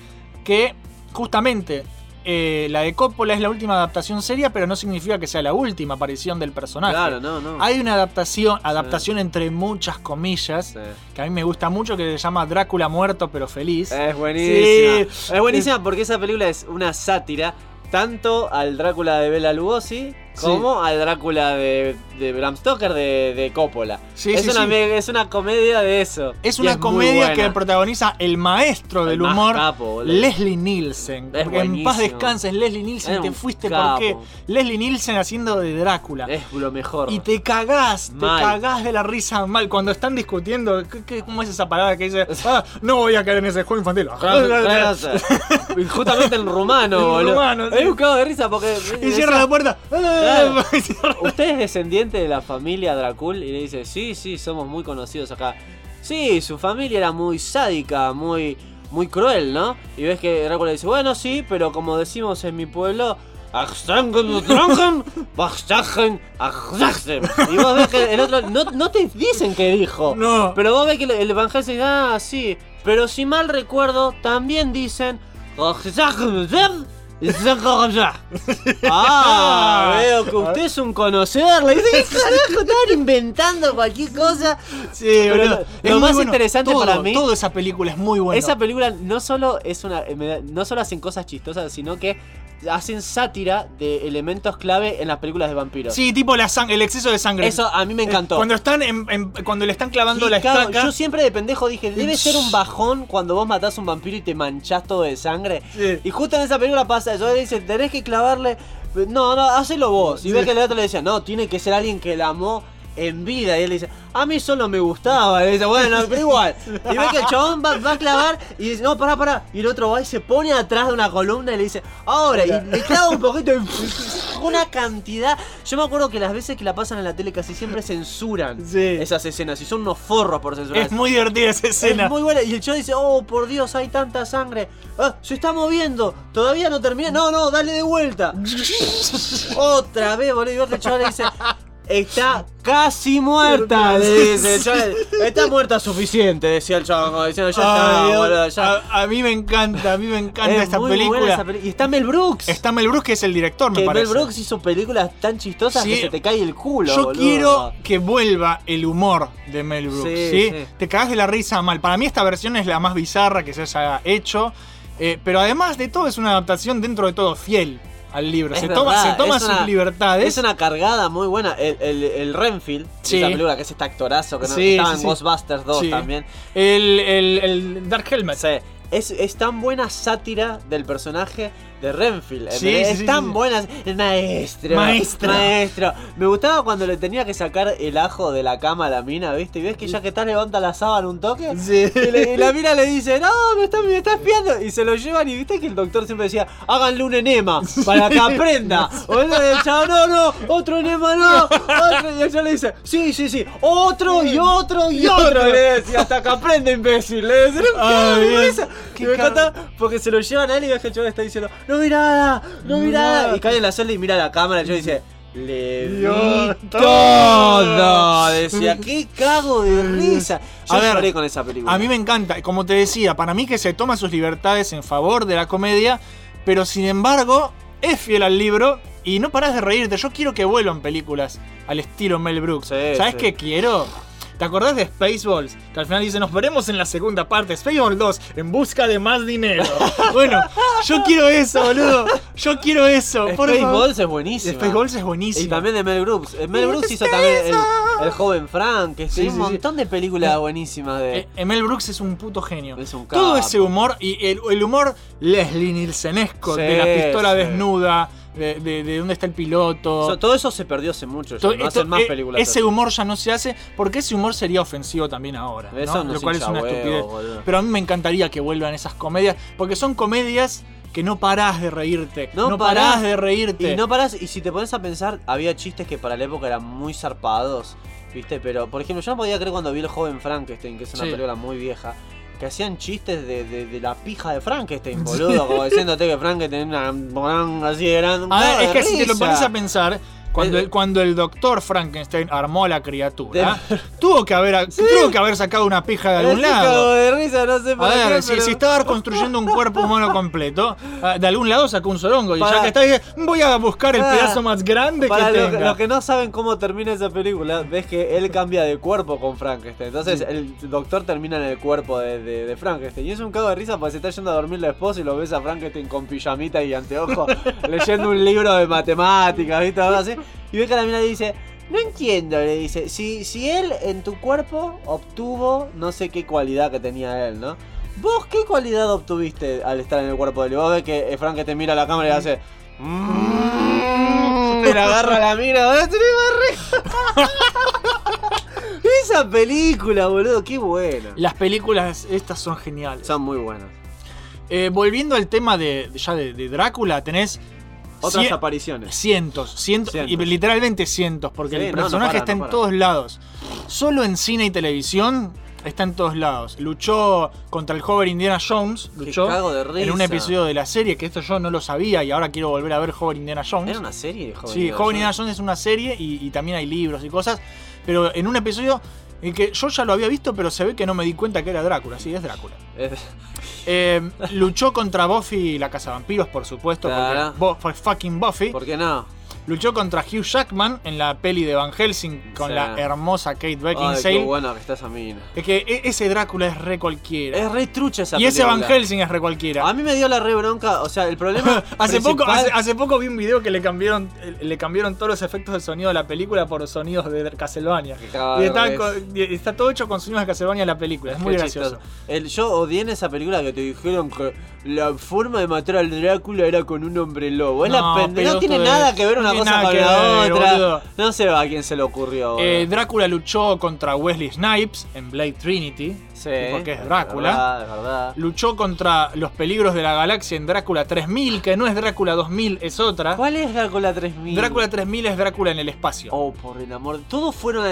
C: que justamente eh, la de Coppola es la última adaptación seria, pero no significa que sea la última aparición del personaje.
D: Claro, no, no.
C: Hay una adaptación, adaptación entre muchas comillas, que a mí me gusta mucho, que se llama Drácula muerto pero feliz.
D: Es buenísima.
C: Sí.
D: Es buenísima porque esa película es una sátira tanto al Drácula de Bela Lugosi como al Drácula de, de Bram Stoker de, de Coppola.
C: Sí,
D: es,
C: sí,
D: una,
C: sí.
D: me- es una comedia de eso.
C: Es
D: Y
C: una
D: muy
C: comedia que
D: buena.
C: protagoniza el maestro del
D: El más
C: humor,
D: capo, boludo.
C: Leslie Nielsen.
D: Es
C: Porque en paz
D: buenísimo.
C: descanses, Leslie Nielsen,
D: Es
C: te
D: un
C: fuiste
D: capo.
C: porque Leslie Nielsen haciendo de Drácula.
D: Es lo mejor.
C: Y te cagás,
D: Mal.
C: te cagás de la risa mal. Cuando están discutiendo, ¿qué- qué- ¿cómo es esa palabra que dice? "Ah, no voy a caer en ese juego infantil.
D: Y Justamente en rumano,
C: En
D: boludo.
C: rumano, sí.
D: Es un cago de risa porque.
C: y cierra la puerta.
D: Claro. Usted es descendiente de la familia Dracul y le dice, sí, sí, somos muy conocidos acá. Sí, su familia era muy sádica, muy muy cruel, ¿no? Y ves que Drácula dice, bueno, sí, pero como decimos en mi pueblo, "Achstangenutrangen, bachstachen, achstachen". y vos ves que el otro no, no te dicen qué dijo. No. Pero vos ves que el- el evangelio dice, ah, sí. Pero si mal recuerdo, también dicen. "Ah, "Achstachen, Zagorja". Ah, veo que usted es un conocedor. Le dije, "¿Qué carajo? Estaban inventando cualquier cosa.
C: Sí,
D: Pero
C: boludo.
D: lo-
C: Es
D: lo
C: muy
D: más
C: bueno.
D: interesante
C: Todo,
D: para mí.
C: Toda esa película es muy buena.
D: Esa película no solo es una. eh, me da- No solo hacen cosas chistosas, sino que hacen sátira de elementos clave en las películas de vampiros.
C: Sí, tipo la sang- el exceso de sangre.
D: Eso a mí me encantó.
C: Cuando están en- en- cuando le están clavando
D: Y
C: la
D: cago,
C: estaca.
D: Yo siempre de pendejo dije, debe ser un bajón cuando vos matás a un vampiro y te manchás todo de sangre. Y justo en esa película pasa eso, le dice, tenés que clavarle... No, no, hacelo vos. Y ve que el otro le decía, no, tiene que ser alguien que la amó en vida. Y él dice, a mí solo me gustaba. Y le dice, bueno, pero igual. Y ve que el chabón va, va a clavar y dice, no, pará, pará. Y el otro va y se pone atrás de una columna y le dice, ahora, y le clava un poquito y una cantidad. Yo me acuerdo que las veces que la pasan en la tele casi siempre censuran esas escenas y son unos forros por censurar.
C: Es muy divertida esa escena.
D: Es muy buena. Y el chavo dice, oh, por Dios, hay tanta sangre. Ah, se está moviendo. Todavía no termina. No, no, dale de vuelta. Otra vez, boludo. Y otro chaval le dice, está casi muerta. Le dice el chaval. Está muerta suficiente, decía el chaval. como diciendo, ya está,
C: Ay, Dios.
D: boludo, ya.
C: A, a mí me encanta, a mí me encanta
D: Es
C: esta
D: muy buena
C: película.
D: esa peli- y está Mel Brooks.
C: Está Mel Brooks, que es el director, me
D: Que
C: parece.
D: Mel Brooks hizo películas tan chistosas
C: Sí.
D: que se te cae el culo.
C: Yo
D: boludo.
C: quiero que vuelva el humor de Mel Brooks.
D: Sí,
C: ¿sí?
D: sí.
C: Te cagás de la risa mal. Para mí esta versión es la más bizarra que se haya hecho. eh, pero además de todo es una adaptación dentro de todo fiel al libro.
D: Es
C: se toma,
D: verdad,
C: se toma
D: es
C: sus
D: una-
C: libertades.
D: Es una cargada muy buena. El, el, el Renfield,
C: Sí.
D: esa película que es este actorazo que no,
C: Sí,
D: estaba
C: sí,
D: en
C: sí.
D: Ghostbusters 2
C: Sí.
D: también.
C: El, el- el Dark Helmet.
D: Es, es tan buena sátira del personaje de Renfield. ¿entendés?
C: Sí, sí,
D: es
C: sí,
D: tan
C: sí.
D: buena. El maestro.
C: Maestro.
D: Maestro. Me gustaba cuando le tenía que sacar el ajo de la cama a la mina, ¿viste? Y ves que ya que está levanta la sábana un toque. Y, le- y la mina le dice, no, me está, me está espiando. Y se lo llevan y viste que el doctor siempre decía, háganle un enema para que aprenda. O el chavo, no, no, otro enema no. Otro. Y el chavo le dice, sí, sí, sí, otro y otro y,
C: Y
D: otro.
C: otro.
D: Y le decía, hasta que aprende, imbécil. Le decía,
C: Ay,
D: "Qué
C: Ah, bien.
D: vergüenza".
C: Qué
D: Y me
C: car-
D: encanta porque se lo llevan a él y ves que el chavo le está diciendo, no mirada, no mirada. Y cae en la celda y mira la cámara. Y yo dice, le vi todo. Decía, qué cago de risa. Yo
C: A ver,
D: lloré con esa película.
C: A mí me encanta, como te decía, para mí que se toma sus libertades en favor de la comedia, pero sin embargo es fiel al libro y no paras de reírte. Yo quiero que vuelvan películas al estilo Mel Brooks. ¿Sabes
D: sí.
C: qué quiero? ¿Te acordás de Spaceballs? Que al final dice, nos veremos en la segunda parte, Spaceballs 2, en busca de más dinero. bueno, yo quiero eso, boludo. Yo quiero eso. por favor.
D: Spaceballs es buenísimo.
C: Spaceballs es
D: Y
C: buenísimo.
D: también de Mel Brooks. Eh, Mel Brooks hizo también el, el joven Frank. Que
C: Sí,
D: un
C: sí, sí.
D: montón de películas buenísimas de.
C: Eh, Mel Brooks es un puto genio.
D: Es un
C: Todo
D: capo.
C: ese humor y el, el humor Leslie Nielsenesco
D: Sí,
C: de la pistola
D: sí.
C: desnuda, de, de- de dónde está el piloto.
D: So- todo eso se perdió hace mucho. ya,
C: To-
D: no
C: esto-
D: hacen más
C: eh,
D: películas.
C: Ese
D: así.
C: humor ya no se hace porque ese humor sería ofensivo también ahora. ¿no?
D: Eso no
C: Lo
D: es
C: cual es una
D: hinchahuevo,
C: estupidez.
D: boludo.
C: Pero a mí me encantaría que vuelvan esas comedias porque son comedias que no parás de reírte. No, parás, de reírte.
D: Y no parás, y si te pones a pensar, había chistes que para la época eran muy zarpados, ¿viste? Pero, por ejemplo, yo no podía creer cuando vi el joven Frankenstein, que es una
C: Sí.
D: película muy vieja, que hacían chistes de, de- de la pija de Frankenstein, boludo, como diciéndote que Frankenstein era una moranga así de grande. un
C: A ver,
D: cago
C: Ah, es
D: de
C: que si te lo
D: risa. Eh,
C: pones a pensar, cuando el, cuando el doctor Frankenstein armó a la criatura, tuvo, que haber, tuvo que haber sacado una pija de
D: Es
C: algún
D: un cago
C: lado. Ah,
D: de risa, no sé por
C: A
D: qué,
C: ver, si,
D: pero-
C: si estaba construyendo un cuerpo humano completo, ah, de algún lado sacó un sorongo. Y ya
D: Para-
C: que está, dije, voy a buscar el
D: Ah,
C: pedazo más grande que
D: Para los
C: tenga.
D: los que no saben cómo termina esa película, ves que él cambia de cuerpo con Frankenstein. Entonces el doctor termina en el cuerpo de, de- de Frankenstein. Y es un cago de risa porque se está yendo a dormir la esposa y lo ves a Frankenstein con pijamita y anteojo leyendo un libro de matemáticas, ¿viste? Algo así. Y ves que la mina le dice. No entiendo, le dice. Si, si él en tu cuerpo obtuvo no sé qué cualidad que tenía él, ¿no? ¿Vos qué cualidad obtuviste al estar en el cuerpo de él? Y Vos ves que eh, Frankenstein mira a la cámara y le hace. Mm. Te la agarra la mira, ¿verdad? Se le va re- Esa película, boludo, qué buena.
C: Las películas estas son geniales.
D: Son muy buenas.
C: Eh, volviendo al tema de, ya de, de Drácula, tenés
D: Otras
C: cien-
D: apariciones.
C: cientos, cientos,
D: Cientos.
C: y literalmente cientos, porque
D: Sí,
C: el
D: no, no
C: personaje
D: para,
C: está
D: no
C: en
D: para.
C: todos lados. Solo en cine y televisión Está en todos lados. Luchó contra el joven Indiana Jones. Luchó
D: cago de
C: en un
D: risa.
C: episodio de la serie, que esto yo no lo sabía y ahora quiero volver a ver Joven Indiana Jones.
D: ¿Era una serie? Joven
C: sí,
D: Indiana
C: Joven
D: Jones?
C: Indiana Jones es una serie y, y también hay libros y cosas. Pero en un episodio en que yo ya lo había visto, pero se ve que no me di cuenta que era Drácula. Sí, es Drácula. Eh, luchó contra Buffy la Cazavampiros, por supuesto,
D: Claro.
C: porque Bo- fue fucking Buffy.
D: ¿Por qué no?
C: Luchó contra Hugh Jackman en la peli de Van Helsing con
D: Sí.
C: la hermosa Kate
D: Ay, qué
C: Beckinsale.
D: buena que está esa mina.
C: Es que e- ese Drácula es re cualquiera.
D: Es re trucha esa
C: Y ese
D: película.
C: Van Helsing es re cualquiera.
D: A mí me dio la re bronca, o sea, el problema.
C: Hace poco,
D: principal-
C: hace, hace poco vi un video que le cambiaron, le cambiaron todos los efectos de sonido de la película por sonidos de Castlevania.
D: cagado
C: y está,
D: es.
C: con- y está todo hecho con sonidos de Castlevania la película. Es muy
D: Qué
C: gracioso.
D: chistoso. El, yo odié en esa película que te dijeron que la forma de matar al Drácula era con un hombre lobo. Es
C: No,
D: la pende- No tiene
C: pelotudez.
D: nada que ver una
C: No tiene
D: cosa
C: nada
D: con
C: que
D: la
C: ver,
D: otra.
C: boludo.
D: No sé a quién se le ocurrió.
C: Eh,
D: boludo.
C: Drácula luchó contra Wesley Snipes en Blade Trinity. Porque es
D: es
C: Drácula.
D: verdad, es verdad.
C: Luchó contra los peligros de la galaxia en Drácula 3000, que no es Drácula 2000, es otra.
D: ¿Cuál es Drácula 3000?
C: Drácula 3000 es Drácula en el espacio.
D: Oh, por el amor. Todos fueron al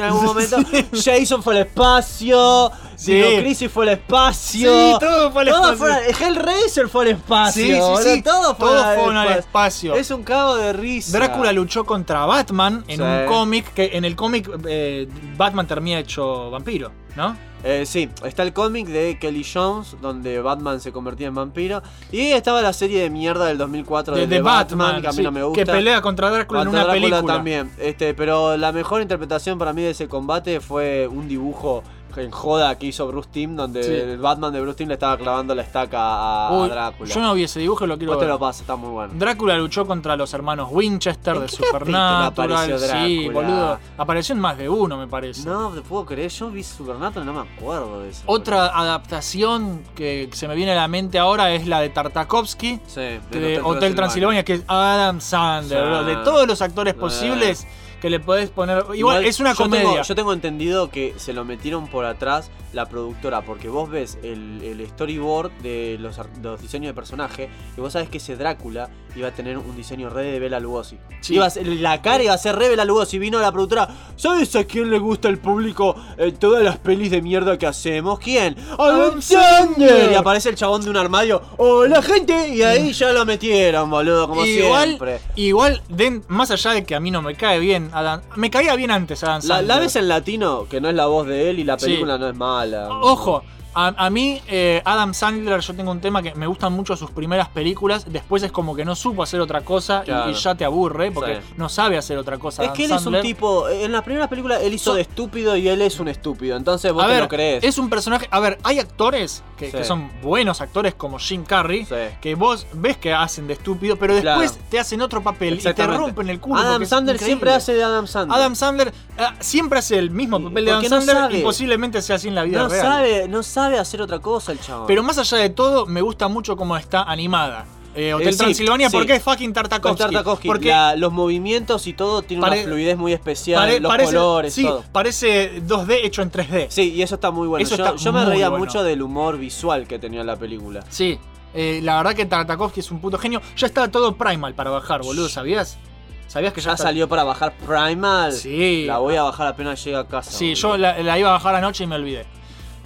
D: en algún momento. Jason fue al espacio.
C: Sí.
D: Dino Crisis fue al espacio.
C: Sí, todo fue al espacio.
D: fueron al- Hellraiser fue al espacio.
C: Sí, sí,
D: boludo.
C: sí.
D: Todos fueron,
C: Todos fueron al espacio.
D: Es un cago de risa.
C: Drácula luchó contra Batman en
D: Sí.
C: un cómic, que en el cómic eh, Batman termina hecho vampiro, ¿no?
D: Eh, sí, está el cómic de Kelly Jones, donde Batman se convertía en vampiro. Y estaba la serie de mierda del 2004 de,
C: De-
D: The
C: de
D: Batman, que a mí
C: sí,
D: no me gusta.
C: que pelea contra Drácula en
D: Contra
C: una
D: Drácula
C: película.
D: también. Este, pero la mejor interpretación para mí de ese combate fue un dibujo en joda que hizo Bruce Timm, donde
C: Sí.
D: el Batman de Bruce Timm le estaba clavando la estaca a, a
C: Uy,
D: Ah, Drácula.
C: Yo no vi ese dibujo, lo quiero
D: Vos te
C: ver.
D: lo paso, está muy bueno.
C: Drácula luchó contra los hermanos Winchester de
D: apareció
C: Supernatural. Sí,
D: Drácula?
C: boludo. Apareció en más de uno, me parece.
D: No, te puedo creer, yo vi Supernatural, no me acuerdo de eso.
C: Otra adaptación que se me viene a la mente ahora es la de Tartakovsky,
D: Sí, de
C: que de Hotel Transilvania, que es Adam Sandler,
D: Sí.
C: bro. de todos los actores
D: Sí.
C: posibles que le podés poner. Igual, es una
D: yo tengo-
C: comedia.
D: yo tengo entendido que se lo metieron por atrás la productora, porque vos ves el, el storyboard de los, ar- de los diseños de personaje y vos sabés que ese Drácula iba a tener un diseño re de Bela Lugosi.
C: Sí.
D: Iba a ser- la cara iba a ser re Bela Lugosi. Vino la productora, ¿sabes a quién le gusta el público eh, todas las pelis de mierda que hacemos? ¿Quién?
C: Ah,
D: ¡Alexander! Y aparece el chabón de un armario, ¡Hola gente! Y ahí ya lo metieron, boludo, como
C: Mm. Igual,
D: siempre.
C: igual den- más allá de que a mí no me cae bien Adam, me caía bien antes Adam
D: La,
C: Sandler.
D: la ves en latino, que no es la voz de él y la
C: Sí.
D: película no es mala.
C: Ojo, a, a mí eh, Adam Sandler, yo tengo un tema que me gustan mucho sus primeras películas, después es como que no supo hacer otra cosa y-
D: Claro.
C: y, ya te aburre porque
D: Sí.
C: no sabe hacer otra cosa.
D: Es
C: Adam
D: que él
C: Sandler.
D: es un tipo. En la primera película él hizo
C: So-
D: de estúpido y él es un estúpido. Entonces vos
C: A
D: te
C: ver,
D: lo crees.
C: es un personaje. A ver, hay actores que,
D: Sí.
C: que son buenos actores como Jim Carrey,
D: Sí.
C: que vos ves que hacen de estúpido, pero
D: Claro.
C: después te hacen otro papel y te
D: Exactamente.
C: rompen el culo. porque
D: Adam
C: es
D: Sandler
C: increíble.
D: siempre hace de Adam Sandler.
C: Adam Sandler eh, siempre hace el mismo papel de Adam
D: porque no
C: Sandler
D: sabe.
C: y posiblemente sea así en la vida
D: no
C: real.
D: sabe, no sabe hacer otra cosa el chabón.
C: Pero más allá de todo, me gusta mucho cómo está animada. Eh, Hotel
D: Eh, sí,
C: Transilvania,
D: sí.
C: porque es fucking
D: Con
C: Tartakovsky.
D: Tartakovsky,
C: Porque
D: la- los movimientos y todo tiene
C: Pare-
D: una fluidez muy especial,
C: pare-
D: los
C: parece,
D: colores,
C: sí,
D: todo.
C: parece 2D hecho en 3D.
D: Sí, y eso está muy bueno.
C: Eso
D: yo,
C: está
D: yo me
C: muy
D: reía
C: bueno.
D: mucho del humor visual que tenía la película.
C: Sí. Eh, la verdad que Tartakovsky es un puto genio. Ya está todo Primal para bajar, boludo, ¿sabías? ¿Sabías que ya,
D: Ya
C: está-
D: salió para bajar Primal.
C: Sí.
D: La voy a bajar apenas llegue a casa.
C: Sí,
D: boludo.
C: yo la, la iba a bajar anoche y me olvidé.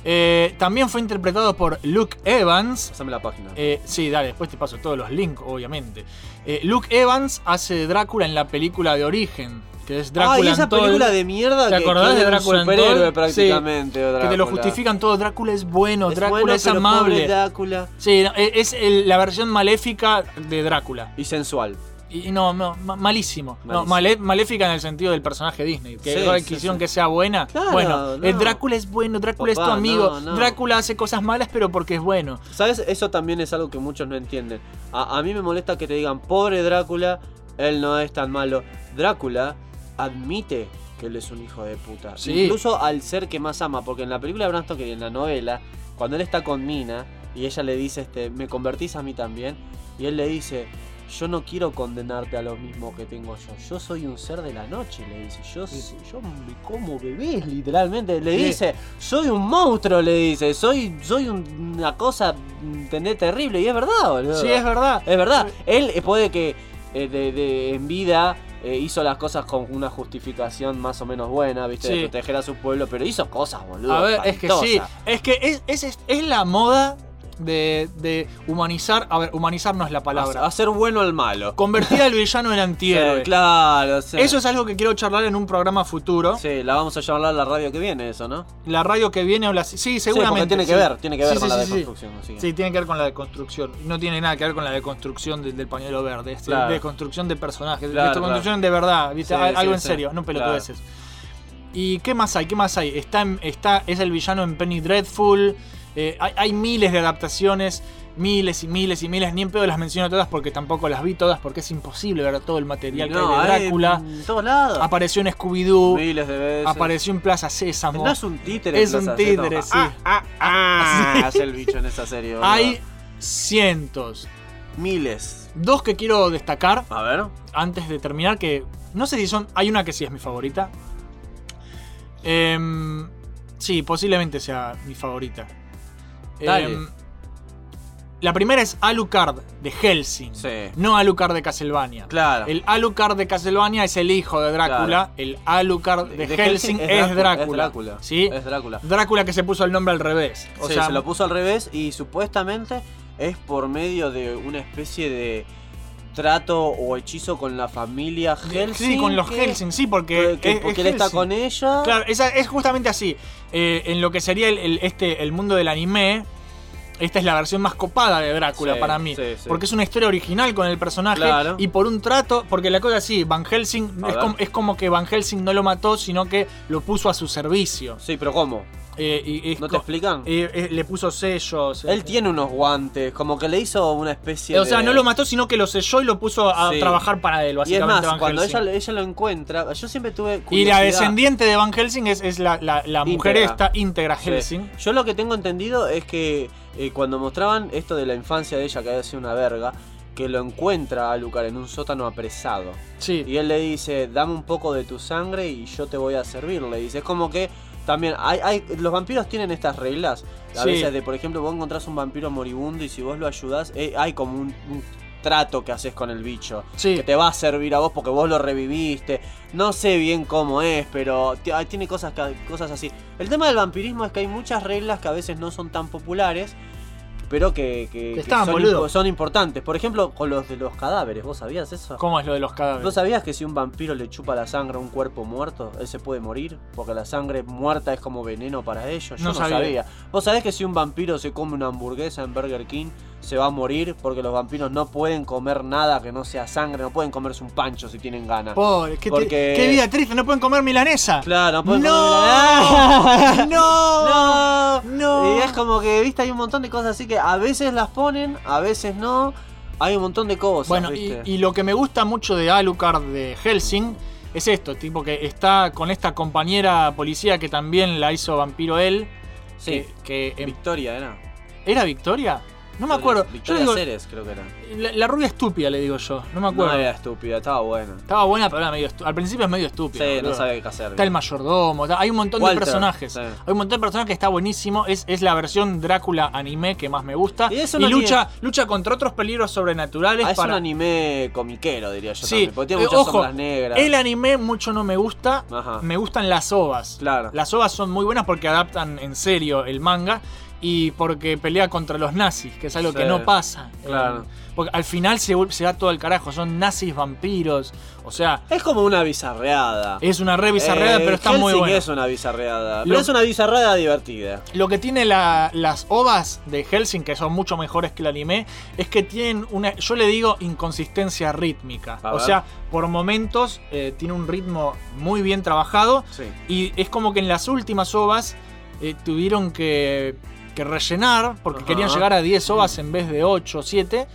C: Eh, también fue interpretado por Luke Evans.
D: Pásame la página.
C: Eh, sí, dale, después te paso todos los links, obviamente. Eh, Luke Evans hace de Drácula en la película de origen, que es Drácula.
D: ah, y esa
C: and Toll.
D: película de mierda
C: ¿Te
D: que,
C: acordás
D: que
C: de
D: era
C: Drácula and
D: un
C: Toll?
D: superhéroe
C: Sí.
D: prácticamente.
C: Que te
D: Drácula.
C: lo justifican todo. Drácula es bueno,
D: Es
C: Drácula
D: bueno,
C: es
D: pero pobre
C: amable.
D: Drácula.
C: Sí, no, e- es el- la versión maléfica de Drácula.
D: Y sensual.
C: Y y no, no, ma- malísimo. No,
D: Malísimo.
C: male- maléfica en el sentido del personaje Disney. Que
D: Sí,
C: ahora
D: sí,
C: quisieron
D: sí.
C: que sea buena.
D: Claro,
C: bueno,
D: no.
C: el Drácula es bueno, Drácula es tu
D: Papá,
C: amigo.
D: no, no.
C: Drácula hace cosas malas, pero porque es bueno.
D: ¿Sabes? Eso también es algo que muchos no entienden. A, a mí me molesta que te digan, pobre Drácula, él no es tan malo. Drácula admite que él es un hijo de puta.
C: Sí.
D: Incluso al ser que más ama, porque en la película de Bram Stoker y en la novela, cuando él está con Mina y ella le dice, este, me convertís a mí también, y él le dice, yo no quiero condenarte a lo mismo que tengo yo. Yo soy un ser de la noche, le dice. Yo, s- yo me como bebés, literalmente. Le
C: Sí.
D: dice, soy un monstruo, le dice. Soy, soy un- una cosa, ¿entendés? Terrible. Y es verdad, boludo.
C: Sí, es verdad.
D: Es verdad. Él eh, puede que eh, de, de- en vida eh, hizo las cosas con una justificación más o menos buena, ¿viste?
C: Sí.
D: De proteger a su pueblo, pero hizo cosas, boludo.
C: A ver, es que sí.
D: espantosas.
C: Es que es, es- es- es la moda de, de humanizar. A ver, humanizar no es la palabra.
D: Hacer bueno al malo.
C: Convertir al villano en antihéroe.
D: Ah, Sí, claro, sí.
C: Eso es algo que quiero charlar en un programa futuro.
D: Sí, la vamos a charlar la radio que viene, eso, ¿no?
C: La radio que viene o la. Sí, seguramente.
D: tiene que ver, tiene que ver con la
C: sí,
D: deconstrucción, así
C: Sí.
D: que-
C: tiene que ver con la deconstrucción. No tiene nada que ver con la deconstrucción del, del pañuelo verde. Es
D: Claro.
C: la deconstrucción de personajes.
D: Claro,
C: deconstrucción
D: claro.
C: de verdad, ¿viste?
D: Sí,
C: Al- algo
D: sí,
C: en
D: sí.
C: serio, no pelotudeces. ¿Y qué más hay? ¿Qué más hay? Está, en- está, es el villano en Penny Dreadful. eh, hay, hay miles de adaptaciones, miles y miles y miles. Ni en pedo las menciono todas porque tampoco las vi todas porque es imposible ver todo el material que
D: No,
C: hay de
D: hay
C: Drácula.
D: En todos lados.
C: Apareció en Scooby-Doo.
D: Miles de veces.
C: Apareció en Plaza Sésamo.
D: No es un títere.
C: Es un
D: Plaza
C: títere,
D: Sésamo.
C: sí.
D: Ah, ah, ah,
C: Sí.
D: Hace el bicho en esa serie. boludo.
C: Hay cientos.
D: Miles.
C: Dos que quiero destacar
D: A ver.
C: antes de terminar, que no sé si son... Hay una que sí es mi favorita. Em, sí, posiblemente sea mi favorita.
D: Dale.
C: Em, la primera es Alucard de Helsing.
D: Sí.
C: No Alucard de Castlevania.
D: Claro.
C: El Alucard de Castlevania es el hijo de Drácula.
D: Claro.
C: El Alucard de, Helsing, es Drácula.
D: Es Drácula.
C: ¿Sí?
D: Es Drácula.
C: Drácula que se puso el nombre al revés. O
D: Sí,
C: sea,
D: se lo puso al revés y supuestamente es por medio de una especie de trato o hechizo con la familia Helsing.
C: Sí, con los
D: que-
C: Helsing, sí, porque,
D: que- que-
C: es-
D: porque
C: es
D: él está
C: Hellsing.
D: con ella.
C: Claro, esa- es justamente así. Eh, en lo que sería el, el- este, el mundo del anime, esta es la versión más copada de Drácula
D: Sí,
C: para mí.
D: sí, sí.
C: Porque es una historia original con el personaje
D: Claro.
C: y por un trato, porque la cosa es así, Van Helsing
D: A
C: es
D: ver.
C: como, es como que Van Helsing no lo mató, sino que lo puso a su servicio.
D: Sí, pero ¿cómo?
C: Eh, y es
D: ¿No te
C: co-
D: explican?
C: eh, eh, le puso sellos. eh.
D: Él tiene unos guantes, como que le hizo una especie
C: o sea,
D: de-
C: no lo mató, sino que lo selló y lo puso a
D: Sí.
C: trabajar para él,
D: Y es
C: básicamente.
D: más,
C: Van
D: cuando
C: Helsing.
D: ella, ella lo encuentra, yo siempre tuve
C: Y la
D: curiosidad.
C: descendiente de Van Helsing es, es la, la- la mujer
D: Íntegra.
C: esta, íntegra
D: Sí.
C: Helsing.
D: Yo lo que tengo entendido es que eh, cuando mostraban esto de la infancia de ella, que había sido una verga, que lo encuentra a Lucar en un sótano apresado.
C: Sí.
D: Y él le dice, dame un poco de tu sangre y yo te voy a servir. Le dice, es como que también, hay, hay- los vampiros tienen estas reglas. A
C: Sí.
D: veces de, por ejemplo, vos encontrás un vampiro moribundo y si vos lo ayudás, eh, hay como un, un trato que haces con el bicho.
C: Sí.
D: Que te va a servir a vos porque vos lo reviviste. No sé bien cómo es, pero ti- ah, tiene cosas, que- cosas así. El tema del vampirismo es que hay muchas reglas que a veces no son tan populares. Pero que, que- que
C: están,
D: son,
C: boludo.
D: impo- son importantes. Por ejemplo, con los de los cadáveres, ¿vos sabías eso?
C: ¿Cómo es lo de los cadáveres?
D: ¿No sabías que si un vampiro le chupa la sangre a un cuerpo muerto, él se puede morir? Porque la sangre muerta es como veneno para ellos. Yo
C: No
D: no,
C: sabía.
D: sabía. ¿Vos sabés que si un vampiro se come una hamburguesa en Burger King, se va a morir? Porque los vampiros no pueden comer nada que no sea sangre, no pueden comerse un pancho si tienen ganas.
C: Pobre, qué, tri-
D: Porque-
C: qué vida triste, no pueden comer milanesa.
D: Claro, no pueden
C: ¡No!
D: comer
C: ¡No!
D: ¡No!
C: ¡No!
D: Y es como que, viste, hay un montón de cosas así que a veces las ponen, a veces no. Hay un montón de cosas.
C: Bueno, y,
D: ¿viste?
C: y lo que me gusta mucho de Alucard de Helsing es esto, tipo que está con esta compañera policía que también la hizo vampiro él.
D: Sí.
C: Que, que em-
D: Victoria era.
C: ¿era Victoria? No me acuerdo. Yo
D: Victoria
C: digo,
D: Ceres, creo que era.
C: la, la rubia estúpida le digo yo, no me acuerdo.
D: No era estúpida, estaba buena.
C: Estaba buena, pero era medio estu- al principio es medio
D: Sí,
C: estúpida.
D: no
C: boludo.
D: sabía qué hacer.
C: Está el mayordomo, está- hay un montón de
D: Walter,
C: personajes.
D: sí.
C: Hay un montón de personajes que está buenísimo. Es, es la versión Drácula anime que más me gusta.
D: Y
C: Y,
D: eso no
C: lucha, lucha contra otros peligros sobrenaturales.
D: Ah, es
C: para...
D: un anime comiquero, diría yo.
C: Sí,
D: también, porque tiene
C: eh,
D: muchas
C: ojo,
D: sombras negras.
C: el anime mucho no me gusta.
D: Ajá.
C: Me gustan las ovas.
D: Claro.
C: Las ovas son muy buenas porque adaptan en serio el manga y porque pelea contra los nazis, que es algo
D: Sí.
C: que no pasa.
D: Claro.
C: Eh, Porque al final se, vuel- se va todo al carajo. Son nazis vampiros. O sea,
D: Es como una bizarreada.
C: es una re bizarreada,
D: Eh,
C: pero está muy
D: Hellsing
C: buena.
D: es una bizarreada.
C: Lo-
D: Pero es una bizarreada divertida.
C: Lo que tiene la- las ovas de Helsing, que son mucho mejores que el anime, es que tienen una, yo le digo, inconsistencia rítmica.
D: A
C: o
D: ver.
C: sea, por momentos eh, tiene un ritmo muy bien trabajado
D: Sí.
C: y es como que en las últimas ovas eh, tuvieron que, que rellenar porque
D: Ajá.
C: querían llegar a 10 ovas en vez de 8 o 7.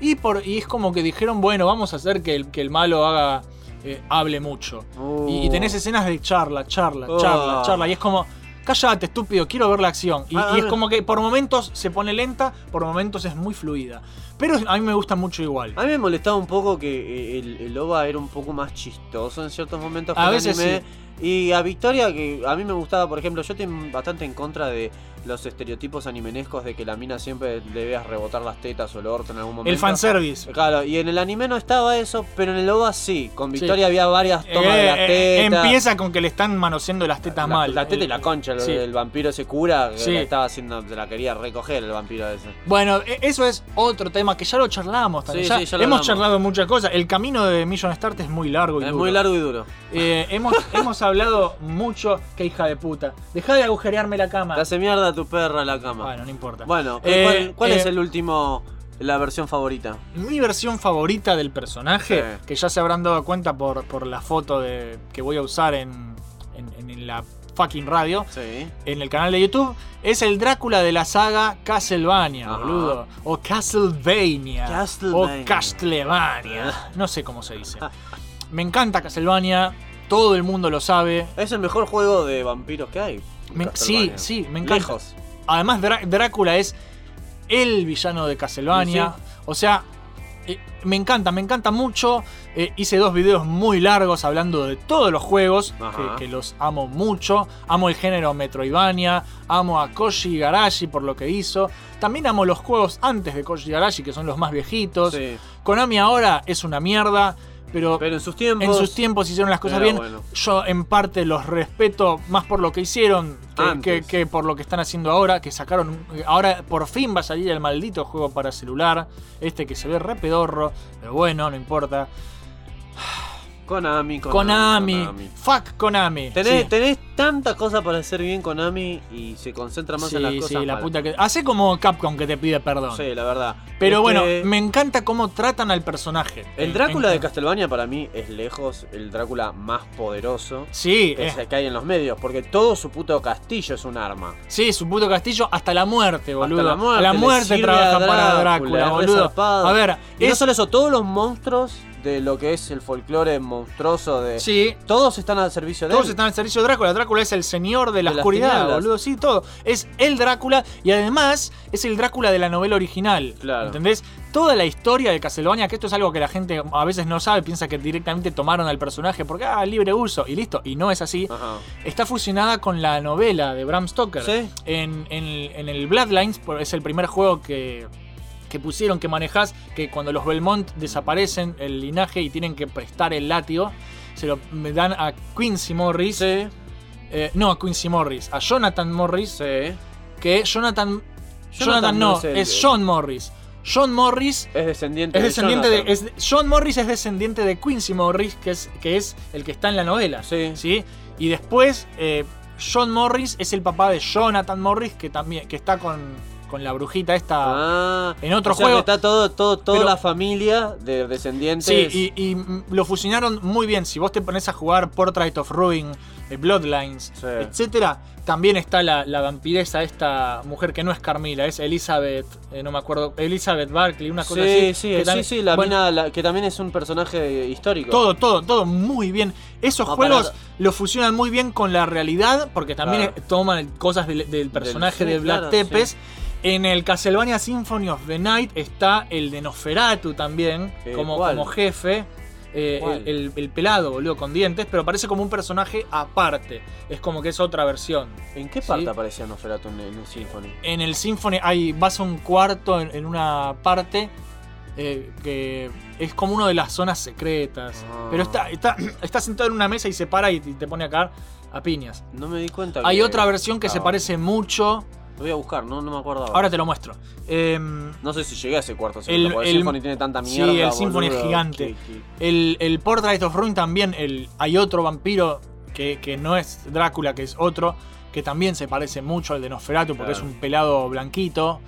C: Y, por, y es como que dijeron, bueno, vamos a hacer que el, que el malo haga... eh, hable mucho.
D: Uh.
C: Y, y tenés escenas de charla, charla,
D: Oh.
C: charla, charla. Y es como, cállate, estúpido, quiero ver la acción. Y,
D: Ah,
C: y es
D: dale.
C: como que por momentos se pone lenta, por momentos es muy fluida. Pero a mí me gusta mucho igual.
D: A mí me molestaba un poco que eh, el, el OVA era un poco más chistoso en ciertos momentos.
C: A
D: que el
C: veces
D: anime. Y a Victoria, que a mí me gustaba, por ejemplo, yo estoy bastante en contra de los estereotipos animenescos de que la mina siempre le veas rebotar las tetas o el orto en algún momento.
C: El fanservice.
D: Claro, y en el anime no estaba eso, pero en el OVA sí. Con Victoria había varias
C: Eh,
D: tomas de las
C: eh,
D: tetas.
C: Empieza con que le están manoseando las tetas
D: la,
C: mal.
D: la teta y la concha, el,
C: Sí.
D: el vampiro ese cura que
C: Sí.
D: la estaba haciendo, la quería recoger el vampiro ese.
C: Bueno, e- eso es otro tema que ya lo charlamos también.
D: Sí,
C: Ya
D: sí, ya lo
C: hemos
D: hablamos.
C: charlado muchas cosas. El camino de Million Start es muy largo y
D: Es
C: duro.
D: muy largo y duro.
C: Eh, hemos, hemos hablado mucho. Qué hija de puta. Deja de agujerearme la cama.
D: Te hace mierda tu perra la cama. Bueno,
C: Ah. no importa.
D: Bueno,
C: Eh,
D: ¿cuál, cuál
C: eh,
D: es el último, la versión favorita?
C: Mi versión favorita del personaje,
D: Sí.
C: que ya se habrán dado cuenta por, por la foto de, que voy a usar en, en- en- en la fucking radio, en el canal de YouTube, es el Drácula de la saga Castlevania, boludo. O Castlevania.
D: Castlevania.
C: O Castlevania. No sé cómo se dice. Me encanta Castlevania, todo el mundo lo sabe.
D: Es el mejor juego de vampiros que hay.
C: Me- sí,
D: Castlevania.
C: sí, me encanta.
D: Lejos.
C: Además, Drá- Drácula es el villano de Castlevania. O sea, eh, me encanta, me encanta mucho. Eh, hice dos videos muy largos hablando de todos los juegos,
D: Ajá.
C: que, que los amo mucho. Amo el género Metroidvania, amo a Koji Garashi por lo que hizo. También amo los juegos antes de Koji Garashi, que son los más viejitos. Konami ahora es una mierda. Pero,
D: en sus tiempos.
C: En sus tiempos hicieron las cosas
D: Era
C: bien.
D: bueno.
C: Yo en parte los respeto más por lo que hicieron que- que,
D: Antes.
C: que por lo que están haciendo ahora, que sacaron. Ahora por fin va a salir el maldito juego para celular. Este que se ve re pedorro, pero bueno, no importa.
D: Konami, Konami.
C: Konami, fuck Konami.
D: Tenés,
C: Sí.
D: tenés tantas cosas para hacer bien Konami y se concentra más
C: Sí,
D: en las
C: sí,
D: cosas.
C: la
D: malas.
C: puta que. Hace como Capcom que te pide perdón.
D: Sí, la verdad.
C: Pero
D: Este,
C: bueno, me encanta cómo tratan al personaje.
D: El Drácula de Castlevania para mí es lejos el Drácula más poderoso
C: Sí, eh.
D: que,
C: es-
D: se- que hay en los medios, porque todo su puto castillo es un arma.
C: Sí, su puto castillo hasta la muerte, boludo.
D: la muerte, le sirve
C: trabaja
D: a
C: para
D: Drácula,
C: Drácula,
D: es re
C: boludo.
D: zarpado.
C: A ver,
D: Y no
C: es-
D: solo eso, todos los monstruos de lo que es el folclore monstruoso de.
C: Sí.
D: Todos están al servicio de
C: todos
D: él.
C: están al servicio de Drácula. Drácula es el señor de la
D: De las
C: oscuridad,
D: tinieblas.
C: boludo. Sí, todo. Es el Drácula y además es el Drácula de la novela original. ¿Entendés? Toda la historia de Castlevania, que esto es algo que la gente a veces no sabe, piensa que directamente tomaron al personaje porque, ah, libre uso y listo. Y no es así. Está fusionada con la novela de Bram Stoker.
D: Sí.
C: En, en el- en el Bloodlines por- es el primer juego que, que pusieron, que manejás, que cuando los Belmont desaparecen el linaje y tienen que prestar el látigo, se lo me dan a Quincy Morris. Eh, no, a Quincy Morris, a Jonathan Morris. Que Jonathan. Jonathan, no,
D: no es el-
C: es John Morris. John Morris
D: Es descendiente
C: es descendiente
D: de.
C: de,
D: Jonathan.
C: es- John Morris es descendiente de Quincy Morris, que es, que es el que está en la novela. Sí. Y después, eh, John Morris es el papá de Jonathan Morris, que también que está con, con la brujita esta en otro
D: Ah. O sea, que
C: juego.
D: Está todo, todo, toda
C: Pero-
D: la familia de descendientes.
C: Sí, y, y, mm, lo fusionaron muy bien. Si vos te pones a jugar Portrait of Ruin, eh, Bloodlines, etcétera, también está la, la vampiresa, esta mujer que no es Carmila, es Elizabeth, eh, no me acuerdo, Elizabeth Barkley, una cosa
D: sí,
C: así.
D: sí,
C: que
D: sí,
C: también-
D: sí, la
C: Bueno,
D: mina la- que también es un personaje histórico.
C: Todo, todo, todo muy bien. Esos
D: No,
C: juegos
D: para-
C: lo fusionan muy bien con la realidad, porque también
D: Claro.
C: eh, toman el- cosas del, del personaje
D: sí,
C: de Black
D: claro,
C: Tepes.
D: sí.
C: En el Castlevania Symphony of the Night está el de Nosferatu también,
D: Eh,
C: como,
D: ¿cuál?
C: como jefe. Eh,
D: ¿Cuál?
C: el, el- el pelado, boludo, con dientes, pero aparece como un personaje aparte. Es como que es otra versión.
D: ¿En qué parte aparecía Nosferatu en, en el Symphony?
C: En el Symphony hay, vas a un cuarto en, en una parte eh, que es como una de las zonas secretas.
D: Ah.
C: Pero está, está, está sentado en una mesa y se para y te te pone acá a piñas.
D: No me di cuenta.
C: Hay
D: que-
C: otra versión que se
D: Ah,
C: parece mucho.
D: Lo voy a buscar, no, no me acuerdo.
C: Ahora te lo muestro. Em,
D: No sé si llegué a ese cuarto secreto, porque el, Symphony tiene tanta
C: sí,
D: mierda.
C: el Symphony es
D: boludo,
C: gigante.
D: que- que-
C: El, el Portrait of Ruin también. El, hay otro vampiro que, que no es Drácula, que es otro, que también se parece mucho al de Nosferatu, porque
D: Claro.
C: es un pelado blanquito.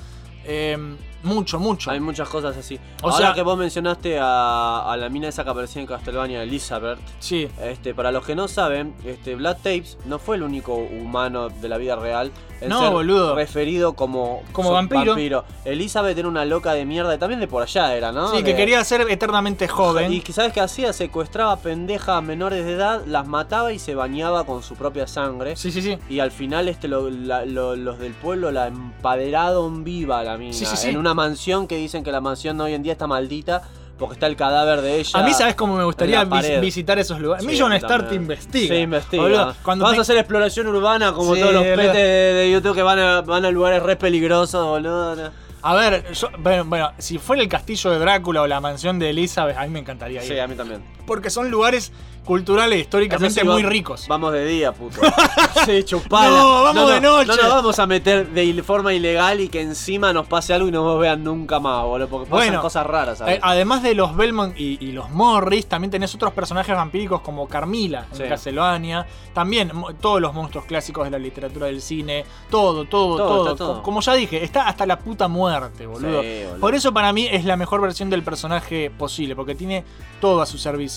C: Em, mucho, mucho.
D: Hay muchas cosas así.
C: O
D: Ahora
C: sea-
D: que vos mencionaste a, a la mina esa que aparecía en Castlevania, Elizabeth.
C: Sí.
D: Este, para los que no saben, este, Vlad Tapes no fue el único humano de la vida real en
C: No,
D: ser
C: boludo.
D: referido como,
C: Como
D: so-
C: vampiro.
D: Elizabeth era una loca de mierda, y también de por allá era, ¿no?
C: Sí, que
D: Ah, De-
C: quería ¿eh? ser eternamente joven.
D: Y que sabes qué hacía, secuestraba pendejas menores de edad, las mataba y se bañaba con su propia sangre.
C: Sí, sí, sí.
D: Y al final este lo- la- lo- los del pueblo la empoderaron viva la mina.
C: Sí, sí, sí.
D: En una mansión que dicen que la mansión hoy en día está maldita. porque está el cadáver de ella.
C: A mí, ¿sabes cómo me gustaría
D: en la
C: vis-
D: pared?
C: visitar esos lugares?
D: Sí,
C: Million
D: a mí
C: Star te
D: también.
C: investiga.
D: Sí, investiga.
C: Boludo, cuando
D: Vas
C: te-
D: a hacer exploración urbana como
C: Sí,
D: todos los
C: boludo.
D: petes de, de YouTube que van a, van a lugares re peligrosos, boludo. no.
C: A ver, yo- bueno, bueno, si fuera el castillo de Drácula o la mansión de Elizabeth, a mí me encantaría ir.
D: Sí, a mí también.
C: Porque son lugares culturales históricamente
D: Eso sí,
C: muy
D: va-
C: ricos.
D: Vamos de día, puto. sí, chupala.
C: No, vamos de noche.
D: No nos vamos a meter de il- forma ilegal y que encima nos pase algo y no nos vean nunca más, boludo. Porque pasan
C: Bueno,
D: cosas raras, ¿sabes?
C: Eh, además de los Belmont y, y los Morris, también tenés otros personajes vampíricos como Carmila en
D: Sí.
C: Castlevania. También mo- todos los monstruos clásicos de la literatura del cine. Todo, todo,
D: Todo,
C: todo.
D: está todo.
C: Co- Como ya dije, está hasta la puta muerte, boludo.
D: Sí, boludo.
C: Por eso para mí es la mejor versión del personaje posible, porque tiene todo a su servicio.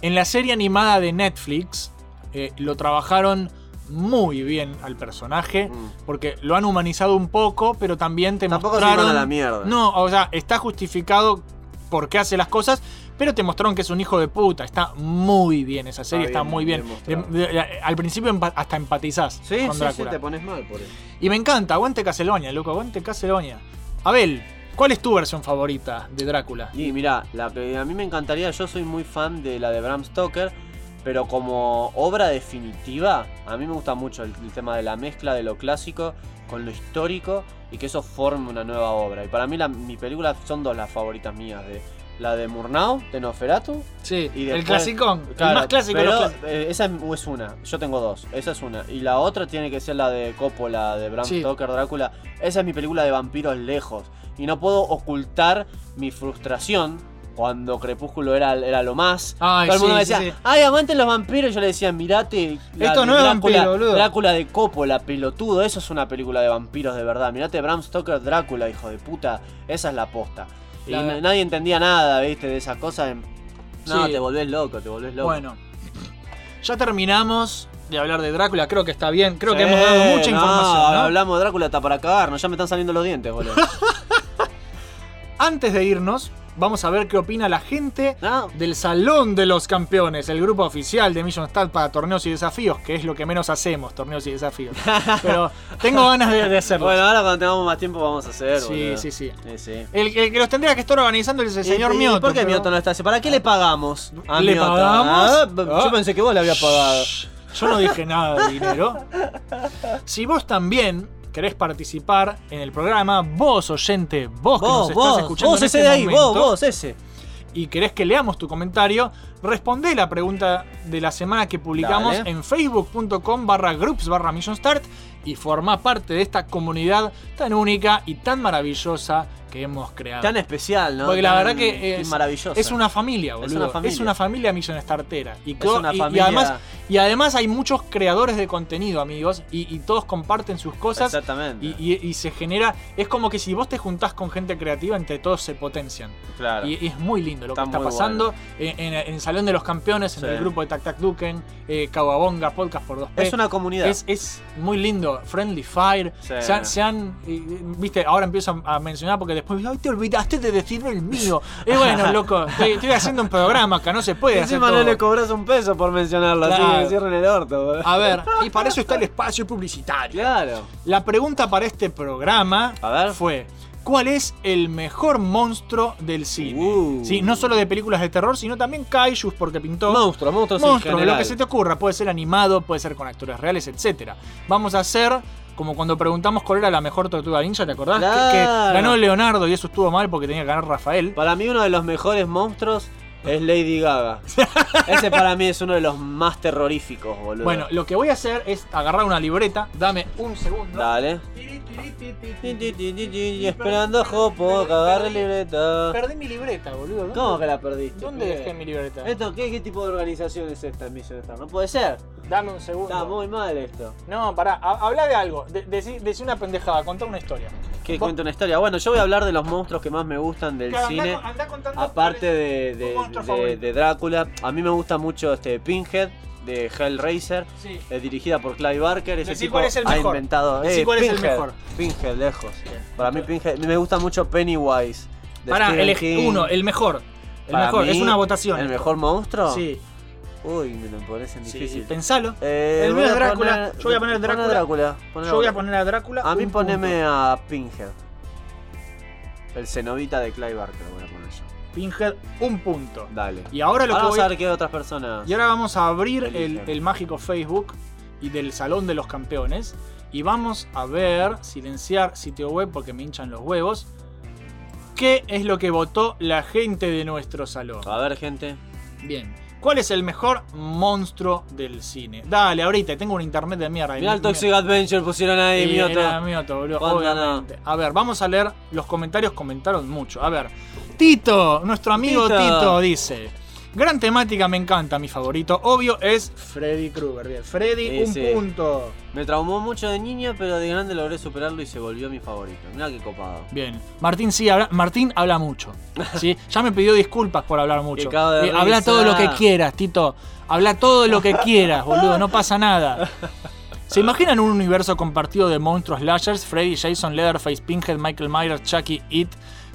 C: En la serie animada de Netflix eh, lo trabajaron muy bien al personaje, porque lo han humanizado un poco, pero también te
D: Mm. Tampoco se
C: mostraron...
D: iban a la mierda.
C: No, o sea, está justificado por qué hace las cosas, pero te mostraron que es un hijo de puta. Está muy bien esa serie,
D: Está
C: está,
D: bien,
C: muy bien.
D: bien
C: De- de- de- al principio empa- hasta empatizás
D: Sí,
C: con
D: sí, sí,
C: Drácula.
D: te pones mal por eso.
C: Y me encanta, aguante Cacelonia, loco, aguante Cacelonia. Abel, ¿cuál es tu versión favorita de Drácula?
D: Y mirá, la que a mí me encantaría, yo soy muy fan de la de Bram Stoker, pero como obra definitiva, a mí me gusta mucho el, el tema de la mezcla de lo clásico con lo histórico y que eso forme una nueva obra. Y para mí la- mis películas son dos las favoritas mías de la de Murnau, de Noferatu.
C: Sí,
D: y
C: el
D: después-
C: clasicón, el
D: Claro,
C: más clásico de los
D: pero,
C: clásicos.
D: eh, esa es, es una, yo tengo dos, esa es una. Y la otra tiene que ser la de Coppola, de Bram
C: Sí.
D: Stoker, Drácula. Esa es mi película de vampiros lejos. Y no puedo ocultar mi frustración cuando Crepúsculo era, era lo más.
C: Ay,
D: Todo el
C: sí,
D: mundo me decía,
C: sí, sí.
D: ay, aguanten los vampiros. Yo le decía, mirate.
C: Esto no es vampiro, boludo.
D: Drácula de Coppola, pelotudo. Eso es una película de vampiros de verdad. Mirate Bram Stoker, Drácula, hijo de puta. Esa es la posta. Y
C: La-
D: na- nadie entendía nada, viste, de esas cosas. No,
C: Sí.
D: te volvés loco, te volvés loco.
C: Bueno, ya terminamos de hablar de Drácula, creo que está bien, creo que
D: Sí,
C: hemos dado mucha
D: no,
C: información. ¿no?
D: Hablamos de Drácula hasta para cagarnos, ya me están saliendo los dientes, boludo.
C: Antes de irnos, vamos a ver qué opina la gente del Salón de los Campeones, el grupo oficial de Mission Start para torneos y desafíos, que es lo que menos hacemos, torneos y desafíos. Pero tengo ganas de, de hacerlo.
D: bueno, ahora cuando tengamos más tiempo vamos a hacer,
C: pues. Sí,
D: boludo.
C: sí, sí.
D: Sí, sí.
C: El, el que los tendría que estar organizando es el señor
D: ¿Y- y
C: Mioto.
D: ¿Por qué
C: pero-
D: Mioto no está? ¿Para qué le pagamos? a
C: ¿Le
D: Mioto?
C: pagamos?
D: Ah, b-
C: Ah.
D: Yo pensé que vos le habías pagado.
C: Yo no dije nada de dinero. Si vos también querés participar en el programa, vos oyente, vos,
D: Vos,
C: que nos
D: vos,
C: estás escuchando
D: vos
C: en
D: ese
C: este
D: de ahí, vos,
C: momento,
D: vos, ese.
C: y querés que leamos tu comentario, responde la pregunta de la semana que publicamos
D: Dale.
C: en facebook.com barra groups barra Mission Start y forma parte de esta comunidad tan única y tan maravillosa que hemos creado.
D: Tan especial, ¿no?
C: Porque la
D: Tan-
C: verdad que es,
D: maravillosa.
C: es una familia, boludo.
D: Es una familia.
C: Mission Startera. Y,
D: Es
C: co-
D: una
C: y- y
D: familia-
C: además, y además hay muchos creadores de contenido, amigos, y, y todos comparten sus cosas.
D: Exactamente.
C: Y, y- y se genera. Es como que si vos te juntás con gente creativa, entre todos se potencian.
D: Claro.
C: Y, y es muy lindo lo
D: Está
C: que está
D: muy
C: pasando en, en- en el Salón de los Campeones, en
D: Sí.
C: el grupo de Tac Tac Duken, eh, Kawabonga, Podcast por 2P.
D: Es una comunidad.
C: Es, es muy lindo. Friendly Fire.
D: Sí.
C: Se han, se han, eh, Viste, ahora empiezo a mencionar porque después. Ay, te olvidaste de decirme el mío. Y bueno, loco, estoy, estoy haciendo un programa acá, no se puede hacer.
D: Encima no
C: todo.
D: le cobras un peso por mencionarlo, así
C: Claro.
D: que cierren el orto, boludo.
C: A ver, y para eso está el espacio publicitario.
D: Claro.
C: La pregunta para este programa fue: ¿Cuál es el mejor monstruo del cine?
D: Uh.
C: Sí, no solo de películas de terror, sino también kaijus, porque pintó.
D: Monstruos, monstruos en
C: Monstruos, lo
D: general.
C: que se te ocurra. Puede ser animado, puede ser con actores reales, etc. Vamos a hacer. Como cuando preguntamos cuál era la mejor tortuga ninja, ¿te acordás? Que- Que,
D: Claro.
C: ganó Leonardo y eso estuvo mal porque tenía que ganar Rafael.
D: Para mí uno de los mejores monstruos es Lady Gaga. Ese para mí es uno de los más terroríficos, boludo.
C: Bueno, lo que voy a hacer es agarrar una libreta. Dame un segundo.
D: dale. Y esperando a Jopo, que agarre libreta.
C: Perdí mi libreta, boludo. ¿Dónde-
D: ¿Cómo que la Eh, perdiste?
C: ¿Dónde
D: pibe?
C: dejé mi libreta?
D: Esto, ¿qué, qué tipo de organización es esta en Mission Star? No puede ser.
C: Dame un segundo.
D: Está muy mal esto.
C: No, pará, ha- habla de algo. De- decí, decí una pendejada, contá una historia.
D: Que cuento una historia. Bueno, yo voy a hablar de los monstruos que más me gustan del
C: Claro, andá
D: cine.
C: con- andá contando
D: Aparte
C: cuál
D: de, de-
C: monstruo
D: de-
C: favorito.
D: de Drácula, a mí me gusta mucho este Pinhead de Hellraiser,
C: Sí.
D: eh, dirigida por Clive Barker. Ese
C: Decí
D: tipo
C: cuál es el
D: ha
C: mejor.
D: inventado. Eh,
C: Decí cuál es el
D: Pinhead,
C: mejor.
D: Pinhead, lejos. Para mí, Pinhead. Me gusta mucho Pennywise. de
C: Pará,
D: Stephen
C: elegí
D: King.
C: uno, el mejor. El
D: Para
C: mejor,
D: mí,
C: es una votación.
D: ¿El
C: esto.
D: mejor monstruo?
C: Sí.
D: Uy, me lo pones en
C: Sí,
D: difícil.
C: pensalo.
D: Eh,
C: el mío
D: voy
C: es
D: a
C: Drácula.
D: poner-
C: yo voy a poner
D: pon
C: Drácula.
D: Drácula, pon
C: Yo voy a poner a Drácula.
D: A mí
C: un
D: poneme
C: punto.
D: a Pinhead. El cenobita de Clive Barker voy a poner yo.
C: Pinhead un punto.
D: Dale.
C: Y ahora lo que
D: vamos
C: voy-
D: a ver qué otras personas.
C: Y ahora vamos a abrir el,
D: Eligen.
C: el mágico Facebook y del Salón de los Campeones. Y vamos a ver, silenciar sitio web porque me hinchan los huevos. ¿Qué es lo que votó la gente de nuestro salón?
D: A ver, gente.
C: Bien. ¿Cuál es el mejor monstruo del cine? Dale, ahorita, tengo un internet de mierda.
D: Mirá el
C: Mi-
D: Toxic Adventure pusieron ahí,
C: Sí,
D: Mioto.
C: era Mioto, boludo,
D: ¿Cuándo no?
C: obviamente. A ver, vamos a leer. Los comentarios comentaron mucho. A ver, Tito, nuestro amigo
D: Tito.
C: Tito, dice. Gran temática, me encanta. Mi favorito, obvio, es Freddy Krueger. Bien, Freddy,
D: Sí,
C: un
D: sí.
C: punto.
D: Me traumó mucho de niña, pero de grande logré superarlo y se volvió mi favorito. Mirá qué copado.
C: Bien. Martín sí habla, Martín habla mumucho. ¿sí? Ya me pidió disculpas por hablar mucho.
D: Qué cago de
C: Eh, habla
D: risa.
C: todo lo que quieras, Tito. Habla todo lo que quieras, boludo. No pasa nada. ¿Se imaginan un universo compartido de monstruos slashers? Freddy, Jason, Leatherface, Pinhead, Michael Myers, Chucky, It.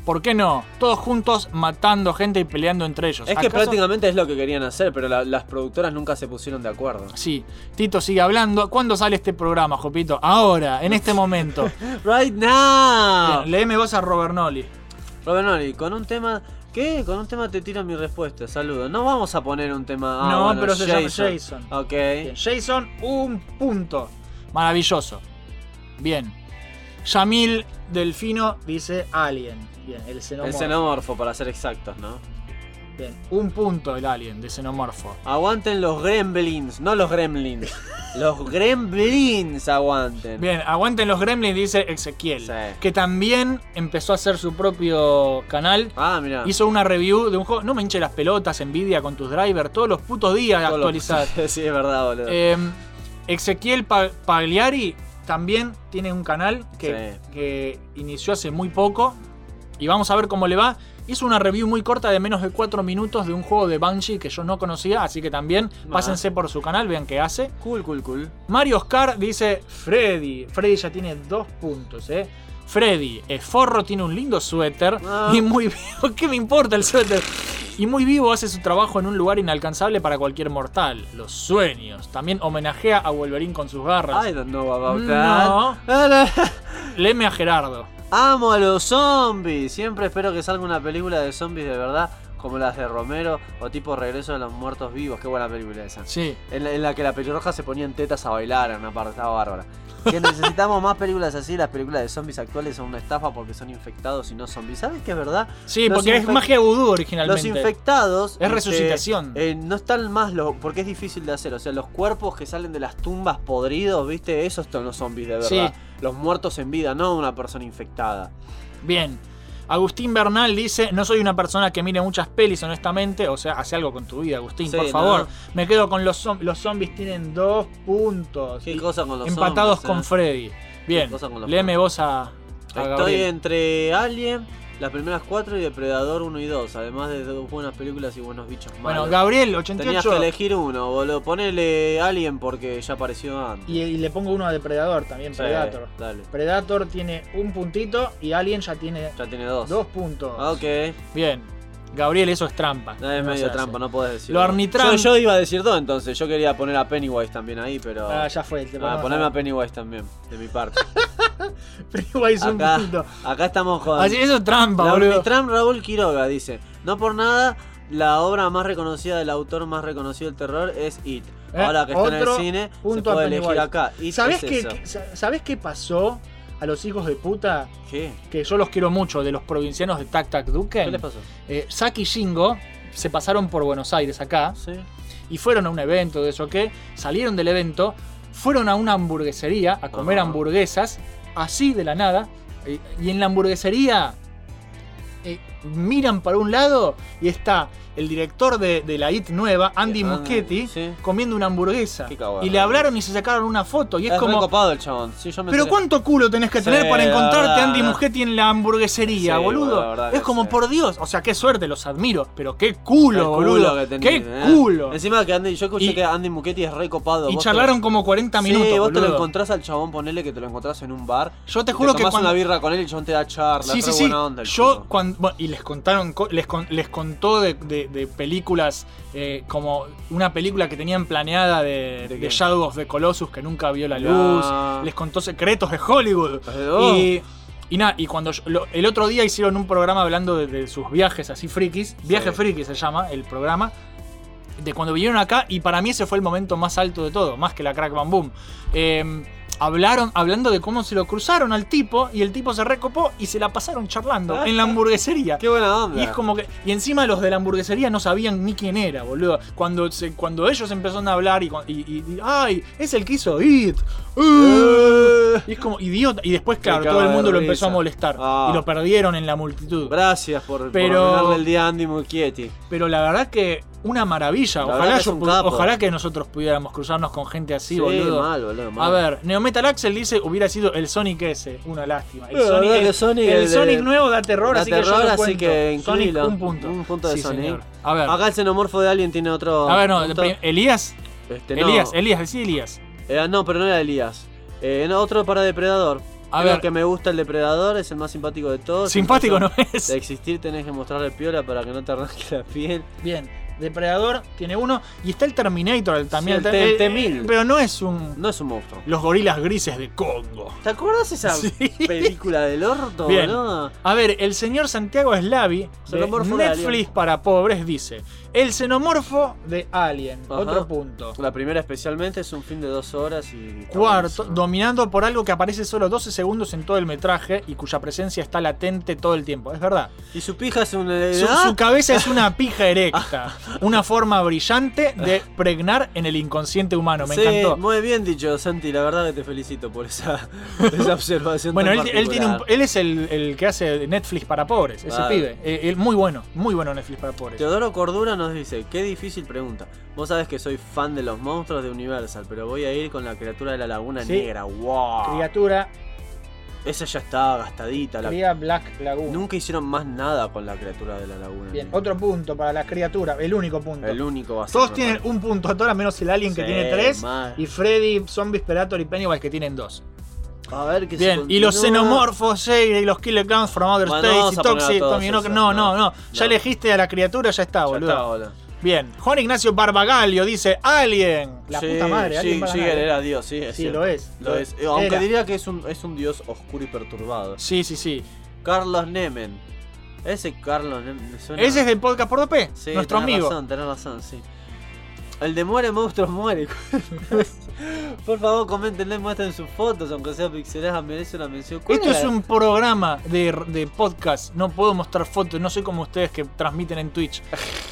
C: ¿Por qué no? Todos juntos matando gente y peleando entre ellos.
D: Es que
C: ¿Acaso-
D: prácticamente es lo que querían hacer, pero la- las productoras nunca se pusieron de acuerdo.
C: Sí, Tito sigue hablando. ¿Cuándo sale este programa, Jopito? Ahora, en este momento.
D: Right now.
C: Bien, leeme vos a Robert Nolly.
D: Robert Nolly, con un tema. ¿Qué? Con un tema te tiro mi respuesta, saludo. No vamos a poner un tema. ah,
C: No,
D: bueno,
C: pero se llama Jason.
D: Ok.
C: Bien, Jason, un punto. Maravilloso. Bien. Yamil Delfino dice Alien. Bien, el
D: El
C: xenomorfo.
D: xenomorfo, para ser exactos, ¿no?
C: Bien, un punto el Alien de xenomorfo.
D: Aguanten los gremlins, no los gremlins. los gremlins aguanten.
C: Bien, aguanten los gremlins, dice Ezequiel. Que también empezó a hacer su propio canal.
D: Ah, mira.
C: Hizo una review de un juego. No me hinche las pelotas, envidia con tus drivers. Todos los putos días actualizar.
D: sí, es verdad, boludo.
C: Eh, Ezequiel Pa- Pagliari también tiene un canal que, que inició hace muy poco. Y vamos a ver cómo le va. Hizo una review muy corta de menos de 4 minutos de un juego de Banshee que yo no conocía. Así que también pásense por su canal, vean qué hace.
D: Cool, cool, cool.
C: Mario Oscar dice Freddy. Freddy ya tiene dos puntos, ¿eh? Freddy, eh, Forro tiene un lindo suéter
D: Ah.
C: y muy vivo. ¿Qué me importa el suéter? Y muy vivo hace su trabajo en un lugar inalcanzable para cualquier mortal, los sueños. También homenajea a Wolverine con sus garras. Mm,
D: I don't know about that.
C: no. Leme a Gerardo.
D: Amo a los zombies. Siempre espero que salga una película de zombies de verdad, como las de Romero o tipo Regreso de los Muertos Vivos. Qué buena película esa.
C: Sí.
D: En la, en la que la pelirroja se ponía en tetas a bailar, en una parte estaba bárbara. Que necesitamos más películas así. Las películas de zombies actuales son una estafa porque son infectados y no zombies. ¿Sabes qué es verdad?
C: Sí,
D: Los
C: porque es
D: infec-
C: magia vudú originalmente.
D: Los infectados. este,
C: Es resucitación.
D: eh, no están más los. Porque es difícil de hacer. O sea, los cuerpos que salen de las tumbas podridos, ¿viste? Esos son los zombies de verdad.
C: Sí.
D: Los muertos en vida, no una persona infectada.
C: Bien. Agustín Bernal dice, no soy una persona que mire muchas pelis, honestamente. O sea, hace algo con tu vida, Agustín,
D: Sí,
C: por
D: ¿no?
C: favor. Me quedo con los zombies. Los zombies tienen dos puntos.
D: ¿Qué cosa con los
C: Empatados
D: zombies,
C: con
D: eh?
C: Freddy. Bien,
D: cosa con los
C: léeme vos a, a
D: Estoy
C: Gabriel.
D: entre Alien, las primeras cuatro y Depredador 1 y 2, además de dos buenas películas y buenos bichos
C: Bueno,
D: malos.
C: Gabriel,
D: Tenías
C: 88.
D: que elegir uno, boludo. Ponele Alien porque ya apareció antes.
C: Y, y le pongo uno a Depredador también, Predator.
D: Sí, Dale.
C: Predator tiene un puntito y Alien ya tiene
D: Ya tiene dos.
C: dos puntos.
D: Ah, Ok.
C: Bien. Gabriel, eso es trampa. eh.
D: No, es
C: No se
D: medio
C: hace.
D: trampa, no podés decir.
C: Lo
D: dos.
C: Arnitram-
D: Yo, yo iba a decir dos entonces. Yo quería poner a Pennywise también ahí, pero.
C: Ah, ya fue. Te
D: Ah,
C: ponemos
D: poneme
C: a-
D: a Pennywise también, de mi parte.
C: Pennywise un
D: acá,
C: punto.
D: acá estamos con.
C: Así, Ah, eso es trampa,
D: La
C: boludo.
D: Ornitram Raúl Quiroga dice: No por nada, la obra más reconocida del autor más reconocido del terror es It.
C: Eh,
D: Ahora que está en el
C: otro
D: cine, se
C: punto a
D: puede elegir
C: Pennywise.
D: acá. It
C: ¿Sabés,
D: es
C: qué,
D: eso.
C: qué- sa- ¿Sabés qué pasó a los hijos de puta?
D: ¿Qué?
C: Que yo los quiero mucho, de los provincianos de Tac Tac Duken.
D: ¿Qué les pasó?
C: Eh, Zack y Shingo se pasaron por Buenos Aires acá. Y fueron a un evento de eso que salieron del evento, fueron a una hamburguesería a comer
D: Ajá.
C: hamburguesas, así de la nada. eh, Y en la hamburguesería eh, miran para un lado y está el director de, de la IT nueva,
D: Ah,
C: Andy Muschietti, comiendo una hamburguesa.
D: cagada.
C: Y le hablaron y se sacaron una foto. Y es,
D: Es
C: como.
D: copado el chabón. Sí, yo me
C: Pero
D: enteré.
C: ¿cuánto culo tenés que
D: Sí,
C: tener para
D: la
C: encontrarte
D: verdad,
C: Andy
D: la-
C: Muschietti en la hamburguesería,
D: Sí,
C: boludo?
D: la verdad
C: es
D: que
C: como
D: sí.
C: por Dios. O sea, qué suerte, los admiro. Pero qué culo,
D: El
C: boludo.
D: que tenía,
C: qué
D: eh.
C: culo.
D: Encima que Andy, yo escuché
C: Y-
D: que Andy Muchetti es re copado.
C: Y
D: Vos te-
C: charlaron como 40 minutos.
D: Sí, vos te lo
C: boludo.
D: encontrás al chabón, ponele que te lo encontrás en un bar.
C: Yo te
D: y
C: juro que
D: tomás
C: cuando-
D: una birra con él y el chabón te da charla.
C: Sí,
D: re
C: sí, sí.
D: buena onda el
C: Yo cuando bueno, y les contaron co- les, con- les contó de, de- de películas eh, como una película que tenían planeada de,
D: ¿De
C: de
D: qué? Ah.
C: Shadow of the Colossus que nunca vio la
D: Mirá.
C: luz. Les contó secretos de Hollywood
D: Aló.
C: y, Y nada, y cuando yo- lo- el otro día hicieron un programa hablando de, de sus viajes así frikis, Viaje Friki se llama el programa, de cuando vinieron acá y para mí ese fue el momento más alto de todo, más que la crack bam boom. Eh, hablaron, hablando de cómo se lo cruzaron al tipo y el tipo se recopó y se la pasaron charlando en la hamburguesería. Qué
D: buena onda.
C: Y es como que y encima los de la hamburguesería no sabían ni quién era, boludo. Cuando se, cuando ellos empezaron a hablar y, cu- y- y- y, ay, es el que hizo It.
D: Eh.
C: Uh. Y es como idiota y después claro, todo el
D: cago de
C: mundo lo empezó
D: risa.
C: a molestar
D: Ah.
C: y lo perdieron en la multitud.
D: Gracias por,
C: Pero-
D: por arruinarle el día a Andy Muschietti.
C: Pero la verdad que una maravilla.
D: La
C: Ojalá,
D: verdad que
C: yo
D: es un
C: pu-
D: capo.
C: ojalá que nosotros pudiéramos cruzarnos con gente así,
D: Sí,
C: boludo.
D: mal, boludo, mal.
C: A ver, Neometal Axel dice hubiera sido el Sonic ese. Una lástima. El
D: La verdad
C: Sonic,
D: que
C: el-
D: Sonic
C: el
D: es de-
C: Sonic nuevo da terror,
D: Da
C: así que yo
D: terror,
C: lo
D: así
C: cuento.
D: que
C: Sonic,
D: incluilo.
C: un punto.
D: Un punto de
C: Sí,
D: Sonic.
C: señor. A ver.
D: Acá el xenomorfo de Alien tiene otro.
C: A ver, no,
D: punto.
C: prim- Elías.
D: Este, no.
C: Elías, Elías, decí Elías.
D: Eh, no, pero no era Elías. Eh, no, otro para Depredador.
C: A
D: Creo
C: ver.
D: que me gusta el Depredador, es el más simpático de todos.
C: Simpático no
D: es. De existir tenés que mostrarle piola para que no te arranque la piel.
C: Bien. Depredador tiene uno. Y está el Terminator el- también.
D: Sí, el T-
C: eh,
D: T-1000.
C: Pero no es un.
D: No es un monstruo.
C: Los gorilas grises de Congo.
D: ¿Te acuerdas esa película del orto,
C: Bien.
D: boludo?
C: A ver, el señor Santiago Slavi de
D: Xenomorfo de
C: Netflix
D: Alien.
C: para pobres dice: El xenomorfo de Alien. Otro punto.
D: La primera especialmente es un fin de dos horas y.
C: Cuarto, dominando por algo que aparece solo 12 segundos en todo el metraje y cuya presencia está latente todo el tiempo. Es verdad.
D: Y su pija es una.
C: Su, su cabeza es una pija erecta.
D: Ah.
C: Una forma brillante de pregnar en el inconsciente humano. Me
D: Sí,
C: encantó.
D: Muy bien dicho, Santi. La verdad que te felicito por esa, esa observación.
C: Bueno,
D: tan
C: él, él tiene un-
D: particular.
C: él es el, el que hace Netflix para pobres, ese
D: Claro.
C: pibe. Eh, él- muy bueno, muy bueno Netflix para pobres.
D: Teodoro Cordura nos dice, qué difícil pregunta. Vos sabés que soy fan de los monstruos de Universal, pero voy a ir con la criatura de la laguna
C: Sí.
D: negra. ¡Wow!
C: Criatura,
D: Esa ya estaba gastadita. La...
C: cría Black Lagoon.
D: Nunca hicieron más nada con la criatura de la laguna.
C: Bien,
D: negra.
C: otro punto para la criatura, el único punto.
D: El único va a ser.
C: Todos
D: me
C: tienen
D: parece.
C: un punto, a todas menos el alien que
D: Sí,
C: tiene tres.
D: mal.
C: Y Freddy, Zombie, Sperator y Pennywise que tienen dos.
D: A ver qué se
C: Bien, y los
D: continúa.
C: xenomorfos, Shade, y los Killer Clowns from Outer
D: Bueno,
C: Space,
D: vamos
C: y
D: a poner a
C: Toxic,
D: todos
C: Tommy Knocker.
D: esos,
C: No, no,
D: no.
C: no, Ya
D: No.
C: elegiste a la criatura, ya está,
D: Ya
C: boludo.
D: está, boludo.
C: Bien, Juan Ignacio Barbagalio dice Alien. La
D: Sí,
C: puta madre, Alien
D: sí,
C: para
D: sí,
C: nada.
D: él era Dios, sí. Es
C: Sí,
D: cierto.
C: lo es.
D: Lo
C: Lo-
D: es. Eh, Aunque
C: era.
D: diría que es un, es un Dios oscuro y perturbado.
C: Sí, sí, sí.
D: Carlos Nemen. Ese Carlos Nemen me suena-
C: Ese es del podcast por P,
D: Sí,
C: nuestro
D: tenés
C: amigo.
D: Razón, tenés razón, sí. El de muere monstruos muere. Por favor, comentenle, muestren sus fotos, aunque sea pixeladas, merece una mención. ¿Cuál
C: Esto
D: era?
C: es un programa de, de podcast. No puedo mostrar fotos. No soy como ustedes que transmiten en Twitch.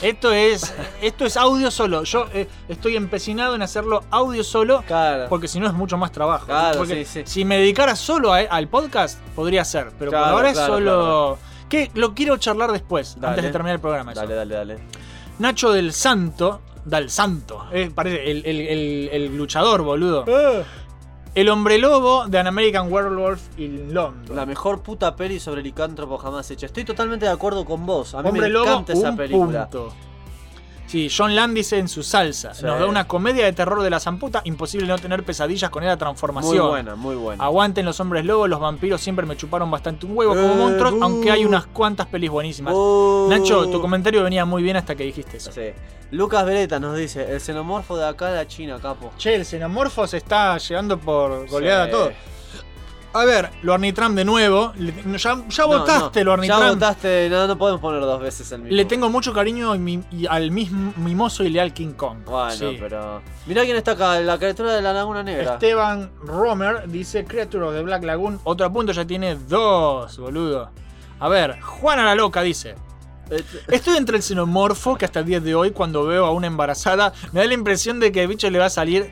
C: Esto es, esto es audio solo. Yo eh, estoy empecinado en hacerlo audio solo. Porque si no es mucho más trabajo.
D: Claro,
C: Porque
D: sí, sí.
C: Si me dedicara solo a- al podcast, podría ser. Pero por
D: Claro,
C: ahora
D: claro,
C: es solo. Que lo quiero charlar después, antes
D: Dale.
C: de terminar el programa. eso.
D: Dale, dale, dale.
C: Nacho del Santo. Dal Santo. eh, parece el, el- el- el luchador, boludo.
D: Ah.
C: El hombre lobo de An American Werewolf in London.
D: La mejor puta peli sobre licántropo jamás hecha. Estoy totalmente de acuerdo con vos. A mí
C: Hombre
D: me
C: Lobo,
D: encanta esa
C: un
D: película.
C: punto. Sí, John Landis en su salsa.
D: Sí.
C: Nos da una comedia de terror de la zamputa. Imposible no tener pesadillas con esa transformación.
D: Muy buena, muy buena.
C: Aguanten los hombres lobos, los vampiros siempre me chuparon bastante un huevo como
D: Eh,
C: monstruos,
D: buh.
C: aunque hay unas cuantas pelis buenísimas.
D: Oh.
C: Nacho, tu comentario venía muy bien hasta que dijiste eso.
D: Sí. Lucas Vereta nos dice, el xenomorfo de acá de la China, capo.
C: Che, el xenomorfo se está llegando por goleada
D: Sí.
C: todo. A ver, lo Trump de nuevo. Le- Ya, ya votaste,
D: no,
C: lo
D: no,
C: Trump.
D: Ya votaste, no, no podemos poner dos veces el mismo.
C: Le tengo mucho cariño y mi- y al mismo mimoso y leal King Kong.
D: Bueno,
C: Sí. Este,
D: pero. Mirá quién está acá, la criatura de la Laguna Negra.
C: Esteban Romer dice Creature of the Black Lagoon. Otro punto ya tiene dos, boludo. A ver, Juana la Loca dice. Estoy entre el xenomorfo, que hasta el día de hoy, cuando veo a una embarazada, me da la impresión de que el bicho le va a salir.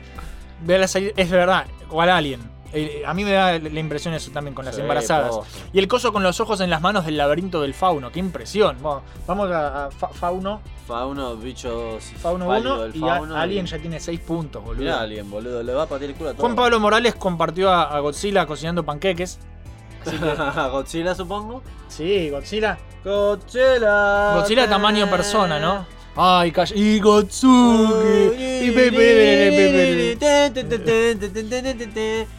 C: le va a salir- es verdad, o al alien. Eh, A mí me da la impresión eso también con las
D: Sí,
C: embarazadas.
D: posta.
C: Y el coso con los ojos en las manos del laberinto del fauno, qué impresión. Bueno, vamos a, a fa- fauno,
D: Fauno, bichos.
C: fauno
D: pálido
C: 1
D: del
C: y a-
D: fauno
C: alien ya tiene 6 puntos, boludo.
D: Mirá, Alien, boludo, le va a patear el culo a todo.
C: Juan Pablo Morales compartió a, a Godzilla cocinando panqueques.
D: Godzilla, supongo.
C: Sí, Godzilla.
D: Godzilla.
C: Godzilla tamaño persona, ¿no? Ay, calla. Y Gotsuki. Y pe- pe- pe- pe- pe-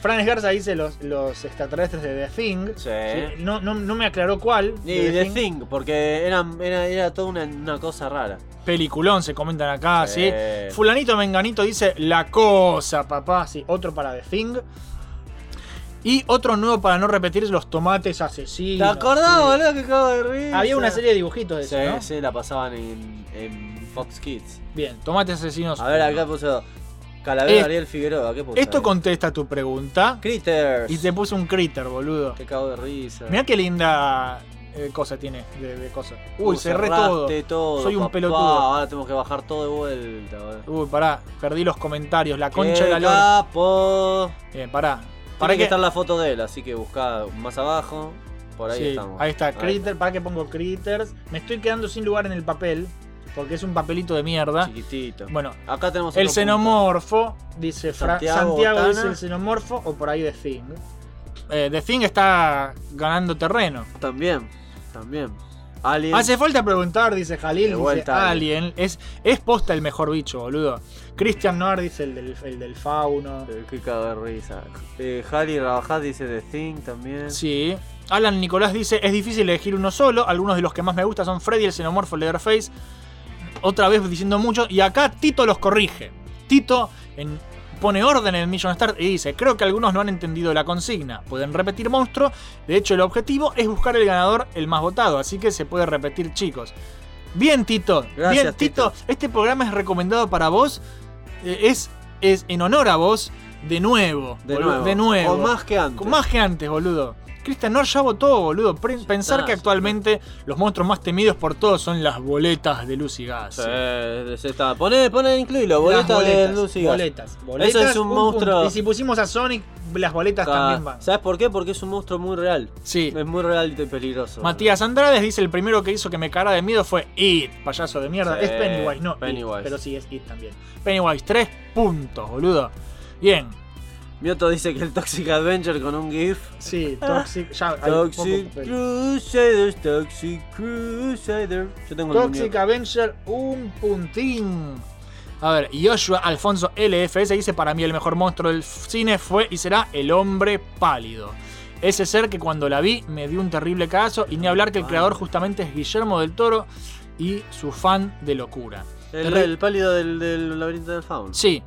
C: Franz Garza dice los, los extraterrestres de The Thing. Sí, No, no- no me aclaró cuál.
D: Y The Thing, porque era, era, era toda una, una cosa rara.
C: Peliculón, se comentan acá, sí.
D: Sí.
C: Fulanito Menganito dice La Cosa, papá. Sí, otro para The Thing. Y otro nuevo para no repetir los tomates
D: ¿Te
C: asesinos.
D: acordás,
C: Sí.
D: boludo, que cago de risa?
C: Había una serie de dibujitos de
D: Sí,
C: eso, ¿no?
D: sí, la pasaban en, en Fox Kids.
C: Bien, tomates asesinos.
D: A ver, acá puso Calavera
C: Es-
D: Ariel Figueroa. ¿Qué puso?
C: Eh, Esto contesta tu pregunta.
D: Critters.
C: Y te puse un critter, boludo.
D: Qué cago de risa.
C: Mirá qué linda eh, cosa tiene de, de cosa. Uy,
D: Uh,
C: cerré todo.
D: cerraste todo,
C: Soy un
D: papá.
C: pelotudo.
D: Ahora tenemos que bajar todo de vuelta, boludo.
C: Uy, pará, perdí los comentarios, la concha
D: Qué
C: de la lora.
D: capo.
C: Bien, pará.
D: Para
C: Pará
D: que, estar la foto de él, así que buscá más abajo. Por ahí
C: Sí,
D: estamos.
C: Ahí está, critter, pará que pongo critters. Me estoy quedando sin lugar en el papel, porque es un papelito de mierda.
D: Chiquitito.
C: Bueno,
D: acá tenemos
C: el
D: otro
C: xenomorfo, dice Fra-
D: Santiago
C: Santiago,
D: Botana.
C: dice el xenomorfo, o por ahí The Thing. Eh, The Thing está ganando terreno.
D: punto. También, también. Alien.
C: Hace falta preguntar, dice Jalil,
D: De
C: dice
D: vuelta,
C: Alien. Es, es posta el mejor bicho, boludo. Christian Noir dice el del, el del fauno.
D: Eh, Qué cago de risa. Eh, Harry Rabajat dice The Thing también.
C: Sí. Alan Nicolás dice, es difícil elegir uno solo. Algunos de los que más me gusta son Freddy, el xenomorfo, Leatherface. Otra vez diciendo mucho. Y acá Tito los corrige. Tito en- pone orden en Million Star y dice, creo que algunos no han entendido la consigna. Pueden repetir monstruo. De hecho, el objetivo es buscar el ganador el más votado. Así que se puede repetir, chicos. Bien, Tito.
D: Gracias,
C: Bien, Tito. Este programa es recomendado para vos. Eh, Es, es en honor a vos. De nuevo.
D: De
C: boludo,
D: nuevo.
C: De nuevo.
D: O más que antes.
C: Con Más que antes, boludo. Christian Noir ya votó, boludo. Pre- Pensar
D: está,
C: que actualmente los monstruos más temidos por todos son las boletas de luz y gas.
D: Sí, sí, está. Poné, poné, incluílo.
C: Las
D: Boleta de
C: boletas,
D: Lucy Gas.
C: Boletas, boletas.
D: Ese es un,
C: punto.
D: monstruo. Ah,
C: Y si pusimos a Sonic, las boletas
D: Ca-
C: también van.
D: ¿Sabes por qué? Porque es un monstruo muy real.
C: Sí.
D: Es muy real y peligroso.
C: Matías Andrades dice: el primero que hizo que me cara de miedo fue It, payaso de mierda.
D: Sí,
C: es Pennywise, no. It,
D: Pennywise.
C: pero sí, es It también. Pennywise, tres puntos, boludo. Bien.
D: Mioto dice que el Toxic Adventure con un GIF.
C: Sí, Toxic. Ya, hay poco
D: Toxic
C: papel.
D: Crusaders, Toxic Crusader. Yo tengo el
C: Toxic Avenger, un puntín. A ver, Joshua Alfonso LFS dice: Para mí el mejor monstruo del cine fue y será el hombre pálido. Ese ser que cuando la vi me dio un terrible cagazo y ni hablar que el creador justamente es Guillermo del Toro y su fan de locura.
D: El,
C: Terri-
D: el pálido del, del laberinto del fauno.
C: Sí.